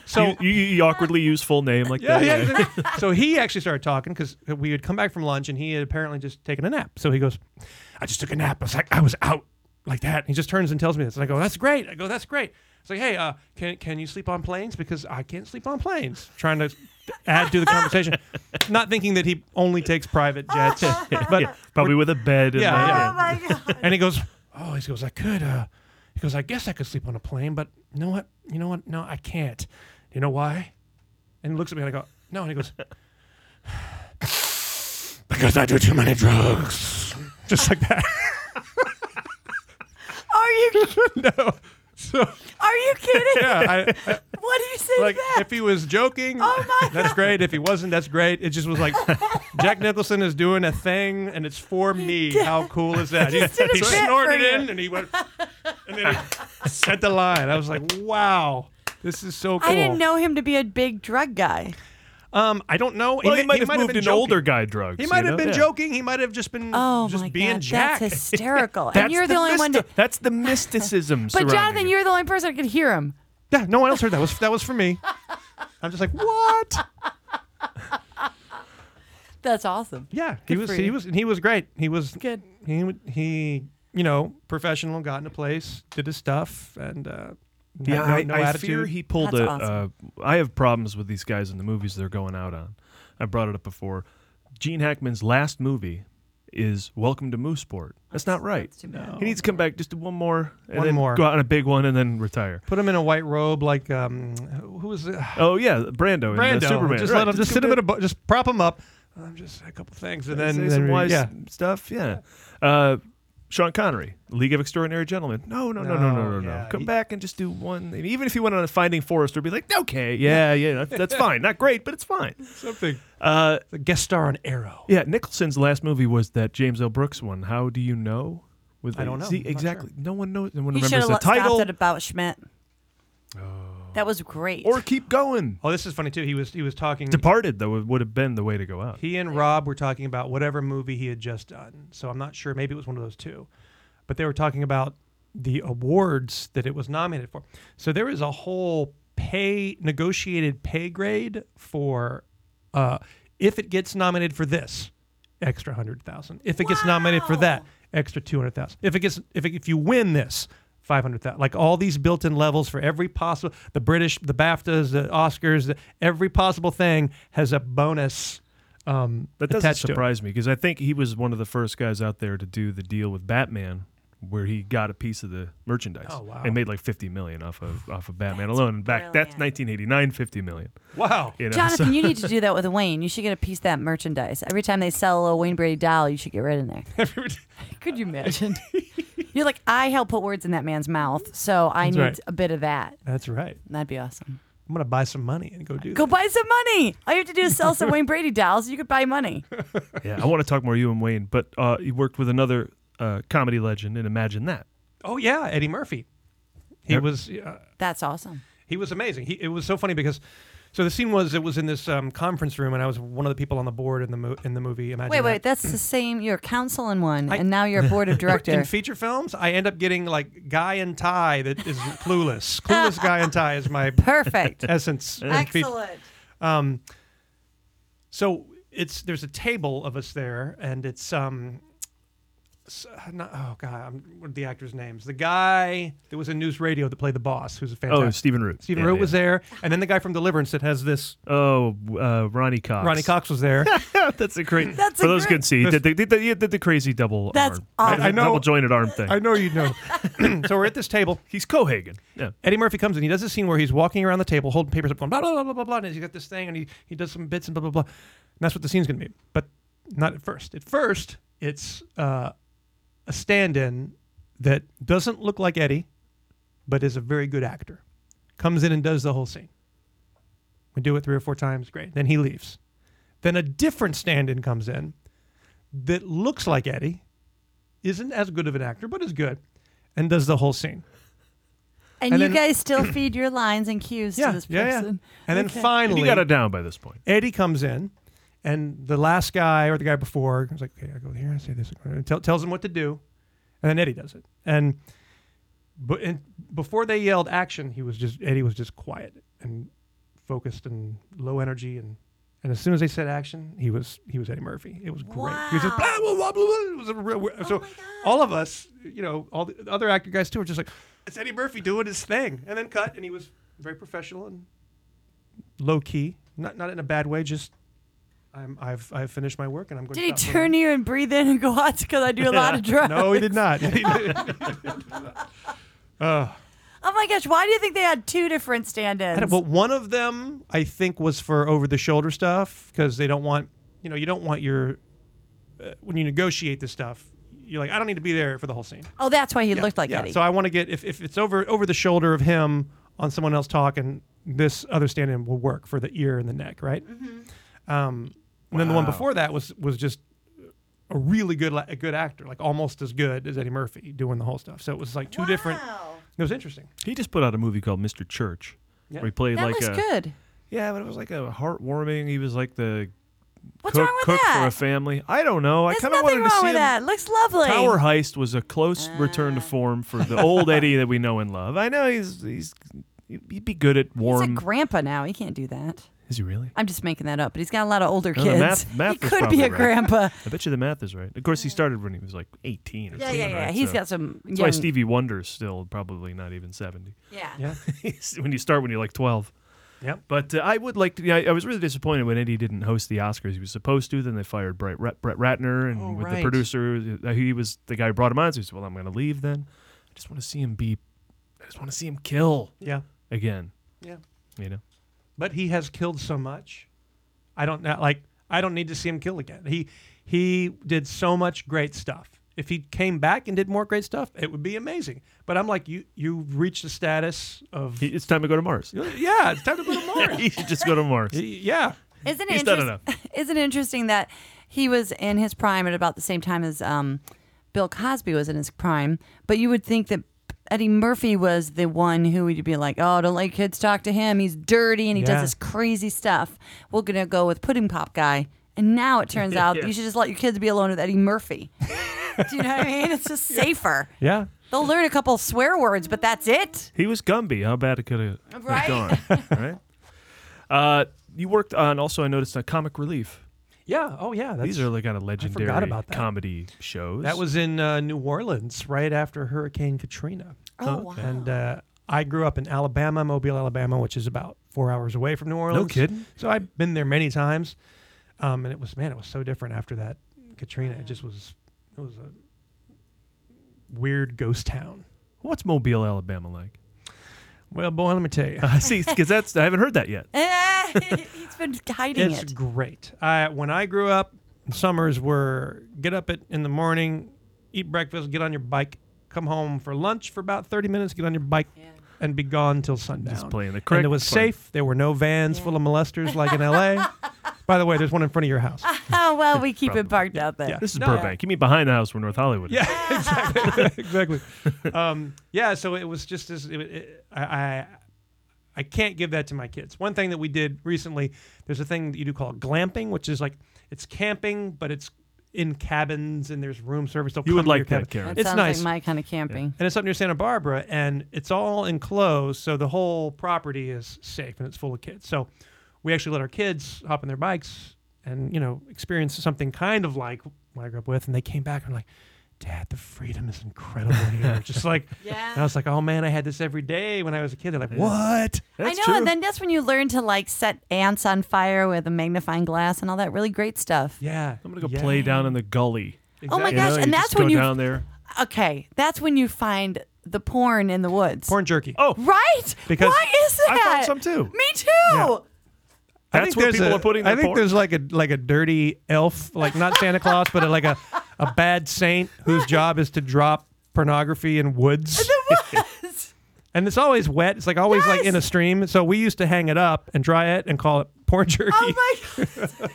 Speaker 6: So
Speaker 3: you, you, you awkwardly use full name like
Speaker 6: yeah,
Speaker 3: that.
Speaker 6: yeah. exactly. so he actually started talking because we had come back from lunch and he had apparently just taken a nap. So he goes, I just took a nap. I was like, I was out like that. And he just turns and tells me this. And I go, that's great. I go, that's great. It's like, hey, uh, can, can you sleep on planes? Because I can't sleep on planes. Trying to add to the conversation, not thinking that he only takes private jets. But
Speaker 3: Yeah, probably with a bed. And
Speaker 6: Yeah,
Speaker 3: like-
Speaker 6: yeah. Oh and he goes, oh, he goes, I could. Uh, he goes, I guess I could sleep on a plane, but you know what? You know what? No, I can't. You know why? And he looks at me and I go, no. And he goes, because I do too many drugs, just like that.
Speaker 5: Are you
Speaker 6: no. So
Speaker 5: Are you kidding?
Speaker 6: yeah, I, I-
Speaker 5: What do you say
Speaker 6: like
Speaker 5: to that? Oh
Speaker 6: if he was joking, that's great. If he wasn't, that's great. It just was like Jack Nicholson is doing a thing, and it's for me. How cool is that? He,
Speaker 5: Just did a
Speaker 6: he
Speaker 5: bit for
Speaker 6: snorted
Speaker 5: you.
Speaker 6: in, and he went, and then he set the line. I was like, wow, this is so cool.
Speaker 5: I didn't know him to be a big drug guy.
Speaker 6: Um, I don't know.
Speaker 3: Well, he
Speaker 6: may-
Speaker 3: might have
Speaker 6: have
Speaker 3: moved
Speaker 6: been
Speaker 3: an older
Speaker 6: joking.
Speaker 3: guy drugs,
Speaker 6: He
Speaker 3: you
Speaker 6: might
Speaker 3: know?
Speaker 6: have been
Speaker 3: Yeah.
Speaker 6: joking. He might have just been
Speaker 5: Oh
Speaker 6: just
Speaker 5: my
Speaker 6: being
Speaker 5: God,
Speaker 6: Jack.
Speaker 5: that's hysterical. and
Speaker 3: That's
Speaker 5: you're the, only one. To,
Speaker 3: mysti- That's the mysticism.
Speaker 5: but
Speaker 3: surrounding
Speaker 5: Jonathan, you're the only person that could hear him.
Speaker 6: Yeah, no one else heard that. Was that was for me? I'm just like, what?
Speaker 5: That's awesome.
Speaker 6: Yeah, he
Speaker 5: Good
Speaker 6: was.
Speaker 5: for
Speaker 6: He
Speaker 5: you.
Speaker 6: was. He was great. He was
Speaker 5: Good.
Speaker 6: He w- he. You know, professional, got into place, did his stuff, and uh,
Speaker 3: it. yeah,
Speaker 6: had no,
Speaker 3: I,
Speaker 6: no
Speaker 3: I
Speaker 6: attitude.
Speaker 3: fear he pulled a. Uh, I have problems with these guys in the movies they're going out on. I brought it up before. Gene Hackman's last movie is Welcome to Mooseport. That's not right. He needs to come back just to one more, and
Speaker 6: One
Speaker 3: then
Speaker 6: more.
Speaker 3: go out on a big one, and then retire.
Speaker 6: Put him in a white robe, like um, who was it?
Speaker 3: Oh yeah, Brando, in
Speaker 6: Brando.
Speaker 3: the Superman.
Speaker 6: Just
Speaker 3: Right,
Speaker 6: let him just
Speaker 3: go
Speaker 6: sit him
Speaker 3: back-
Speaker 6: in a bo- just prop him up. Um, just a couple things, and then,
Speaker 3: say
Speaker 6: then
Speaker 3: some
Speaker 6: we-
Speaker 3: wise
Speaker 6: yeah.
Speaker 3: stuff. Yeah. Uh, Sean Connery, League of Extraordinary Gentlemen. No, no, no, no, no, no, no.
Speaker 6: yeah,
Speaker 3: Come back and just do one. thing. Even if he went on a Finding Forrester, be like, okay, yeah, yeah, that's, that's fine. Not great, but it's fine.
Speaker 6: Something.
Speaker 3: Uh,
Speaker 6: the guest star on Arrow.
Speaker 3: Yeah, Nicholson's last movie was that James L. Brooks one. How do you know? With
Speaker 6: I don't know.
Speaker 3: See,
Speaker 6: I'm not
Speaker 3: exactly. No one knows. No one
Speaker 5: He should
Speaker 3: remembers
Speaker 5: have
Speaker 3: the
Speaker 5: le-
Speaker 3: title.
Speaker 5: stopped it about Schmidt. That was great.
Speaker 3: Or keep going.
Speaker 6: Oh, this is funny too. He was he was talking.
Speaker 3: Departed though would have been the way to go out.
Speaker 6: He and Rob were talking about whatever movie he had just done. So I'm not sure. Maybe it was one of those two. But they were talking about the awards that it was nominated for. So there is a whole pay negotiated pay grade for uh, if it gets nominated for this, extra hundred thousand. If it gets nominated for that, extra two hundred thousand. If it gets if it, if you win this. 500,000. Like all these built in levels for every possible, the British, the BAFTAs, the Oscars, the, every possible thing has a bonus um,
Speaker 3: That doesn't
Speaker 6: attached to it.
Speaker 3: surprise me because I think he was one of the first guys out there to do the deal with Batman, where he got a piece of the merchandise
Speaker 6: Oh, wow.
Speaker 3: and made like fifty million off of off of Batman alone. And back that's 1989, 50 million.
Speaker 6: Wow,
Speaker 3: You know,
Speaker 5: Jonathan,
Speaker 3: so-
Speaker 5: you need to do that with Wayne. You should get a piece of that merchandise. Every time they sell a Wayne Brady doll, you should get right in there. Could you imagine? You're like, I help put words in that man's mouth, so I
Speaker 6: That's
Speaker 5: need
Speaker 6: right.
Speaker 5: a bit of that.
Speaker 6: That's right.
Speaker 5: That'd be awesome.
Speaker 6: I'm gonna buy some money and go do
Speaker 5: Go buy some money. All you have to do is sell some Wayne Brady dolls. You could buy money.
Speaker 3: yeah, I want to talk more you and Wayne, but uh, he worked with another uh, comedy legend and Imagine That.
Speaker 6: that. Oh yeah, Eddie Murphy. He
Speaker 3: Yep.
Speaker 6: was uh,
Speaker 5: That's awesome.
Speaker 6: he was amazing. He, it was so funny because so the scene was it was in this um, conference room and I was one of the people on the board in the mo- in the movie. Imagine
Speaker 5: Wait,
Speaker 6: That.
Speaker 5: wait, that's the same. You're a council in one,
Speaker 6: I-
Speaker 5: and now you're a board of director.
Speaker 6: In feature films, I end up getting like guy in tie that is clueless. clueless guy in tie is my
Speaker 5: perfect
Speaker 6: essence. in feat- Um, so it's there's a table of us there, and it's um, s- not, oh god, I'm, what are the actors' names? The guy that was in News Radio that played the boss, who's a fantastic.
Speaker 3: Oh, Stephen Root.
Speaker 6: Stephen
Speaker 3: Yeah,
Speaker 6: Root
Speaker 3: yeah.
Speaker 6: was there, and then the guy from Deliverance that has this.
Speaker 3: Oh, uh, Ronnie Cox.
Speaker 6: Ronnie Cox was there.
Speaker 3: that's a great.
Speaker 6: That's
Speaker 3: For
Speaker 6: a
Speaker 3: those who
Speaker 6: great-
Speaker 3: couldn't see, he did the, did the, he did the crazy double
Speaker 6: That's
Speaker 3: arm.
Speaker 6: awesome. I- I
Speaker 3: The
Speaker 6: know-
Speaker 3: double jointed arm thing.
Speaker 6: I know you know. so we're at this table.
Speaker 3: He's Cohagen. Yeah.
Speaker 6: Eddie Murphy comes in. He does this scene where he's walking around the table, holding papers up, going blah blah blah blah blah, blah and he's got this thing, and he, he does some bits and blah blah blah. And that's what the scene's gonna be. But not at first. At first, it's uh, a stand-in that doesn't look like Eddie, but is a very good actor. Comes in and does the whole scene. We do it three or four times. Great. Then he leaves. Then a different stand-in comes in that looks like Eddie, isn't as good of an actor, but is good, and does the whole scene.
Speaker 5: and,
Speaker 6: and
Speaker 5: you
Speaker 6: then-
Speaker 5: guys still feed your lines and cues
Speaker 6: Yeah,
Speaker 5: to this
Speaker 6: yeah, yeah.
Speaker 5: person.
Speaker 6: And then
Speaker 5: Okay.
Speaker 6: finally,
Speaker 3: You got it down by this point.
Speaker 6: Eddie comes in, and the last guy or the guy before is like, "Okay, I go here, I say this," and tell, tells him what to do, and then Eddie does it. And but and before they yelled action, he was just Eddie was just quiet and focused and low energy, and and as soon as they said action, he was he was Eddie Murphy. It was great. He was just blah blah blah blah. blah. It was a real,
Speaker 5: Oh
Speaker 6: so all of us, you know, all the other actor guys too, are just like, "It's Eddie Murphy doing his thing," and then cut, and he was very professional and low key, not not in a bad way. Just I'm, I've I've finished my work and I'm going.
Speaker 5: Did
Speaker 6: to
Speaker 5: he
Speaker 6: stop
Speaker 5: turn to you and breathe in and go out because I do a lot of drugs?
Speaker 6: no, he did not. He did- Uh,
Speaker 5: Oh my gosh, why do you think they had two different stand
Speaker 6: I don't-
Speaker 5: ins?
Speaker 6: well, one of them I think was for over the shoulder stuff because they don't want you know you don't want your uh, when you negotiate this stuff you're like I don't need to be there for the whole scene.
Speaker 5: Oh, that's why he
Speaker 6: Yeah,
Speaker 5: looked like
Speaker 6: yeah.
Speaker 5: Eddie.
Speaker 6: So I want to get if, if it's over over the shoulder of him on someone else talking, this other stand-in will work for the ear and the neck, right? Um, and then the one
Speaker 3: Wow.
Speaker 6: before that was was just a really good la- a good actor, like almost as good as Eddie Murphy doing the whole stuff. So it was like two different. It was interesting.
Speaker 3: He just put out a movie called Mr. Church,
Speaker 6: Yeah.
Speaker 3: where he played
Speaker 6: That
Speaker 3: like
Speaker 5: looks
Speaker 3: a
Speaker 5: good.
Speaker 3: Yeah, but it was like a heartwarming. He was like the
Speaker 5: What's
Speaker 3: cook,
Speaker 5: wrong with
Speaker 3: cook for
Speaker 5: that?
Speaker 3: a family. I don't know. I
Speaker 5: There's
Speaker 3: kind of
Speaker 5: nothing
Speaker 3: wanted to see
Speaker 5: wrong with
Speaker 3: him.
Speaker 5: that. Uh. Looks lovely.
Speaker 3: Tower Heist was a close return to form for the old Eddie that we know and love. I know he's he's he'd be good at
Speaker 5: He's a
Speaker 3: warm.
Speaker 5: grandpa now. He can't do that.
Speaker 3: Is he really?
Speaker 5: I'm just making that up, but he's got a lot of older
Speaker 3: No,
Speaker 5: kids.
Speaker 3: the math, math
Speaker 5: he
Speaker 3: was
Speaker 5: could be
Speaker 3: probably
Speaker 5: a
Speaker 3: right.
Speaker 5: grandpa.
Speaker 3: I bet you the math is right. Of course, he started when he was like 18 or
Speaker 5: Yeah,
Speaker 3: something.
Speaker 5: yeah, yeah.
Speaker 3: Right?
Speaker 5: He's
Speaker 3: So
Speaker 5: got some
Speaker 3: That's why
Speaker 5: young-
Speaker 3: Stevie Wonder's still probably not even 70.
Speaker 5: Yeah.
Speaker 3: Yeah. when you start when you're like 12.
Speaker 6: Yep.
Speaker 3: But uh, I would like to. Yeah, I was really disappointed when Eddie didn't host the Oscars. He was supposed to. Then they fired Brett, Rat- Brett Ratner and
Speaker 6: Oh,
Speaker 3: with the
Speaker 6: right.
Speaker 3: producer. uh, He was the guy who brought him on. So he said, "Well, I'm going to leave then. I just want to see him be. I just want to see him kill.
Speaker 6: Yeah.
Speaker 3: Again.
Speaker 6: Yeah.
Speaker 3: You know.
Speaker 6: but he has killed so much. I don't know. Like I don't need to see him kill again. He he did so much great stuff. If he came back and did more great stuff, it would be amazing. But I'm like, you you reached the status of
Speaker 3: He- It's time to go to Mars.
Speaker 6: yeah, it's time to go to Mars.
Speaker 3: he should just go to Mars.
Speaker 6: Yeah.
Speaker 5: Isn't it,
Speaker 3: He's done
Speaker 5: interest- isn't it interesting that he was in his prime at about the same time as um, Bill Cosby was in his prime? But you would think that Eddie Murphy was the one who would be like, oh, don't let kids talk to him. He's dirty and he
Speaker 21: Yeah.
Speaker 5: does this crazy stuff. We're going to go with Pudding Pop Guy. And now it turns out
Speaker 6: Yeah.
Speaker 5: you should just let your kids be alone with Eddie Murphy. Do you know what I mean? It's just safer.
Speaker 6: Yeah.
Speaker 5: They'll learn a couple swear words, but that's it.
Speaker 3: He was Gumby. How bad it could have
Speaker 5: Right.
Speaker 3: gone, right? Uh, you worked on also. I noticed on Comic Relief.
Speaker 6: Yeah. Oh yeah. That's,
Speaker 3: These are like kind of legendary
Speaker 6: about that.
Speaker 3: comedy shows.
Speaker 6: That was in uh, New Orleans right after Hurricane Katrina.
Speaker 5: Oh, wow.
Speaker 6: And uh, I grew up in Alabama, Mobile, Alabama, which is about four hours away from New Orleans.
Speaker 3: kidding.
Speaker 6: So I've been there many times, um, and it was man, it was so different after that Katrina. It just was, it was a weird ghost town.
Speaker 3: What's Mobile, Alabama like?
Speaker 6: Well, boy, let me tell you.
Speaker 3: I see, because that's I haven't heard that yet.
Speaker 5: Eh. He's been hiding
Speaker 6: it's
Speaker 5: it.
Speaker 6: great. I, when I grew up, summers were get up at, in the morning, eat breakfast, get on your bike, come home for lunch for about 30 minutes, get on your bike, and be gone till sundown.
Speaker 3: Just playing the
Speaker 6: And
Speaker 3: crick,
Speaker 6: it was
Speaker 3: playing-
Speaker 6: safe. There were no vans full of molesters like in L.A. By the way, there's one in front of your house.
Speaker 5: Oh, well, we keep
Speaker 6: Probably.
Speaker 5: it parked out there.
Speaker 6: Yeah.
Speaker 3: This is
Speaker 6: No.
Speaker 3: Burbank. You mean behind the house where North Hollywood? is.
Speaker 6: Yeah, exactly. exactly. Um, yeah, so it was just this. It, it, I, I I can't give that to my kids. One thing that we did recently, there's a thing that you do called glamping, which is like it's camping, but it's in cabins and there's room service. They'll
Speaker 3: You would
Speaker 6: come to your
Speaker 3: like that,
Speaker 6: cabin.
Speaker 3: Karen. That
Speaker 6: it's
Speaker 5: sounds
Speaker 6: nice.
Speaker 5: like my kind of camping.
Speaker 6: And it's up near Santa Barbara, and it's all enclosed, so the whole property is safe and it's full of kids. So we actually let our kids hop on their bikes and you know experience something kind of like what I grew up with, and they came back and were like, "Dad, the freedom is incredible here." Just like,
Speaker 5: Yeah.
Speaker 6: and I was like, "Oh man, I had this every day when I was a kid." They're like, "What?"
Speaker 5: I know, and then that's when you learn to like set ants on fire with a magnifying glass and all that really great stuff.
Speaker 6: yeah,
Speaker 3: I'm gonna go play down in the gully.
Speaker 5: Oh my
Speaker 3: You
Speaker 5: gosh,
Speaker 3: know, you just
Speaker 5: and that's when
Speaker 3: go
Speaker 5: you
Speaker 3: down there.
Speaker 5: Okay, that's when you find the porn in the woods. Porn
Speaker 6: jerky.
Speaker 3: Oh,
Speaker 5: right.
Speaker 6: Because
Speaker 5: why is
Speaker 6: I
Speaker 5: that?
Speaker 6: found some too.
Speaker 5: Me too.
Speaker 6: Yeah. I
Speaker 3: That's
Speaker 6: think
Speaker 3: where
Speaker 6: there's
Speaker 3: people
Speaker 6: a-
Speaker 3: are putting
Speaker 6: I
Speaker 3: their
Speaker 6: think
Speaker 3: porn?
Speaker 6: there's like a like a dirty elf, like not Santa Claus, but like a a bad saint whose job is to drop pornography in woods. and it's always wet. It's like always like in a stream. So we used to hang it up and dry it and call it porn jerky.
Speaker 5: Oh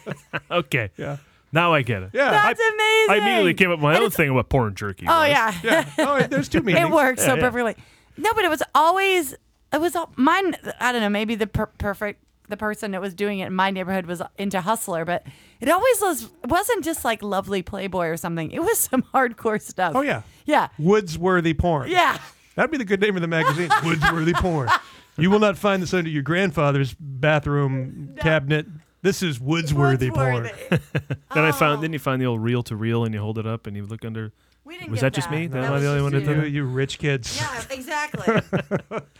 Speaker 5: my
Speaker 3: Okay. Yeah. Now I get it.
Speaker 6: Yeah.
Speaker 5: That's
Speaker 3: I, I
Speaker 5: amazing.
Speaker 3: immediately came up with my own thing about porn jerky.
Speaker 5: Oh
Speaker 3: was.
Speaker 5: yeah.
Speaker 6: Oh, there's two
Speaker 5: It
Speaker 3: meanings.
Speaker 5: worked so
Speaker 3: Yeah, yeah.
Speaker 5: perfectly. No, but it was always it was all, mine. I don't know. Maybe the per- perfect the person that was doing it in my neighborhood was into hustler, but it always was wasn't just like lovely Playboy or something. It was some hardcore stuff.
Speaker 6: Oh yeah.
Speaker 5: Yeah.
Speaker 6: Woodsworthy porn.
Speaker 5: Yeah.
Speaker 6: That'd be the good name of the magazine. Woodsworthy porn. You will not find this under your grandfather's bathroom cabinet. This is Woodsworthy, porn.
Speaker 3: Then I
Speaker 5: Oh.
Speaker 3: found. Then you find the old reel to reel, and you hold it up, and you look under. We
Speaker 5: didn't
Speaker 3: was that,
Speaker 5: get
Speaker 3: just
Speaker 5: that.
Speaker 3: me?
Speaker 5: That
Speaker 3: Am I
Speaker 5: was
Speaker 3: the only
Speaker 5: just
Speaker 3: one that did
Speaker 5: you.
Speaker 3: that?
Speaker 6: You rich kids.
Speaker 5: Yeah, exactly.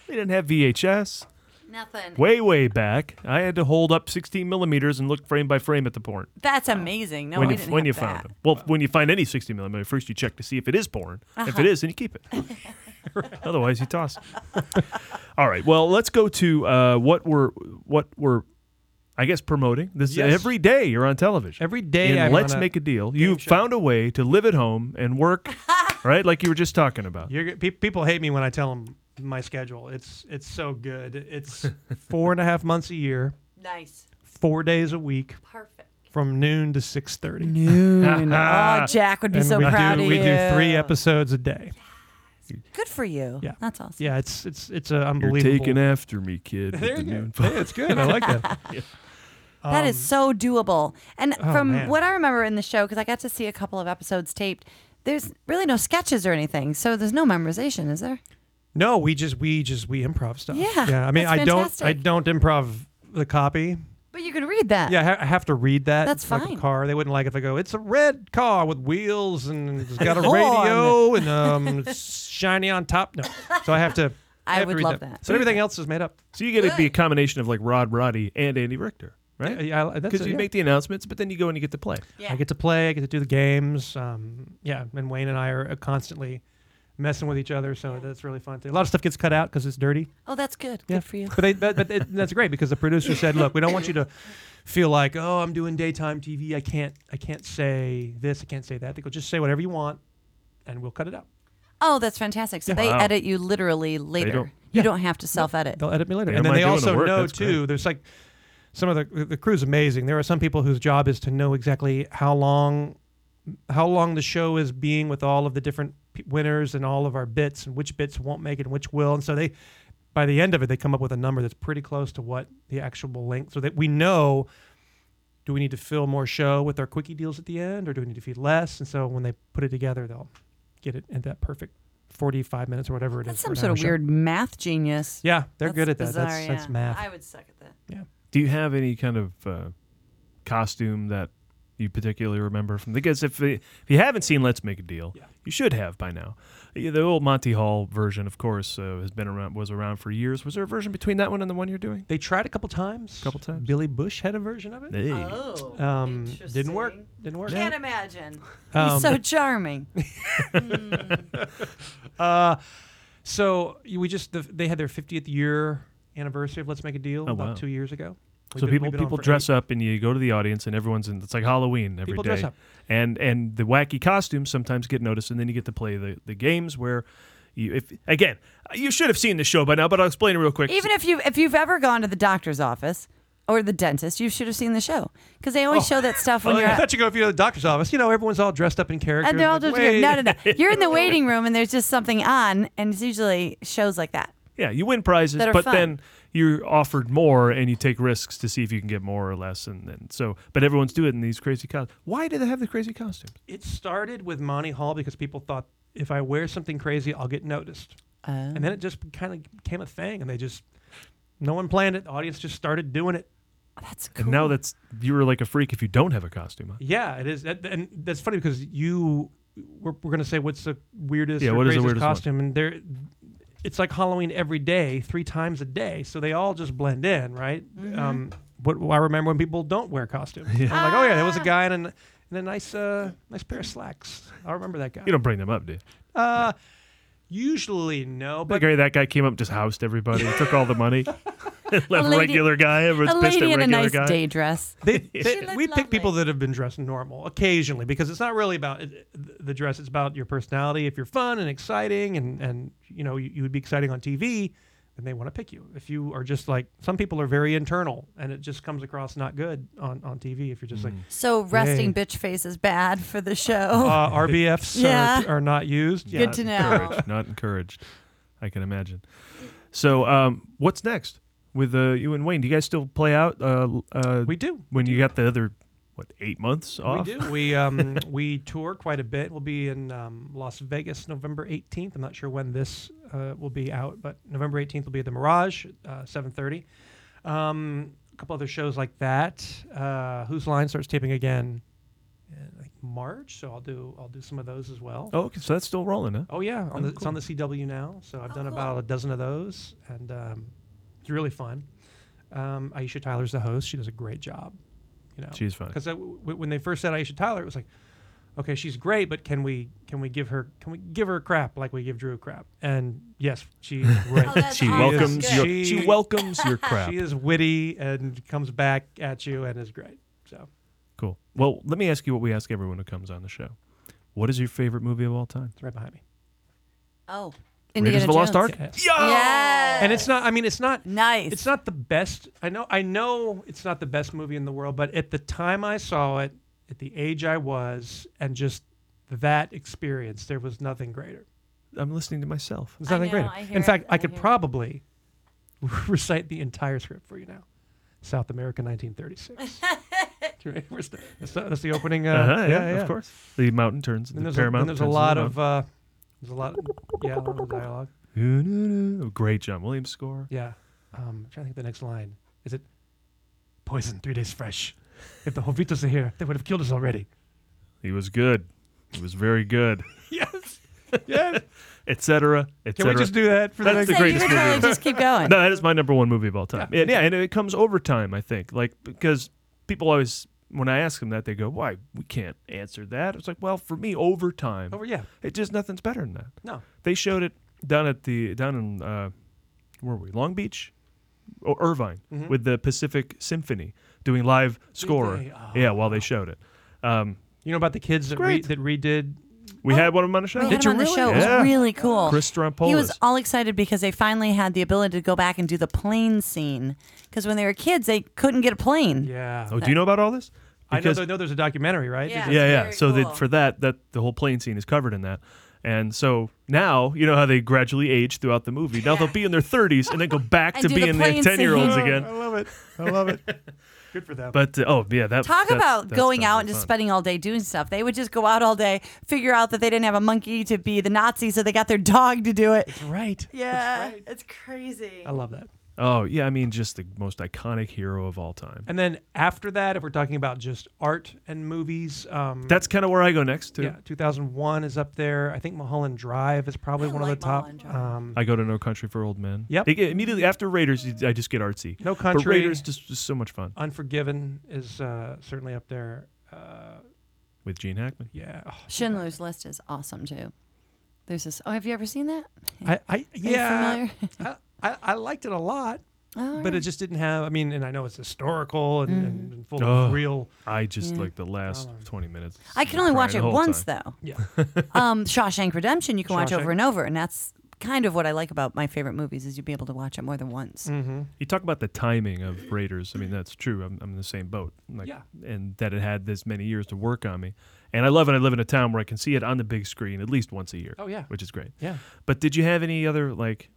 Speaker 3: We didn't have VHS.
Speaker 5: Nothing.
Speaker 3: Way, way back, I had to hold up 16 millimeters and look frame by frame at the porn.
Speaker 5: That's amazing. No,
Speaker 3: when
Speaker 5: we
Speaker 3: you,
Speaker 5: Oh, didn't
Speaker 3: when
Speaker 5: have
Speaker 3: you
Speaker 5: that.
Speaker 3: found them. Well, when you find any 60 millimeter, first you check to see if it is porn. If
Speaker 5: Uh-huh.
Speaker 3: it is, then you keep it. Otherwise, you toss. it. All right. Well, let's go to uh, what we're what we're, I guess, promoting. This
Speaker 6: Yes.
Speaker 3: every day you're on television.
Speaker 6: Every day
Speaker 3: In
Speaker 6: I'm
Speaker 3: let's
Speaker 6: on a
Speaker 3: make a deal. You found a way to live at home and work, right? Like you were just talking about.
Speaker 6: You're, pe- people hate me when I tell them my schedule. It's it's so good. It's four and a half months a year,
Speaker 5: Nice.
Speaker 6: four days a week.
Speaker 5: Perfect.
Speaker 6: From noon to six thirty.
Speaker 5: Noon. Oh, Jack would be so
Speaker 6: Ah, we
Speaker 5: proud
Speaker 6: do,
Speaker 5: of
Speaker 6: We do
Speaker 5: you.
Speaker 6: three episodes a day.
Speaker 5: Good for you.
Speaker 6: Yeah.
Speaker 5: That's awesome.
Speaker 6: Yeah, it's it's it's uh,
Speaker 3: You're
Speaker 6: unbelievable.
Speaker 3: taking after me, kid. with
Speaker 6: There
Speaker 3: the
Speaker 6: you go.
Speaker 3: new
Speaker 6: Hey, it's good. I like that.
Speaker 5: That
Speaker 6: um,
Speaker 5: is so doable. And
Speaker 3: Oh,
Speaker 5: from
Speaker 3: man.
Speaker 5: what I remember in the show, because I got to see a couple of episodes taped, there's really no sketches or anything. So there's no memorization, is there?
Speaker 6: No, we just we just we improv stuff.
Speaker 5: Yeah,
Speaker 6: yeah. I mean,
Speaker 5: that's
Speaker 6: I don't I
Speaker 5: fantastic.
Speaker 6: don't improv the copy.
Speaker 5: But you can read that.
Speaker 6: Yeah, I, ha- I have to read that.
Speaker 5: That's
Speaker 6: It's like
Speaker 5: fine.
Speaker 6: a car. They wouldn't like if I go. It's a red car with wheels and it's got a
Speaker 5: Horn."
Speaker 6: radio and um it's shiny on top. No, so I have to.
Speaker 5: I
Speaker 6: have to
Speaker 5: would
Speaker 6: read
Speaker 5: love that.
Speaker 6: So everything else is made up.
Speaker 3: So you get to be a combination of like Rod Roddy and Andy Richter, right?
Speaker 6: Yeah, yeah, that's
Speaker 3: because
Speaker 6: it,
Speaker 3: you
Speaker 6: yeah.
Speaker 3: make the announcements, but then you go and you get to play.
Speaker 6: I get to play. I get to do the games. Um, yeah, and Wayne and I are uh, constantly messing with each other, so that's really fun too. A lot of stuff gets cut out because it's dirty.
Speaker 5: Oh, that's good.
Speaker 6: Yeah.
Speaker 5: Good for you.
Speaker 6: But, they, but, but it, that's great because the producer said, "Look, we don't want you to feel like, oh, I'm doing daytime TV. I can't, I can't say this. I can't say that. They go, just say whatever you want, and we'll cut it out.
Speaker 5: Oh, that's fantastic. So
Speaker 6: Yeah.
Speaker 5: they
Speaker 6: Wow.
Speaker 5: edit you literally later.
Speaker 6: don't-
Speaker 5: you don't have to self edit.
Speaker 6: They'll edit me later.
Speaker 3: They
Speaker 6: and
Speaker 3: don't
Speaker 6: then they
Speaker 3: mind doing the
Speaker 6: also
Speaker 3: work,
Speaker 6: know
Speaker 3: that's
Speaker 6: too. There's like some of the the crew's amazing. There are some people whose job is to know exactly how long how long the show is being with all of the different p- winners and all of our bits and which bits won't make it and which will. And so they by the end of it they come up with a number that's pretty close to what the actual length so that we know do we need to fill more show with our quickie deals at the end or do we need to feed less? And so when they put it together they'll get it at that perfect 45 minutes or whatever it is.
Speaker 5: That's
Speaker 6: for
Speaker 5: some
Speaker 6: an
Speaker 5: sort
Speaker 6: hour
Speaker 5: of
Speaker 6: show.
Speaker 5: weird math genius.
Speaker 6: Yeah, they're
Speaker 5: That's
Speaker 6: good at that.
Speaker 5: bizarre,
Speaker 6: That's- that's
Speaker 5: yeah.
Speaker 6: math.
Speaker 5: I would suck at that.
Speaker 3: Do you have any kind of uh, costume that you particularly remember from? Because if if you haven't seen Let's Make a Deal, you should have by now. Yeah, The old Monty Hall version, of course, uh, has been around was around for years. Was there a version between that one and the one you're doing?
Speaker 6: They tried a couple times.
Speaker 3: couple times.
Speaker 6: Billy Bush had a version of it.
Speaker 3: Hey.
Speaker 5: Oh,
Speaker 6: um, didn't work. Didn't work.
Speaker 5: Can't imagine.
Speaker 6: Um,
Speaker 5: He's so charming.
Speaker 6: uh, so you- we just the, they had their 50th year anniversary of Let's Make a Deal
Speaker 3: Oh,
Speaker 6: about
Speaker 3: wow.
Speaker 6: two years ago. We've
Speaker 3: so
Speaker 6: been-
Speaker 3: people
Speaker 6: we've been on
Speaker 3: people
Speaker 6: for
Speaker 3: dress up and you go to the audience and everyone's in it's like Halloween every day.
Speaker 6: People dress up.
Speaker 3: And and the wacky costumes sometimes get noticed and then you get to play the, the games where you if again, you should have seen the show by now, but I'll explain it real quick.
Speaker 5: Even if you if you've ever gone to the doctor's office or the dentist, you should have seen the show because they always show that stuff when
Speaker 6: Oh,
Speaker 5: you're.
Speaker 6: yeah. I
Speaker 5: at-
Speaker 6: thought you go if you're at the doctor's office. You know, everyone's all dressed up in character.
Speaker 5: and they're all
Speaker 6: like,
Speaker 5: just no, no,
Speaker 6: "Wait."
Speaker 5: no. You're in the waiting room, and there's just something on, and it's usually shows like that.
Speaker 3: Yeah, you win prizes,
Speaker 5: That are
Speaker 3: but
Speaker 5: fun.
Speaker 3: then you're offered more and you take risks to see if you can get more or less and, and so but everyone's doing it in these crazy costumes. Why do they have the crazy costumes?
Speaker 6: It started with Monty Hall because people thought if I wear something crazy, I'll get noticed.
Speaker 5: Oh.
Speaker 6: And then it just kind of became a thing, and they just no one planned it. The audience just started doing it.
Speaker 5: That's
Speaker 3: And now that's you're like a freak if you don't have a costume. on.
Speaker 6: Yeah, it is, That- and that's funny because you we're, we're gonna say what's the weirdest
Speaker 3: Yeah,
Speaker 6: or
Speaker 3: what is the
Speaker 6: craziest
Speaker 3: weirdest one?
Speaker 6: costume, and there it's like Halloween every day, three times a day, so they all just blend in, right? Um, what I remember when people don't wear costumes, I'm like, oh yeah, there was a guy in a, in a nice uh, nice pair of slacks. I remember that guy.
Speaker 3: You don't bring them up, do you?
Speaker 6: Uh, usually no, but
Speaker 3: okay, that guy came up, just housed everybody, and took all the money, left
Speaker 5: lady-
Speaker 3: regular guy. Everyone's
Speaker 5: a
Speaker 3: pissed at
Speaker 5: lady in
Speaker 3: regular
Speaker 5: a nice
Speaker 3: guy.
Speaker 5: day dress.
Speaker 6: They, they- we pick people that have been dressed normal occasionally because it's not really about it- the dress; it's about your personality. If you're fun and exciting, and and you know you, you would be exciting on TV, then they want to pick you. If you are just like some people are very internal, and it just comes across not good on on TV. If you're just like
Speaker 5: So resting
Speaker 6: "Yay."
Speaker 5: bitch face is bad for the show.
Speaker 6: uh, RBFs
Speaker 5: yeah.
Speaker 6: are, are not used.
Speaker 5: Good to know.
Speaker 3: Encouraged, not encouraged. I can imagine. So, um, what's next with uh, you and Wayne? Do you guys still play out? Uh, l- uh,
Speaker 6: we do.
Speaker 3: When you got the other, what, eight months off?
Speaker 6: We do. We um we tour quite a bit. We'll be in um, Las Vegas November 18th. I'm not sure when this uh, will be out, but November 18th will be at the Mirage, uh, 7:30. Um, a couple other shows like that. Uh, Whose Line starts taping again in like March, so I'll do I'll do some of those as well.
Speaker 3: Oh, okay, so that's still rolling, huh?
Speaker 6: Oh yeah, on
Speaker 3: Oh,
Speaker 6: the, it's
Speaker 3: cool.
Speaker 6: on the CW now. So
Speaker 3: Oh,
Speaker 6: I've done about a dozen of those, and um, it's really fun. Um, Aisha Tyler's the host. She does a great job. You know,
Speaker 3: She's funny.
Speaker 6: Because w- when they first said Aisha Tyler, it was like, okay, she's great, but can we can we give her can we give her crap like we give Drew crap? And yes, she's great.
Speaker 3: Oh, that's She awesome. welcomes
Speaker 6: is-
Speaker 3: your- she welcomes your crap.
Speaker 6: She is witty and comes back at you and is great. So
Speaker 3: Cool. Well, let me ask you what we ask everyone who comes on the show. What is your favorite movie of all time?
Speaker 6: it's right behind me.
Speaker 5: Oh,
Speaker 3: Raiders of the Lost Ark?
Speaker 6: Yes.
Speaker 5: Yes.
Speaker 6: And it's not. I mean, it's not
Speaker 5: nice.
Speaker 6: It's not the best. I know. I know it's not the best movie in the world, but at the time I saw it, at the age I was, and just that experience, there was nothing greater.
Speaker 3: I'm listening to myself.
Speaker 6: There's
Speaker 3: I
Speaker 6: nothing
Speaker 3: know,
Speaker 6: greater.
Speaker 3: I hear
Speaker 6: In fact,
Speaker 3: it,
Speaker 6: I,
Speaker 3: I
Speaker 6: could
Speaker 3: hear it.
Speaker 6: probably recite the entire script for you now. South America, 1936. Right, we're st- that's, the, that's the opening. Uh,
Speaker 3: Uh-huh, yeah,
Speaker 6: yeah, yeah,
Speaker 3: of course. The mountain turns.
Speaker 6: And
Speaker 3: the
Speaker 6: there's, a,
Speaker 3: Paramount
Speaker 6: and there's a
Speaker 3: turns into
Speaker 6: lot
Speaker 3: the
Speaker 6: of uh, there's a lot. Yeah, a lot of dialogue.
Speaker 3: mountain. Great John Williams score.
Speaker 6: Yeah. Um, I'm trying to think of the next line. Is it poison three days fresh? If the Jovitas are here, they would have killed us already.
Speaker 3: He was good. He was very good.
Speaker 6: yes. Yes.
Speaker 3: Et cetera, et
Speaker 6: Can we
Speaker 3: cetera.
Speaker 6: just do that for the
Speaker 3: That's
Speaker 6: next-
Speaker 3: the
Speaker 6: Yeah, you
Speaker 3: greatest
Speaker 6: can
Speaker 3: movie.
Speaker 6: totally
Speaker 3: ever.
Speaker 6: just keep going.
Speaker 3: No, that is my number one movie of all time. And yeah, and it comes over time, I think. Like because people always when I ask them that, they go, "Why we can't answer that?" It's like, well, for me, over time.
Speaker 6: Over- Oh, yeah.
Speaker 3: It just nothing's better than that.
Speaker 6: No.
Speaker 3: They showed it down at the down in uh, where were we? Long Beach, or Irvine,
Speaker 10: Mhm.
Speaker 6: Mm-hmm.
Speaker 3: with the Pacific Symphony doing live score.
Speaker 6: they? Oh,
Speaker 3: yeah, while they showed it. Um,
Speaker 6: You know about the kids that, re-
Speaker 3: Great.
Speaker 6: that redid.
Speaker 3: we had one of them on the show.
Speaker 5: We had him on the show. It was really cool.
Speaker 3: Chris Strampolis.
Speaker 5: He was all excited because they finally had the ability to go back and do the plane scene. Because when they were kids, they couldn't get a plane.
Speaker 6: Yeah.
Speaker 3: Oh, do you know about all this?
Speaker 6: I know,
Speaker 3: Because-
Speaker 6: th- I know there's a documentary, right? There's a-
Speaker 3: yeah, yeah. So that for that, that the whole plane scene is covered in that. And so now you know how they gradually age throughout the movie. Now they'll be in their 30s and then go back
Speaker 5: And
Speaker 3: to
Speaker 5: do the
Speaker 3: being the
Speaker 5: plane
Speaker 3: 10 year olds
Speaker 5: scene.
Speaker 3: again.
Speaker 6: Oh, I love it. I love it. Good for them.
Speaker 3: But uh, oh yeah, that
Speaker 5: Talk
Speaker 3: that's-
Speaker 5: about
Speaker 3: that's
Speaker 5: going
Speaker 3: tons
Speaker 5: out
Speaker 3: of
Speaker 5: and just
Speaker 3: fun.
Speaker 5: spending all day doing stuff. They would just go out all day, figure out that they didn't have a monkey to be the Nazi, so they got their dog to do it.
Speaker 6: right.
Speaker 5: Yeah, it's crazy.
Speaker 6: I love that.
Speaker 3: Oh yeah, I mean just the most iconic hero of all time.
Speaker 6: And then after that, if we're talking about just art and movies, um,
Speaker 3: That's kind of where I go next too.
Speaker 6: yeah, 2001 is up there. I think Mulholland Drive is probably one of the top. Um,
Speaker 3: I go to No Country for Old Men.
Speaker 6: Yep.
Speaker 3: I- immediately after Raiders, I just get artsy.
Speaker 6: No
Speaker 3: But
Speaker 6: Country.
Speaker 3: Raiders just, just so much fun
Speaker 6: Unforgiven is uh, certainly up there. Uh,
Speaker 3: with Gene Hackman.
Speaker 6: yeah. Oh,
Speaker 5: Schindler's List is awesome too. There's this. Oh, have you ever seen that?
Speaker 6: I, I
Speaker 5: you
Speaker 6: yeah.
Speaker 5: familiar?
Speaker 6: I, I, I liked it a lot,
Speaker 5: Oh,
Speaker 6: but it just didn't have. I mean, and I know it's historical and,
Speaker 5: Mm.
Speaker 6: and, and full
Speaker 3: Oh,
Speaker 6: of real.
Speaker 3: I just
Speaker 5: Yeah.
Speaker 3: like the last 20 minutes.
Speaker 5: I can only
Speaker 3: cried
Speaker 5: watch
Speaker 3: the
Speaker 5: it
Speaker 3: whole
Speaker 5: once
Speaker 3: time.
Speaker 5: though. um, Shawshank Redemption, you can watch
Speaker 3: Shawshank.
Speaker 5: over and over, and that's kind of what I like about my favorite movies is you'd be able to watch it more than once.
Speaker 3: You talk about the timing of Raiders. I mean, that's true. I'm, I'm in the same boat. Like,
Speaker 6: Yeah.
Speaker 3: And that it had this many years to work on me. And I love it. I live in a town where I can see it on the big screen at least once a year.
Speaker 6: Oh, yeah.
Speaker 3: Which is great.
Speaker 6: Yeah.
Speaker 3: But did you have any other, like,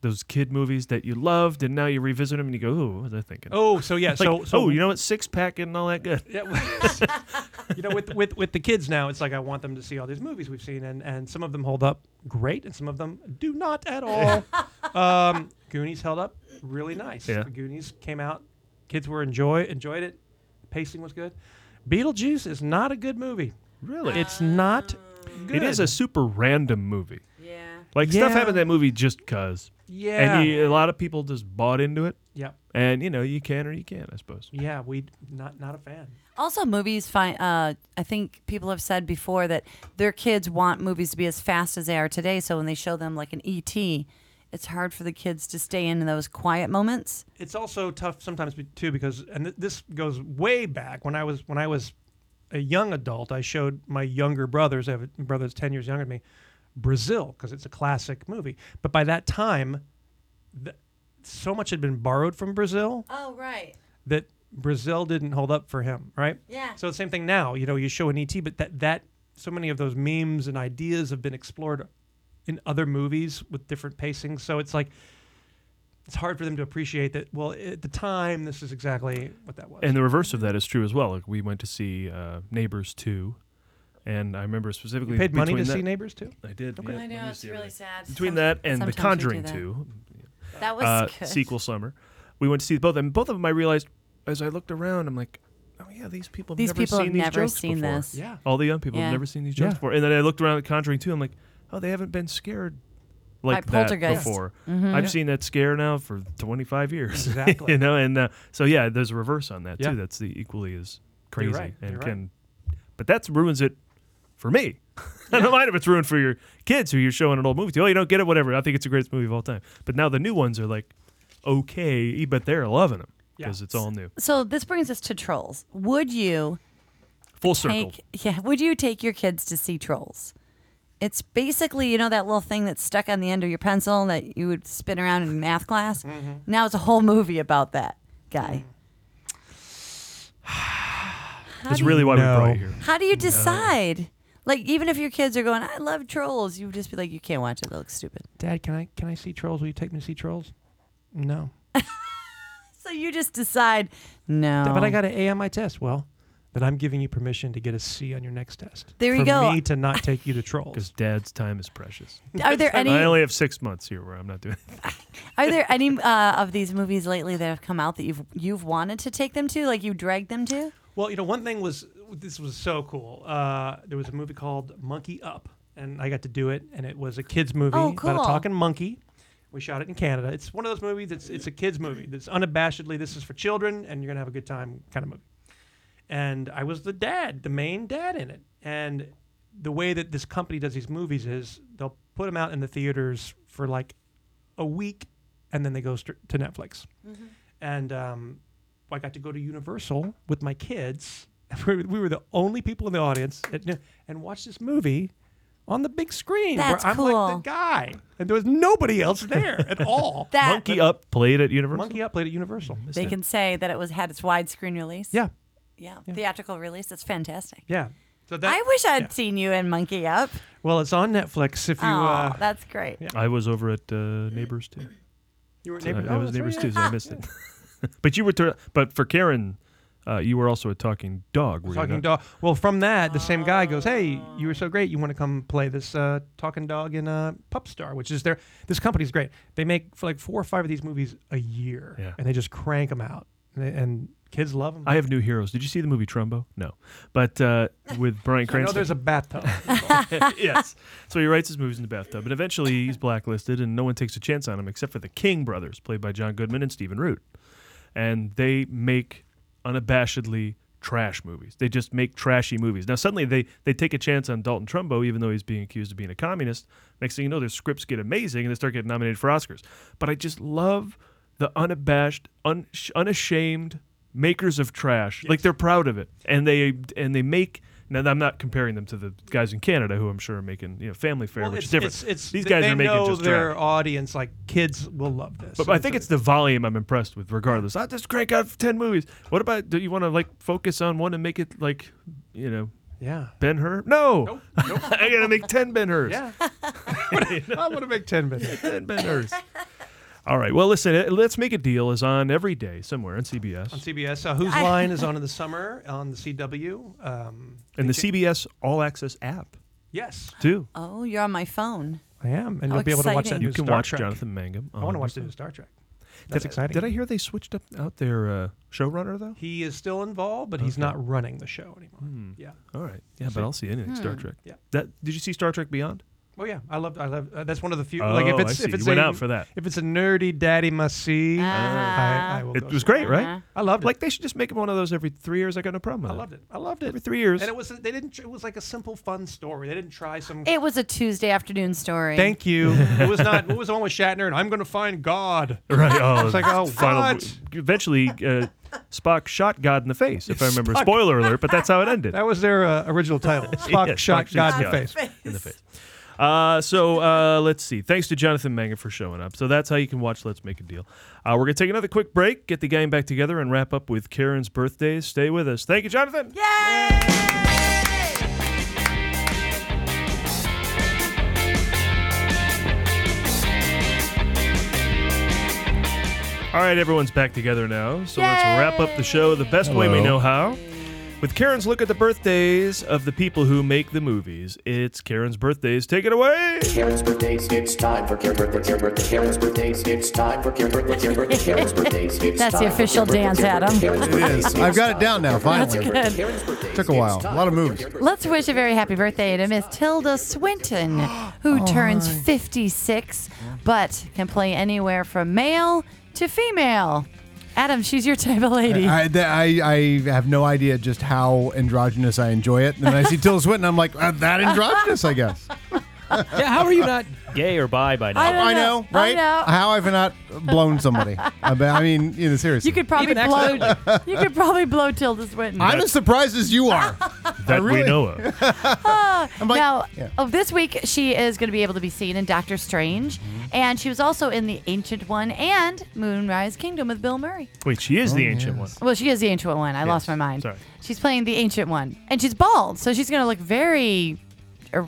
Speaker 3: those kid movies that you loved and now you revisit them and you go, ooh, what was I thinking?
Speaker 6: Oh, so yeah,
Speaker 3: Like,
Speaker 6: so, so
Speaker 3: oh, you know what? Six pack and all that good.
Speaker 6: Yeah, well, you know, with, with with the kids now, it's like I want them to see all these movies we've seen, and, and some of them hold up great, and some of them do not at all. um, Goonies held up really nice.
Speaker 3: Yeah.
Speaker 6: The Goonies came out, kids were enjoy enjoyed it, pacing was good. Beetlejuice is not a good movie.
Speaker 3: Really?
Speaker 6: it's not.
Speaker 5: Ah.
Speaker 6: Good.
Speaker 3: It is a super random movie.
Speaker 5: Yeah.
Speaker 3: Like, stuff
Speaker 6: Yeah.
Speaker 3: happened in that movie just because.
Speaker 6: Yeah.
Speaker 3: And you, a lot of people just bought into it.
Speaker 6: Yep.
Speaker 3: And, you know, you can or you can't, I suppose.
Speaker 6: yeah. We not not a fan.
Speaker 5: Also, movies. Find, uh, I think people have said before that their kids want movies to be as fast as they are today. So when they show them like an ET, it's hard for the kids to stay in those quiet moments.
Speaker 6: it's also tough sometimes be- too because and th- this goes way back when I was when I was a young adult I showed my younger brothers I have a brother that's 10 years younger than me Brazil because it's a classic movie but by that time th- so much had been borrowed from Brazil
Speaker 5: Oh right.
Speaker 6: that Brazil didn't hold up for him right
Speaker 5: Yeah.
Speaker 6: so the same thing now you know you show an ET but that that so many of those memes and ideas have been explored in other movies with different pacings so it's like it's hard for them to appreciate that. Well, at the time, this is exactly what that was.
Speaker 3: And the reverse of that is true as well. Like we went to see uh, Neighbors 2, and I remember specifically
Speaker 6: paid money
Speaker 3: between
Speaker 6: to
Speaker 3: that-
Speaker 6: see Neighbors too.
Speaker 3: I did. yeah. Let me see everything.
Speaker 5: sad.
Speaker 3: Between that and The Conjuring 2,
Speaker 5: That was
Speaker 3: uh,
Speaker 5: good.
Speaker 3: sequel summer, we went to see both of them. Both of them, I realized as I looked around, I'm like, oh yeah, these people have
Speaker 5: These
Speaker 3: never
Speaker 5: people
Speaker 3: seen
Speaker 5: have
Speaker 3: these
Speaker 5: never
Speaker 3: jokes
Speaker 5: seen
Speaker 3: before.
Speaker 5: this. Yeah.
Speaker 3: All the young people
Speaker 5: Yeah.
Speaker 3: have never seen these jokes
Speaker 6: Yeah.
Speaker 3: before. And then I looked around at Conjuring 2, I'm like, oh, they haven't been scared like
Speaker 5: By
Speaker 3: that
Speaker 5: Poltergeist.
Speaker 3: before.
Speaker 5: Mhm.
Speaker 3: I've
Speaker 5: Yeah.
Speaker 3: seen that scare now for 25 years.
Speaker 6: Exactly.
Speaker 3: you know, and uh, so yeah, there's a reverse on that
Speaker 6: Yeah.
Speaker 3: too. That's the equally as crazy
Speaker 6: right,
Speaker 3: and
Speaker 6: you're right.
Speaker 3: can but that ruins it for me. I don't mind if it's ruined for your kids who you're showing an old movie to. Oh, you don't get it, whatever. I think it's the greatest movie of all time. But now the new ones are like okay, but they're loving them because it's all new.
Speaker 5: So this brings us to trolls. Would you
Speaker 3: Full circle.
Speaker 5: take yeah, would you take your kids to see trolls? It's basically, you know, that little thing that's stuck on the end of your pencil that you would spin around in math class.
Speaker 3: Mm-hmm.
Speaker 5: Now it's a whole movie about that guy.
Speaker 3: Mm.
Speaker 5: How
Speaker 3: That's
Speaker 5: do
Speaker 3: really
Speaker 5: you-
Speaker 3: why we
Speaker 6: No.
Speaker 3: brought you here.
Speaker 5: How do you decide? Like even if your kids are going, I love trolls, you would just be like, you can't watch it. They look stupid.
Speaker 6: Dad, can I can I see trolls? Will you take me to see trolls? No.
Speaker 5: So you just decide, no.
Speaker 6: But
Speaker 3: Um.
Speaker 6: I got an A on my test. Well, then I'm giving you permission to get a C on your next test.
Speaker 5: There you
Speaker 6: for
Speaker 5: go.
Speaker 6: Me to not take you to trolls because
Speaker 3: Dad's time is precious.
Speaker 5: Are there any-
Speaker 3: I only have six months here where I'm not doing.
Speaker 5: Are there any uh, of these movies lately that have come out that you've you've wanted to take them to, like you dragged them to?
Speaker 6: Well, you know, one thing was this was so cool. Uh, there was a movie called Monkey Up, and I got to do it, and it was a kids movie
Speaker 5: Oh,
Speaker 6: about
Speaker 5: cool.
Speaker 6: a talking monkey. We shot it in Canada. It's one of those movies that's it's a kids movie that's unabashedly this is for children and you're gonna have a good time kind of movie. And I was the dad, the main dad in it. And the way that this company does these movies is they'll put them out in the theaters for like a week, and then they go str- to Netflix.
Speaker 5: Mm-hmm.
Speaker 21: Mhm.
Speaker 6: And um, I got to go to Universal with my kids. We we were the only people in the audience at, and watch this movie on the big screen
Speaker 5: That's
Speaker 6: where I'm like
Speaker 5: cool.
Speaker 6: the guy. And there was nobody else there at all.
Speaker 5: That-
Speaker 3: Monkey Up played at Universal.
Speaker 6: Monkey Up played at Universal.
Speaker 5: They can say that it was had its widescreen release.
Speaker 6: Yeah.
Speaker 5: Yeah. Theatrical release. That's fantastic.
Speaker 6: Yeah. So that,
Speaker 5: I wish I'd seen you in Monkey Up.
Speaker 6: Well, it's on Netflix if you.
Speaker 5: Aw,
Speaker 6: uh,
Speaker 5: that's great.
Speaker 3: I was over at uh, Neighbors too.
Speaker 6: You were at
Speaker 3: So I-
Speaker 6: Neighbors?
Speaker 3: I,
Speaker 6: Oh,
Speaker 3: was
Speaker 6: that's
Speaker 3: Neighbors
Speaker 6: right,
Speaker 3: too, so
Speaker 6: yeah.
Speaker 3: I missed it. but you were, tur- but for Karen, uh, you were also a talking dog. Were
Speaker 6: Talking
Speaker 3: you not?
Speaker 6: dog. Well, from that, the same guy goes, "Hey, you were so great. You want to come play this uh, talking dog in uh, Pup Star, which is their this company's great. They make for like four or five of these movies a year,
Speaker 3: Yeah.
Speaker 6: and they just crank them out, and, they, and kids love them.
Speaker 3: I have new heroes. Did you see the movie Trumbo? No, but uh, with Brian
Speaker 6: I know
Speaker 3: Cranston.
Speaker 6: there's a bathtub.
Speaker 3: yes. So he writes his movies in the bathtub, and eventually he's blacklisted, and no one takes a chance on him except for the King brothers, played by John Goodman and Stephen Root. And they make unabashedly trash movies. They just make trashy movies. Now suddenly they they take a chance on Dalton Trumbo, even though he's being accused of being a communist. Next thing you know, their scripts get amazing, and they start getting nominated for Oscars. But I just love the unabashed, un- unashamed makers of trash. Like they're proud of it, and they and they make. Now I'm not comparing them to the guys in Canada who I'm sure are making you know family fare,
Speaker 6: Well,
Speaker 3: which
Speaker 6: it's-
Speaker 3: is different.
Speaker 6: it's- it's-
Speaker 3: These
Speaker 6: they-
Speaker 3: guys
Speaker 6: they
Speaker 3: are making
Speaker 6: know
Speaker 3: just
Speaker 6: their
Speaker 3: trash.
Speaker 6: audience, like kids, will love this.
Speaker 3: But I think it's the volume I'm impressed with, regardless. I just crank out ten movies. What about? Do you want to like focus on one and make it like, you know,
Speaker 6: Yeah.
Speaker 3: Ben Hur? No, I gotta make ten Ben Hurs.
Speaker 6: Yeah. I want to make ten minutes.
Speaker 3: Ten Ben Hurs. All right. Well, listen. uh, Let's make a deal is on every day somewhere on CBS.
Speaker 6: on CBS. Uh, Whose
Speaker 3: I-
Speaker 6: line is on in the summer on the CW? Um,
Speaker 3: and the CBS All Access app
Speaker 6: yes,
Speaker 3: too.
Speaker 5: Oh, you're on my phone.
Speaker 6: I am, and
Speaker 5: How
Speaker 6: you'll be able to watch that.
Speaker 5: exciting.
Speaker 6: new
Speaker 3: You can
Speaker 6: Star
Speaker 3: watch
Speaker 6: Trek.
Speaker 3: Jonathan Mangum
Speaker 6: I want
Speaker 3: on
Speaker 6: to watch the
Speaker 3: your
Speaker 6: new Star Trek. That's
Speaker 3: did,
Speaker 6: exciting.
Speaker 3: Did I hear they switched up out their uh, showrunner though?
Speaker 6: He is still involved, but he's
Speaker 3: Okay.
Speaker 6: not running the show anymore.
Speaker 3: Hmm.
Speaker 6: Yeah.
Speaker 3: All right. Yeah, but I'll see anything Star
Speaker 6: Hmm.
Speaker 3: Trek.
Speaker 6: Yeah.
Speaker 3: That did you see Star Trek Beyond?
Speaker 6: Oh yeah, I love. I love. Uh, that's one of the few. like
Speaker 3: Oh,
Speaker 6: if
Speaker 3: I
Speaker 6: it's
Speaker 3: see.
Speaker 6: if it's
Speaker 3: You went
Speaker 6: a,
Speaker 3: out for that.
Speaker 6: If it's a nerdy daddy must see,
Speaker 10: Ah.
Speaker 6: I, I will.
Speaker 3: it
Speaker 6: go
Speaker 3: was
Speaker 6: see
Speaker 3: great, right?
Speaker 5: Uh-huh.
Speaker 6: I loved it.
Speaker 3: Like they should just make one of those every three years. I got no problem with
Speaker 6: I
Speaker 3: it.
Speaker 6: loved it. I loved it.
Speaker 3: Every three years.
Speaker 6: and it was they didn't. tr- It was like a simple, fun story. They didn't try some.
Speaker 5: It was a Tuesday afternoon story.
Speaker 6: Thank you. it was not. What was the one with Shatner? And I'm going to find God.
Speaker 3: Right. Oh,
Speaker 6: it's like oh,
Speaker 3: final-
Speaker 6: what?
Speaker 3: Eventually, uh, Spock shot God in the face. If I remember,
Speaker 6: Spock-
Speaker 3: spoiler alert, but that's how it ended.
Speaker 6: That was their uh, original title. Spock
Speaker 3: Yeah,
Speaker 6: shot
Speaker 3: shoots
Speaker 6: God in the face.
Speaker 3: In the face. Uh, so uh, let's see. Thanks to Jonathan Manga for showing up. So that's how you can watch Let's Make a Deal. Uh, we're gonna take another quick break, get the gang back together, and wrap up with Karen's birthdays. Stay with us. Thank you, Jonathan. All right, everyone's back together now. So let's wrap up the show the best way we
Speaker 4: Hello.
Speaker 3: know how. With Karen's look at the birthdays of the people who make the movies. It's Karen's birthdays. Take it away.
Speaker 22: Karen's birthdays, it's time for Karen's birthday, Karen's birthday, Karen's birthdays, it's time for Karen's birthday, Karen's birthday, Karen's birthdays, it's
Speaker 5: That's the
Speaker 22: time for
Speaker 5: official
Speaker 22: Karen's
Speaker 5: dance,
Speaker 22: birthday,
Speaker 5: Adam.
Speaker 22: Karen's birthdays,
Speaker 4: It is.
Speaker 22: it's
Speaker 4: I've got it
Speaker 22: time
Speaker 4: down now,
Speaker 22: for
Speaker 4: finally.
Speaker 22: Karen's
Speaker 5: That's
Speaker 22: birthday,
Speaker 5: good.
Speaker 22: Karen's
Speaker 4: Took a
Speaker 22: birthdays,
Speaker 4: while.
Speaker 22: it's
Speaker 4: A
Speaker 22: time
Speaker 4: lot of
Speaker 22: for
Speaker 4: moves.
Speaker 22: Karen's
Speaker 5: Let's wish a very happy birthday to Miss Tilda Swinton, who turns 56, but can play anywhere from male to female. Adam, she's your type of lady.
Speaker 4: I, th- I, I have no idea just how androgynous I enjoy it. And then I see Tilda Swinton, I'm like, uh, that androgynous, I guess.
Speaker 10: yeah, how are you not gay or bi by now?
Speaker 4: I, know, right? How have I not blown somebody? I be- I mean, you know, seriously.
Speaker 5: you could probably
Speaker 4: Even
Speaker 5: blow.
Speaker 4: accidentally.
Speaker 5: You could probably blow Tilda Swinton.
Speaker 4: I'm as surprised as you are.
Speaker 3: That we
Speaker 4: really-
Speaker 3: know of.
Speaker 5: now, oh, this week she is going to be able to be seen in Doctor Strange,
Speaker 4: Mm-hmm.
Speaker 5: and she was also in The Ancient One and Moonrise Kingdom with Bill Murray.
Speaker 3: Wait, she is the ancient one.
Speaker 5: Well, she is the ancient one. I lost my mind.
Speaker 3: Sorry.
Speaker 5: She's playing the ancient one, and she's bald, so she's going to look very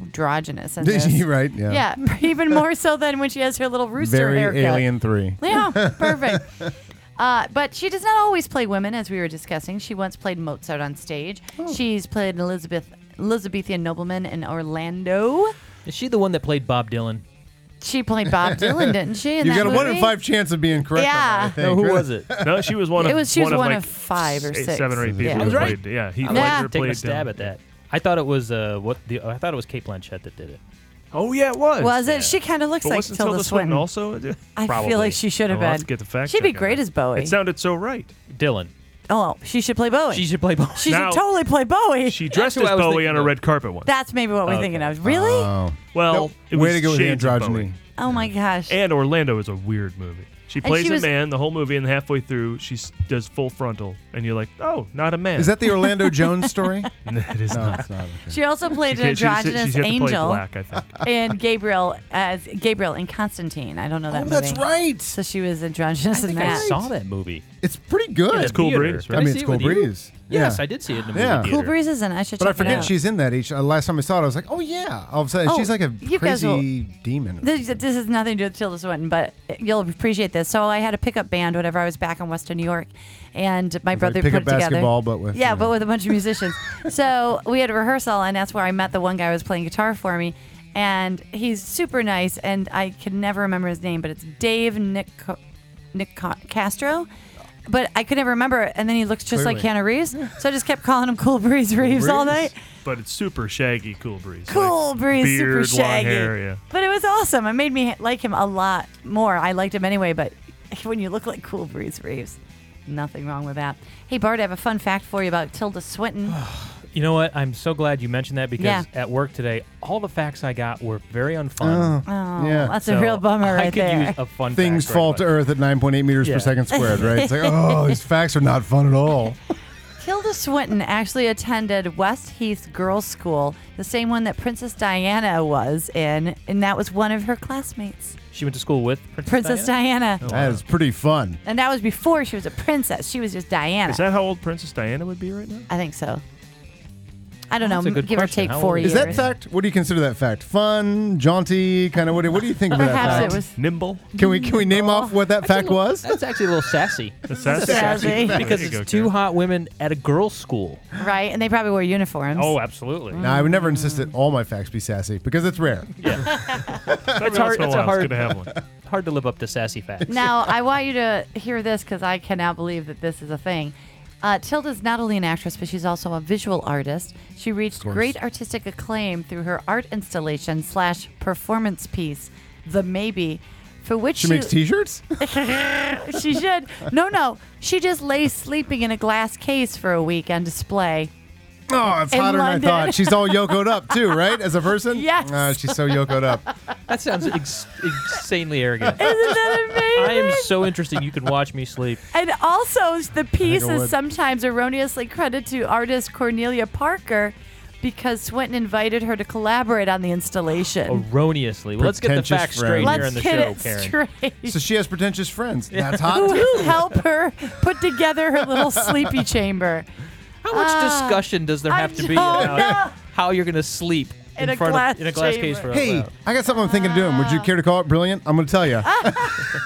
Speaker 5: androgynous. In
Speaker 4: Is
Speaker 5: this.
Speaker 4: he right? Yeah.
Speaker 5: Yeah, even more so than when she has her little rooster
Speaker 4: Very
Speaker 5: haircut.
Speaker 4: Alien Three.
Speaker 5: Yeah, perfect. Uh, but she does not always play women, as we were discussing. She once played Mozart on stage.
Speaker 4: Oh.
Speaker 5: She's played an Elizabeth Elizabethan nobleman in Orlando.
Speaker 10: Is she the one that played Bob Dylan?
Speaker 5: She played Bob Dylan, didn't she? In
Speaker 4: you
Speaker 5: that
Speaker 4: got a one in
Speaker 5: movie?
Speaker 4: five chance of being correct. on that, I
Speaker 5: Yeah.
Speaker 4: think.
Speaker 5: No, who
Speaker 4: Really?
Speaker 10: was it?
Speaker 3: No, she was one of
Speaker 5: It was- she was
Speaker 3: one, of,
Speaker 5: one
Speaker 3: like
Speaker 5: of five or
Speaker 3: s- eight,
Speaker 5: six.
Speaker 3: seven or eight people.
Speaker 5: Yeah.
Speaker 3: who
Speaker 5: I was
Speaker 3: played-
Speaker 5: right.
Speaker 3: Yeah, he
Speaker 10: I
Speaker 3: played,
Speaker 5: Yeah.
Speaker 10: like to take
Speaker 3: played
Speaker 10: a stab
Speaker 3: Dylan.
Speaker 10: at that. I thought it was uh, what the I thought it was Kate Blanchett that did it.
Speaker 3: Oh yeah, it was.
Speaker 5: Was it? She kind of looks
Speaker 3: But
Speaker 5: like
Speaker 3: wasn't
Speaker 5: Tilda, Swinton.
Speaker 3: also?
Speaker 5: I feel like she should have
Speaker 3: Well,
Speaker 5: been.
Speaker 3: Let's get the fact.
Speaker 5: She'd be
Speaker 3: check on
Speaker 5: great
Speaker 3: that.
Speaker 5: as Bowie.
Speaker 3: It sounded so right.
Speaker 10: Dylan.
Speaker 5: oh, she should play Bowie.
Speaker 10: She should play Bowie.
Speaker 5: She
Speaker 3: Now-
Speaker 5: should totally play Bowie.
Speaker 3: She dressed
Speaker 10: who
Speaker 3: as
Speaker 10: I was
Speaker 3: Bowie
Speaker 10: thinking
Speaker 3: on a
Speaker 10: of.
Speaker 3: red carpet once.
Speaker 5: That's maybe what we're
Speaker 3: Okay.
Speaker 5: thinking of. Really?
Speaker 4: Oh.
Speaker 3: Well,
Speaker 4: Nope.
Speaker 3: it was
Speaker 4: Way to go with the
Speaker 3: shades of
Speaker 4: androgyny.
Speaker 3: Bowie.
Speaker 5: oh my gosh.
Speaker 3: And Orlando is a weird movie. She
Speaker 5: And
Speaker 3: plays
Speaker 5: she
Speaker 3: a
Speaker 5: was-
Speaker 3: man the whole movie, and halfway through, she s- does full frontal, and you're like, "Oh, not a man."
Speaker 4: Is that the Orlando Jones story?
Speaker 3: it is
Speaker 4: no,
Speaker 3: not.
Speaker 4: it's not. okay.
Speaker 5: She also played
Speaker 3: She
Speaker 5: an
Speaker 3: can't- she's-
Speaker 5: androgynous
Speaker 3: she's yet to play
Speaker 5: angel
Speaker 3: black, I think.
Speaker 5: in Gabriel as Gabriel in Constantine. I don't know that
Speaker 4: Oh,
Speaker 5: movie.
Speaker 4: that's right.
Speaker 5: So she was androgynous in
Speaker 10: I
Speaker 5: that.
Speaker 10: saw that movie.
Speaker 4: It's pretty good.
Speaker 3: It's Cool
Speaker 10: theater.
Speaker 3: Breeze,
Speaker 10: Did
Speaker 3: right?
Speaker 4: I mean,
Speaker 10: see
Speaker 4: it's
Speaker 10: it
Speaker 4: Cool
Speaker 10: with you?
Speaker 4: Breeze.
Speaker 10: Yes,
Speaker 4: Yeah.
Speaker 10: I did see it in the movie
Speaker 4: Yeah.
Speaker 10: theater.
Speaker 5: Cool Breeze is in. it. I should
Speaker 4: But I
Speaker 5: check it
Speaker 4: forget
Speaker 5: out.
Speaker 4: she's in that. Each uh, last time I saw it, I was like, "Oh yeah!" All of a sudden,
Speaker 5: Oh,
Speaker 4: she's like a
Speaker 5: you guys
Speaker 4: crazy demon.
Speaker 5: This, this is nothing to do with Tilda Swinton, but you'll appreciate this. So I had a pickup band whenever I was back in Western New York, and my
Speaker 4: like
Speaker 5: brother
Speaker 4: pickup
Speaker 5: put it together.
Speaker 4: basketball, but with,
Speaker 5: yeah,
Speaker 4: you know.
Speaker 5: but with a bunch of musicians. so we had a rehearsal, and that's where I met the one guy who was playing guitar for me, and he's super nice, and I can never remember his name, but it's Dave Nick Nick Castro. But I could never remember it, and then he looks just like
Speaker 4: Clearly.
Speaker 5: Keanu Reeves, so I just kept calling him Cool Breeze Reeves all
Speaker 4: Breeze?
Speaker 5: night.
Speaker 3: But it's super shaggy, cool breeze.
Speaker 5: Cool
Speaker 3: like
Speaker 5: breeze,
Speaker 3: beard,
Speaker 5: super shaggy.
Speaker 3: Long hair, yeah.
Speaker 5: But it was awesome. It made me like him a lot more. I liked him anyway, but when you look like Cool Breeze Reeves, nothing wrong with that. Hey, Bart, I have a fun fact for you about Tilda Swinton.
Speaker 10: You know what? I'm so glad you mentioned that because
Speaker 5: Yeah.
Speaker 10: at work today, all the facts I got were very unfun.
Speaker 5: Oh,
Speaker 4: Yeah.
Speaker 5: that's
Speaker 10: So
Speaker 5: a real bummer
Speaker 10: I
Speaker 5: right
Speaker 10: could
Speaker 5: there.
Speaker 10: use a fun
Speaker 4: Things
Speaker 10: fact right
Speaker 4: fall to
Speaker 10: away.
Speaker 4: earth at 9.8 meters
Speaker 10: Yeah.
Speaker 4: per second squared, right? It's like, oh, these facts are not fun at all.
Speaker 5: Tilda Swinton actually attended West Heath Girls' School, the same one that Princess Diana was in, and that was one of her classmates,
Speaker 10: She went to school with Princess,
Speaker 5: Princess
Speaker 10: Diana?
Speaker 5: Diana.
Speaker 4: That is pretty fun.
Speaker 5: And that was before she was a princess. She was just Diana.
Speaker 3: Is that how old Princess Diana would be right now?
Speaker 5: I think so. I don't know,
Speaker 10: That's a good
Speaker 5: give or
Speaker 10: question.
Speaker 5: take
Speaker 10: How
Speaker 5: four
Speaker 10: old
Speaker 4: Is
Speaker 5: years.
Speaker 4: that fact? What do you consider that fact? Fun, jaunty, kind of. What do, what do you think about that
Speaker 5: Perhaps
Speaker 4: fact?
Speaker 5: it was
Speaker 3: Nimble.
Speaker 4: Can we can we name off what that fact was?
Speaker 10: That's actually a little sassy.
Speaker 3: That's sassy.
Speaker 5: Sassy. Sassy.
Speaker 10: because
Speaker 3: There
Speaker 10: it's
Speaker 3: you go,
Speaker 10: two
Speaker 3: Karen.
Speaker 10: hot women at a girls' school.
Speaker 5: right, and they probably wore uniforms.
Speaker 10: Oh, absolutely.
Speaker 4: Now, I would never insist that all my facts be sassy because it's rare.
Speaker 10: hard-
Speaker 3: Every once in a
Speaker 10: that's a
Speaker 3: while,
Speaker 10: hard-
Speaker 3: It's good to have one.
Speaker 10: Hard to live up to sassy facts.
Speaker 5: now I want you to hear this because I cannot believe that this is a thing. Uh, Tilda's not only an actress, but she's also a visual artist. She reached great artistic acclaim through her art installation slash performance piece, "The Maybe," for which
Speaker 4: She makes t-shirts?
Speaker 5: she should. No, no, she just lay sleeping in a glass case for a week on display.
Speaker 4: Oh, it's
Speaker 5: In
Speaker 4: hotter
Speaker 5: London.
Speaker 4: than I thought. She's all yokoed up too, right? As a person?
Speaker 5: Yes.
Speaker 4: Ah, she's so yokoed up.
Speaker 10: That sounds ex- insanely arrogant.
Speaker 5: Isn't that amazing?
Speaker 10: I am so interested. You can watch me sleep.
Speaker 5: And also, the piece
Speaker 4: I
Speaker 5: is
Speaker 4: would.
Speaker 5: sometimes erroneously credited to artist Cornelia Parker because Swinton invited her to collaborate on the
Speaker 3: Oh,
Speaker 5: installation.
Speaker 10: Erroneously. Well, let's get the
Speaker 4: Pretentious
Speaker 10: facts straight
Speaker 4: friends.
Speaker 10: here on
Speaker 5: Let's
Speaker 10: the
Speaker 5: get
Speaker 10: show,
Speaker 5: it
Speaker 10: Karen.
Speaker 5: straight.
Speaker 4: So she has pretentious friends. That's hot too.
Speaker 5: Who help her put together her little sleepy chamber
Speaker 10: How much
Speaker 5: Ah,
Speaker 10: discussion does there
Speaker 5: I
Speaker 10: have to be
Speaker 5: don't
Speaker 10: about
Speaker 5: know.
Speaker 10: how you're going to sleep
Speaker 5: In
Speaker 10: in,
Speaker 5: a
Speaker 10: front
Speaker 5: glass
Speaker 10: of in a glass case for
Speaker 5: chamber.
Speaker 10: a
Speaker 4: Hey, I got something I'm thinking of doing. Would you care to call it brilliant? I'm going to tell you.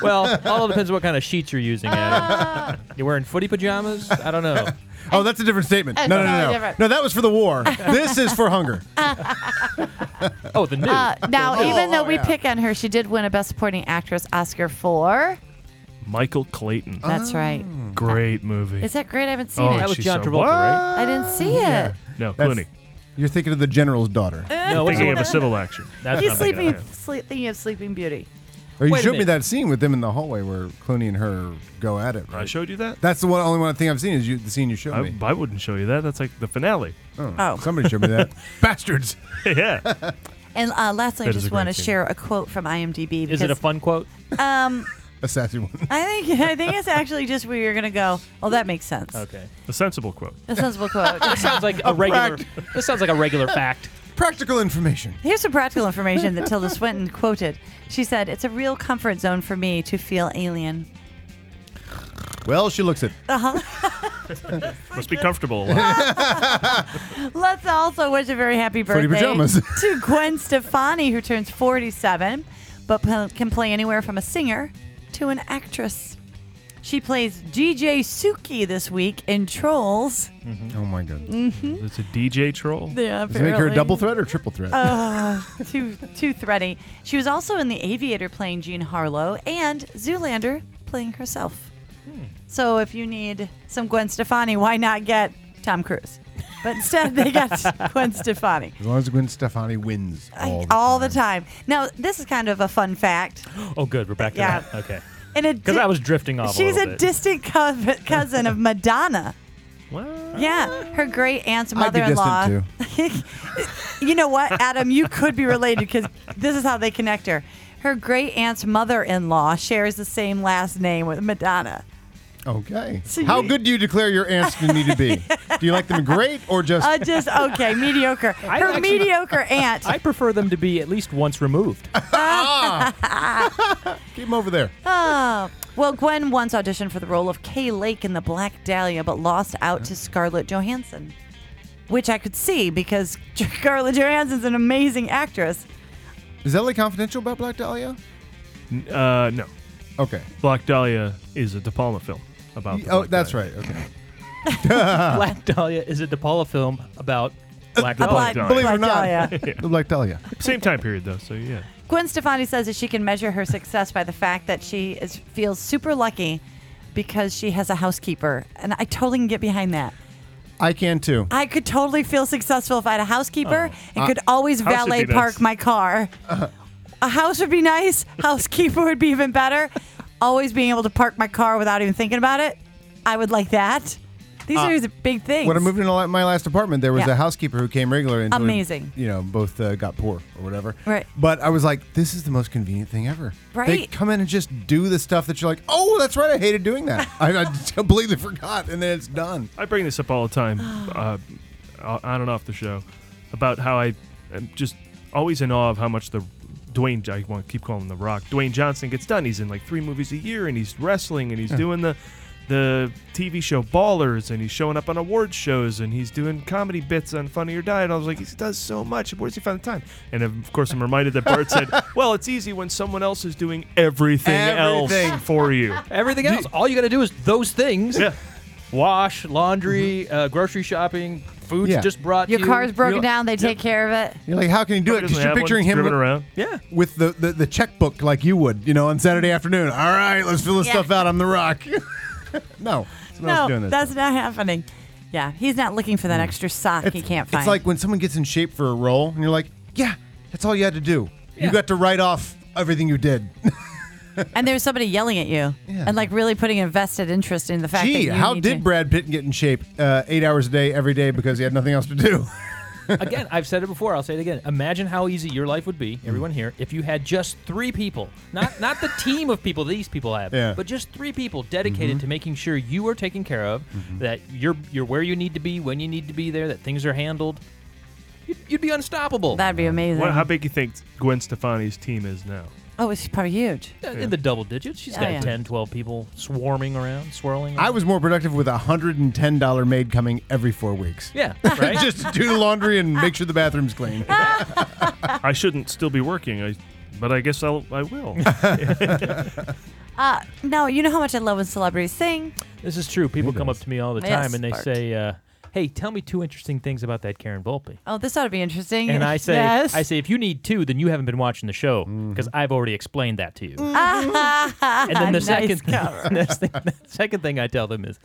Speaker 10: Well, all depends what kind of sheets you're using.
Speaker 5: Uh.
Speaker 10: Adam. You're wearing footy pajamas? I don't know.
Speaker 4: Oh, that's a different statement. No,
Speaker 5: It's
Speaker 4: no, no,
Speaker 5: totally
Speaker 4: no.
Speaker 5: different.
Speaker 4: No, that was for the war. This is for hunger.
Speaker 10: Oh, the new.
Speaker 5: Uh, now,
Speaker 4: Oh,
Speaker 5: even though
Speaker 4: oh,
Speaker 5: we
Speaker 4: yeah.
Speaker 5: pick on her, she did win a Best Supporting Actress Oscar for.
Speaker 3: Michael Clayton.
Speaker 10: Uh,
Speaker 5: That's right.
Speaker 3: Great movie.
Speaker 5: Is that great? I haven't seen
Speaker 3: oh,
Speaker 5: it.
Speaker 10: was
Speaker 3: she's
Speaker 10: John
Speaker 3: so-
Speaker 10: Travolta, right?
Speaker 5: I didn't see it.
Speaker 3: No,
Speaker 4: That's-
Speaker 3: Clooney.
Speaker 4: You're thinking of the general's daughter.
Speaker 10: no, what's the
Speaker 3: Thinking of
Speaker 10: one?
Speaker 3: a civil action.
Speaker 10: That's
Speaker 5: He's
Speaker 10: not big
Speaker 5: sleeping,
Speaker 10: enough.
Speaker 5: sleeping of Sleeping Beauty.
Speaker 4: Or you
Speaker 10: Wait a
Speaker 4: showed me
Speaker 10: minute.
Speaker 4: that scene with them in the hallway where Clooney and her go at it,
Speaker 3: I
Speaker 4: right?
Speaker 3: showed you Oh, that.
Speaker 4: That's the one, only one thing I've seen is you, the scene you showed
Speaker 3: I,
Speaker 4: me.
Speaker 3: I wouldn't show you that. That's like the finale.
Speaker 5: Oh.
Speaker 4: Somebody showed me that. Bastards.
Speaker 3: yeah.
Speaker 5: And uh, lastly, I
Speaker 3: That is
Speaker 5: just
Speaker 3: a great
Speaker 5: want to
Speaker 3: scene.
Speaker 5: share a quote from IMDb.
Speaker 10: Is it a
Speaker 5: because,
Speaker 10: fun quote?
Speaker 5: Um,
Speaker 4: A sassy one.
Speaker 5: I think I think it's actually just where you're gonna go. Oh, that makes sense.
Speaker 10: Okay.
Speaker 3: A sensible quote.
Speaker 5: A sensible quote.
Speaker 10: Sounds like a regular.
Speaker 4: fact.
Speaker 10: This sounds like a regular fact.
Speaker 4: Practical information.
Speaker 5: Here's some practical information that Tilda Swinton quoted. She said, "It's a real comfort zone for me to feel alien."
Speaker 4: Well, she looks it.
Speaker 5: Uh-huh.
Speaker 6: Must be comfortable.
Speaker 5: Let's also wish a very happy
Speaker 4: Fruity
Speaker 5: birthday
Speaker 4: pajamas.
Speaker 5: to Gwen Stefani, who turns 47, but p- can play anywhere from a singer to an actress. She plays DJ Suki this week in Trolls.
Speaker 4: Oh my god.
Speaker 5: Mhm.
Speaker 6: It's a DJ troll.
Speaker 5: Yeah,
Speaker 4: Does it make her a
Speaker 5: apparently.
Speaker 4: double threat or triple threat?
Speaker 5: Oh, too too thready. She was also in The Aviator playing Jean Harlow and Zoolander playing herself. So if you need some Gwen Stefani, why not get Tom Cruise? But instead, they got Gwen Stefani
Speaker 4: As long as Gwen Stefani wins all the
Speaker 5: all the time. Now, this is kind of a fun fact.
Speaker 3: Oh, good. We're back to
Speaker 5: Yeah.
Speaker 3: that. Okay.
Speaker 5: And a
Speaker 3: Because
Speaker 5: di-
Speaker 3: I was drifting off.
Speaker 5: She's
Speaker 3: a,
Speaker 5: a,
Speaker 3: little bit.
Speaker 5: distant co- cousin of Madonna. Yeah, her great aunt's
Speaker 4: I'd be
Speaker 5: mother-in-law.
Speaker 4: distant,
Speaker 5: you know what, Adam? You could be related because this is how they connect her. Her great aunt's mother-in-law shares the same last name with Madonna.
Speaker 4: Okay.
Speaker 5: So
Speaker 4: How
Speaker 5: you-
Speaker 4: good do you declare your aunts to need to be? do you like them great or just?
Speaker 5: Uh, just okay, mediocre. Her
Speaker 3: I actually-
Speaker 5: mediocre aunt.
Speaker 3: I prefer them to be at least once removed.
Speaker 4: Keep them over there.
Speaker 5: Oh. Well, Gwen once auditioned for the role of Kay Lake in The Black Dahlia, but lost out to Scarlett Johansson, which I could see because Scarlett Johansson's an amazing actress.
Speaker 4: Is LA Confidential about Black Dahlia?
Speaker 6: N- Uh, no.
Speaker 4: Okay.
Speaker 6: Black Dahlia is a De Palma film about. The
Speaker 4: oh,
Speaker 6: Black
Speaker 4: that's
Speaker 6: Dahlia.
Speaker 4: right. Okay.
Speaker 3: Black Dahlia is a De Paula film about Black Dahlia.
Speaker 5: About Black- Believe it or Black not,
Speaker 6: Dahlia.
Speaker 4: the Black Dahlia.
Speaker 6: Same time period though, so yeah.
Speaker 5: Gwen Stefani says that she can measure her success by the fact that she is, feels super lucky because she has a housekeeper. And I totally can get behind that.
Speaker 4: I can too.
Speaker 5: I could totally feel successful if I had a housekeeper
Speaker 4: Oh.
Speaker 5: and
Speaker 4: Uh,
Speaker 5: could always
Speaker 4: house would
Speaker 5: valet
Speaker 4: be nice. Uh-huh.
Speaker 5: park my car. a house would be nice. Housekeeper would be even better. Always being able to park my car without even thinking about it. I would like that. These
Speaker 4: Uh,
Speaker 5: are the big things.
Speaker 4: When I moved into la- my last apartment, there was
Speaker 5: Yeah.
Speaker 4: a housekeeper who came regularly. Until we,
Speaker 5: Amazing.
Speaker 4: you know, both uh, got poor or whatever.
Speaker 5: Right.
Speaker 4: But I was like, this is the most convenient thing ever. They
Speaker 5: Right.
Speaker 4: come in and just do the stuff that you're like, oh, that's right. I hated doing that. I, I completely forgot, and then it's done.
Speaker 6: I bring this up all the time, uh, on and off the show, about how I am just always in awe of how much the Dwayne. I want to keep calling him the Rock. Dwayne Johnson gets done. He's in like three movies a year, and he's wrestling, and he's
Speaker 3: Yeah.
Speaker 6: doing the the TV show Ballers, and he's showing up on award shows, and he's doing comedy bits on Funny or Die. And I was like, he does so much. Where's he find the time? And of course, I'm reminded that Bart said, "Well, it's easy when someone else is doing everything,
Speaker 3: Everything.
Speaker 6: else for you."
Speaker 3: Everything else. All you got to do is those things.
Speaker 6: Yeah.
Speaker 3: Wash, laundry,
Speaker 5: Mm-hmm.
Speaker 3: uh, grocery shopping, food's
Speaker 4: Yeah.
Speaker 3: just brought.
Speaker 5: Your
Speaker 3: to you.
Speaker 5: car's broken
Speaker 3: You-
Speaker 5: down. They take care of it.
Speaker 4: You're like, how can you do
Speaker 3: Probably
Speaker 4: it? Because
Speaker 3: doesn't
Speaker 4: you're
Speaker 3: have one,
Speaker 4: picturing
Speaker 3: it's
Speaker 4: him
Speaker 3: driven
Speaker 4: with,
Speaker 3: around. Yeah.
Speaker 4: with the, the, the checkbook like you would, you know, on Saturday afternoon. All right, let's fill this
Speaker 5: Yeah.
Speaker 4: stuff out. I'm the rock. no, someone else
Speaker 5: No,
Speaker 4: doing this. Hmm.
Speaker 5: that's not happening. Yeah, he's not looking for that extra sock he can't find.
Speaker 4: It's like when someone gets in shape for a role, and you're like, yeah, that's all you had to do. You got to write off everything you did.
Speaker 5: and there's somebody yelling at you and like really putting a vested interest in the fact that
Speaker 4: Gee,
Speaker 5: you
Speaker 4: how
Speaker 5: need
Speaker 4: did
Speaker 5: to-
Speaker 4: Brad Pitt get in shape uh, eight hours a day every day because he had nothing else to do?
Speaker 3: again, I've said it before. I'll say it again. Imagine how easy your life would
Speaker 4: Mm.
Speaker 3: be, everyone here, if you had just three people, not not the team of people these people have,
Speaker 4: Yeah.
Speaker 3: but just three people dedicated
Speaker 4: Mhm.
Speaker 3: to making sure you are taken care of,
Speaker 4: Mm-hmm.
Speaker 3: that you're you're where you need to be when you need to be there, that things are handled. You'd, you'd be unstoppable.
Speaker 5: That'd be amazing.
Speaker 6: What, how big you think Gwen Stefani's team is now?
Speaker 5: oh, it's probably huge.
Speaker 3: Uh, In the double digits, she's
Speaker 5: Oh,
Speaker 3: got
Speaker 5: yeah.
Speaker 3: 10, 12 people swarming around, swirling.
Speaker 4: I was more productive with a hundred and ten dollar maid coming every four weeks.
Speaker 3: Yeah,
Speaker 6: right?
Speaker 4: Just to do the laundry and make sure the bathroom's clean.
Speaker 6: I shouldn't still be working. I, but I guess I'll I will.
Speaker 5: Uh, no, you know how much I love when celebrities sing.
Speaker 3: This is true. People come up to me all the time
Speaker 5: Yes,
Speaker 3: and they
Speaker 5: Bart.
Speaker 3: say, uh, "Hey, tell me two interesting things about that Karen Volpe."
Speaker 5: Oh, this ought to be interesting.
Speaker 3: And I say,
Speaker 5: yes.
Speaker 3: I say, if you need two, then you haven't been watching the show
Speaker 4: Mm-hmm.
Speaker 3: because I've already explained that to you.
Speaker 5: Mm-hmm.
Speaker 3: And then the second, thing, next thing, the second thing I tell them is,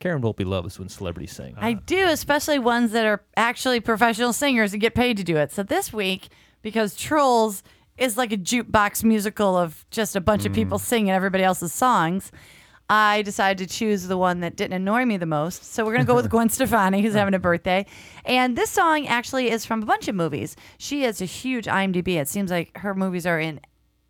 Speaker 3: Karen Volpe loves when celebrities sing.
Speaker 5: I do, especially ones that are actually professional singers and get paid to do it. So this week, because Trolls is like a jukebox musical of just a bunch
Speaker 3: Mm.
Speaker 5: of people singing everybody else's songs, I decided to choose the one that didn't annoy me the most. So we're going to go with Gwen Stefani, who's having a birthday. And this song actually is from a bunch of movies. She has a huge IMDb. It seems like her movies are in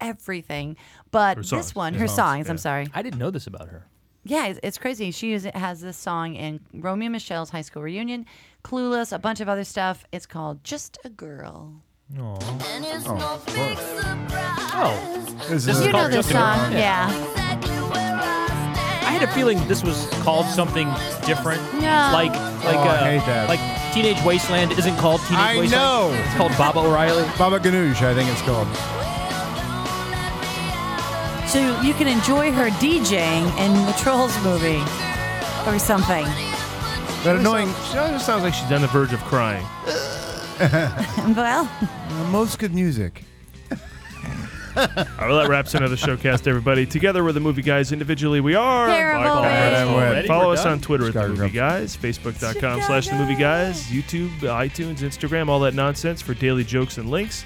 Speaker 5: everything. But
Speaker 3: Her
Speaker 5: this
Speaker 3: songs.
Speaker 5: one,
Speaker 3: Her
Speaker 5: her
Speaker 3: songs,
Speaker 5: songs,
Speaker 3: yeah.
Speaker 5: I'm sorry.
Speaker 3: I didn't know this about her.
Speaker 5: Yeah, it's, it's crazy. She is, has this song in Romeo and Michelle's High School Reunion, Clueless, a bunch of other stuff. It's called Just a Girl.
Speaker 3: Oh,
Speaker 5: you know this song, yeah.
Speaker 3: I had a feeling this was called something different.
Speaker 5: No.
Speaker 3: Like like
Speaker 4: Oh,
Speaker 3: uh,
Speaker 4: I hate that.
Speaker 3: like Teenage Wasteland isn't called Teenage
Speaker 4: I
Speaker 3: Wasteland.
Speaker 4: know.
Speaker 3: It's called Bob O'Reilly.
Speaker 4: Baba Ganoush, I think it's called.
Speaker 5: So you can enjoy her DJing in the Trolls movie or something.
Speaker 4: That annoying.
Speaker 6: She always sounds like she's on the verge of crying.
Speaker 5: well,
Speaker 4: most good music.
Speaker 6: All right, well, that wraps another showcast, everybody. Together, we're the movie guys. Individually, we are.
Speaker 5: Terrible
Speaker 6: Michael
Speaker 5: Red.
Speaker 6: Red.
Speaker 4: Terrible Red.
Speaker 6: Red. Follow
Speaker 4: We're
Speaker 6: us
Speaker 4: done.
Speaker 6: on Twitter at the movie guys, facebook.com slash the movie guys, YouTube, iTunes, Instagram, all that nonsense for daily jokes and links.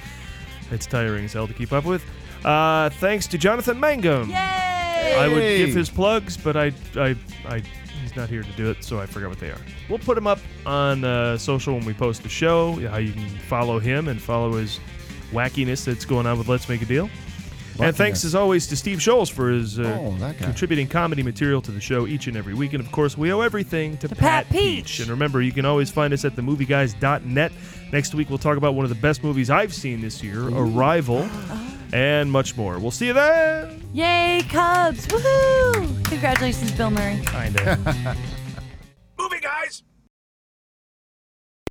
Speaker 6: It's tiring as hell to keep up with. Uh, thanks to Jonathan Mangum. I would
Speaker 4: Yay!
Speaker 6: give his plugs, but I, I, I, he's not here to do it, so I forgot what they are. We'll put him up on uh, social when we post the show. How you can follow him and follow his wackiness that's going on with Let's Make a Deal. And thanks
Speaker 4: Wackiness.
Speaker 6: as always to Steve Scholes for his uh,
Speaker 4: Oh, that guy.
Speaker 6: contributing comedy material to the show each and every week. And of course, we owe everything to, Pat, Peach. And remember, you can always find us at themovieguys.net. Next week, we'll talk about one of the best movies I've seen this year, Arrival, and much more. We'll see you then.
Speaker 5: yay, Cubs! Woohoo! Congratulations, Bill Murray.
Speaker 6: Kinda.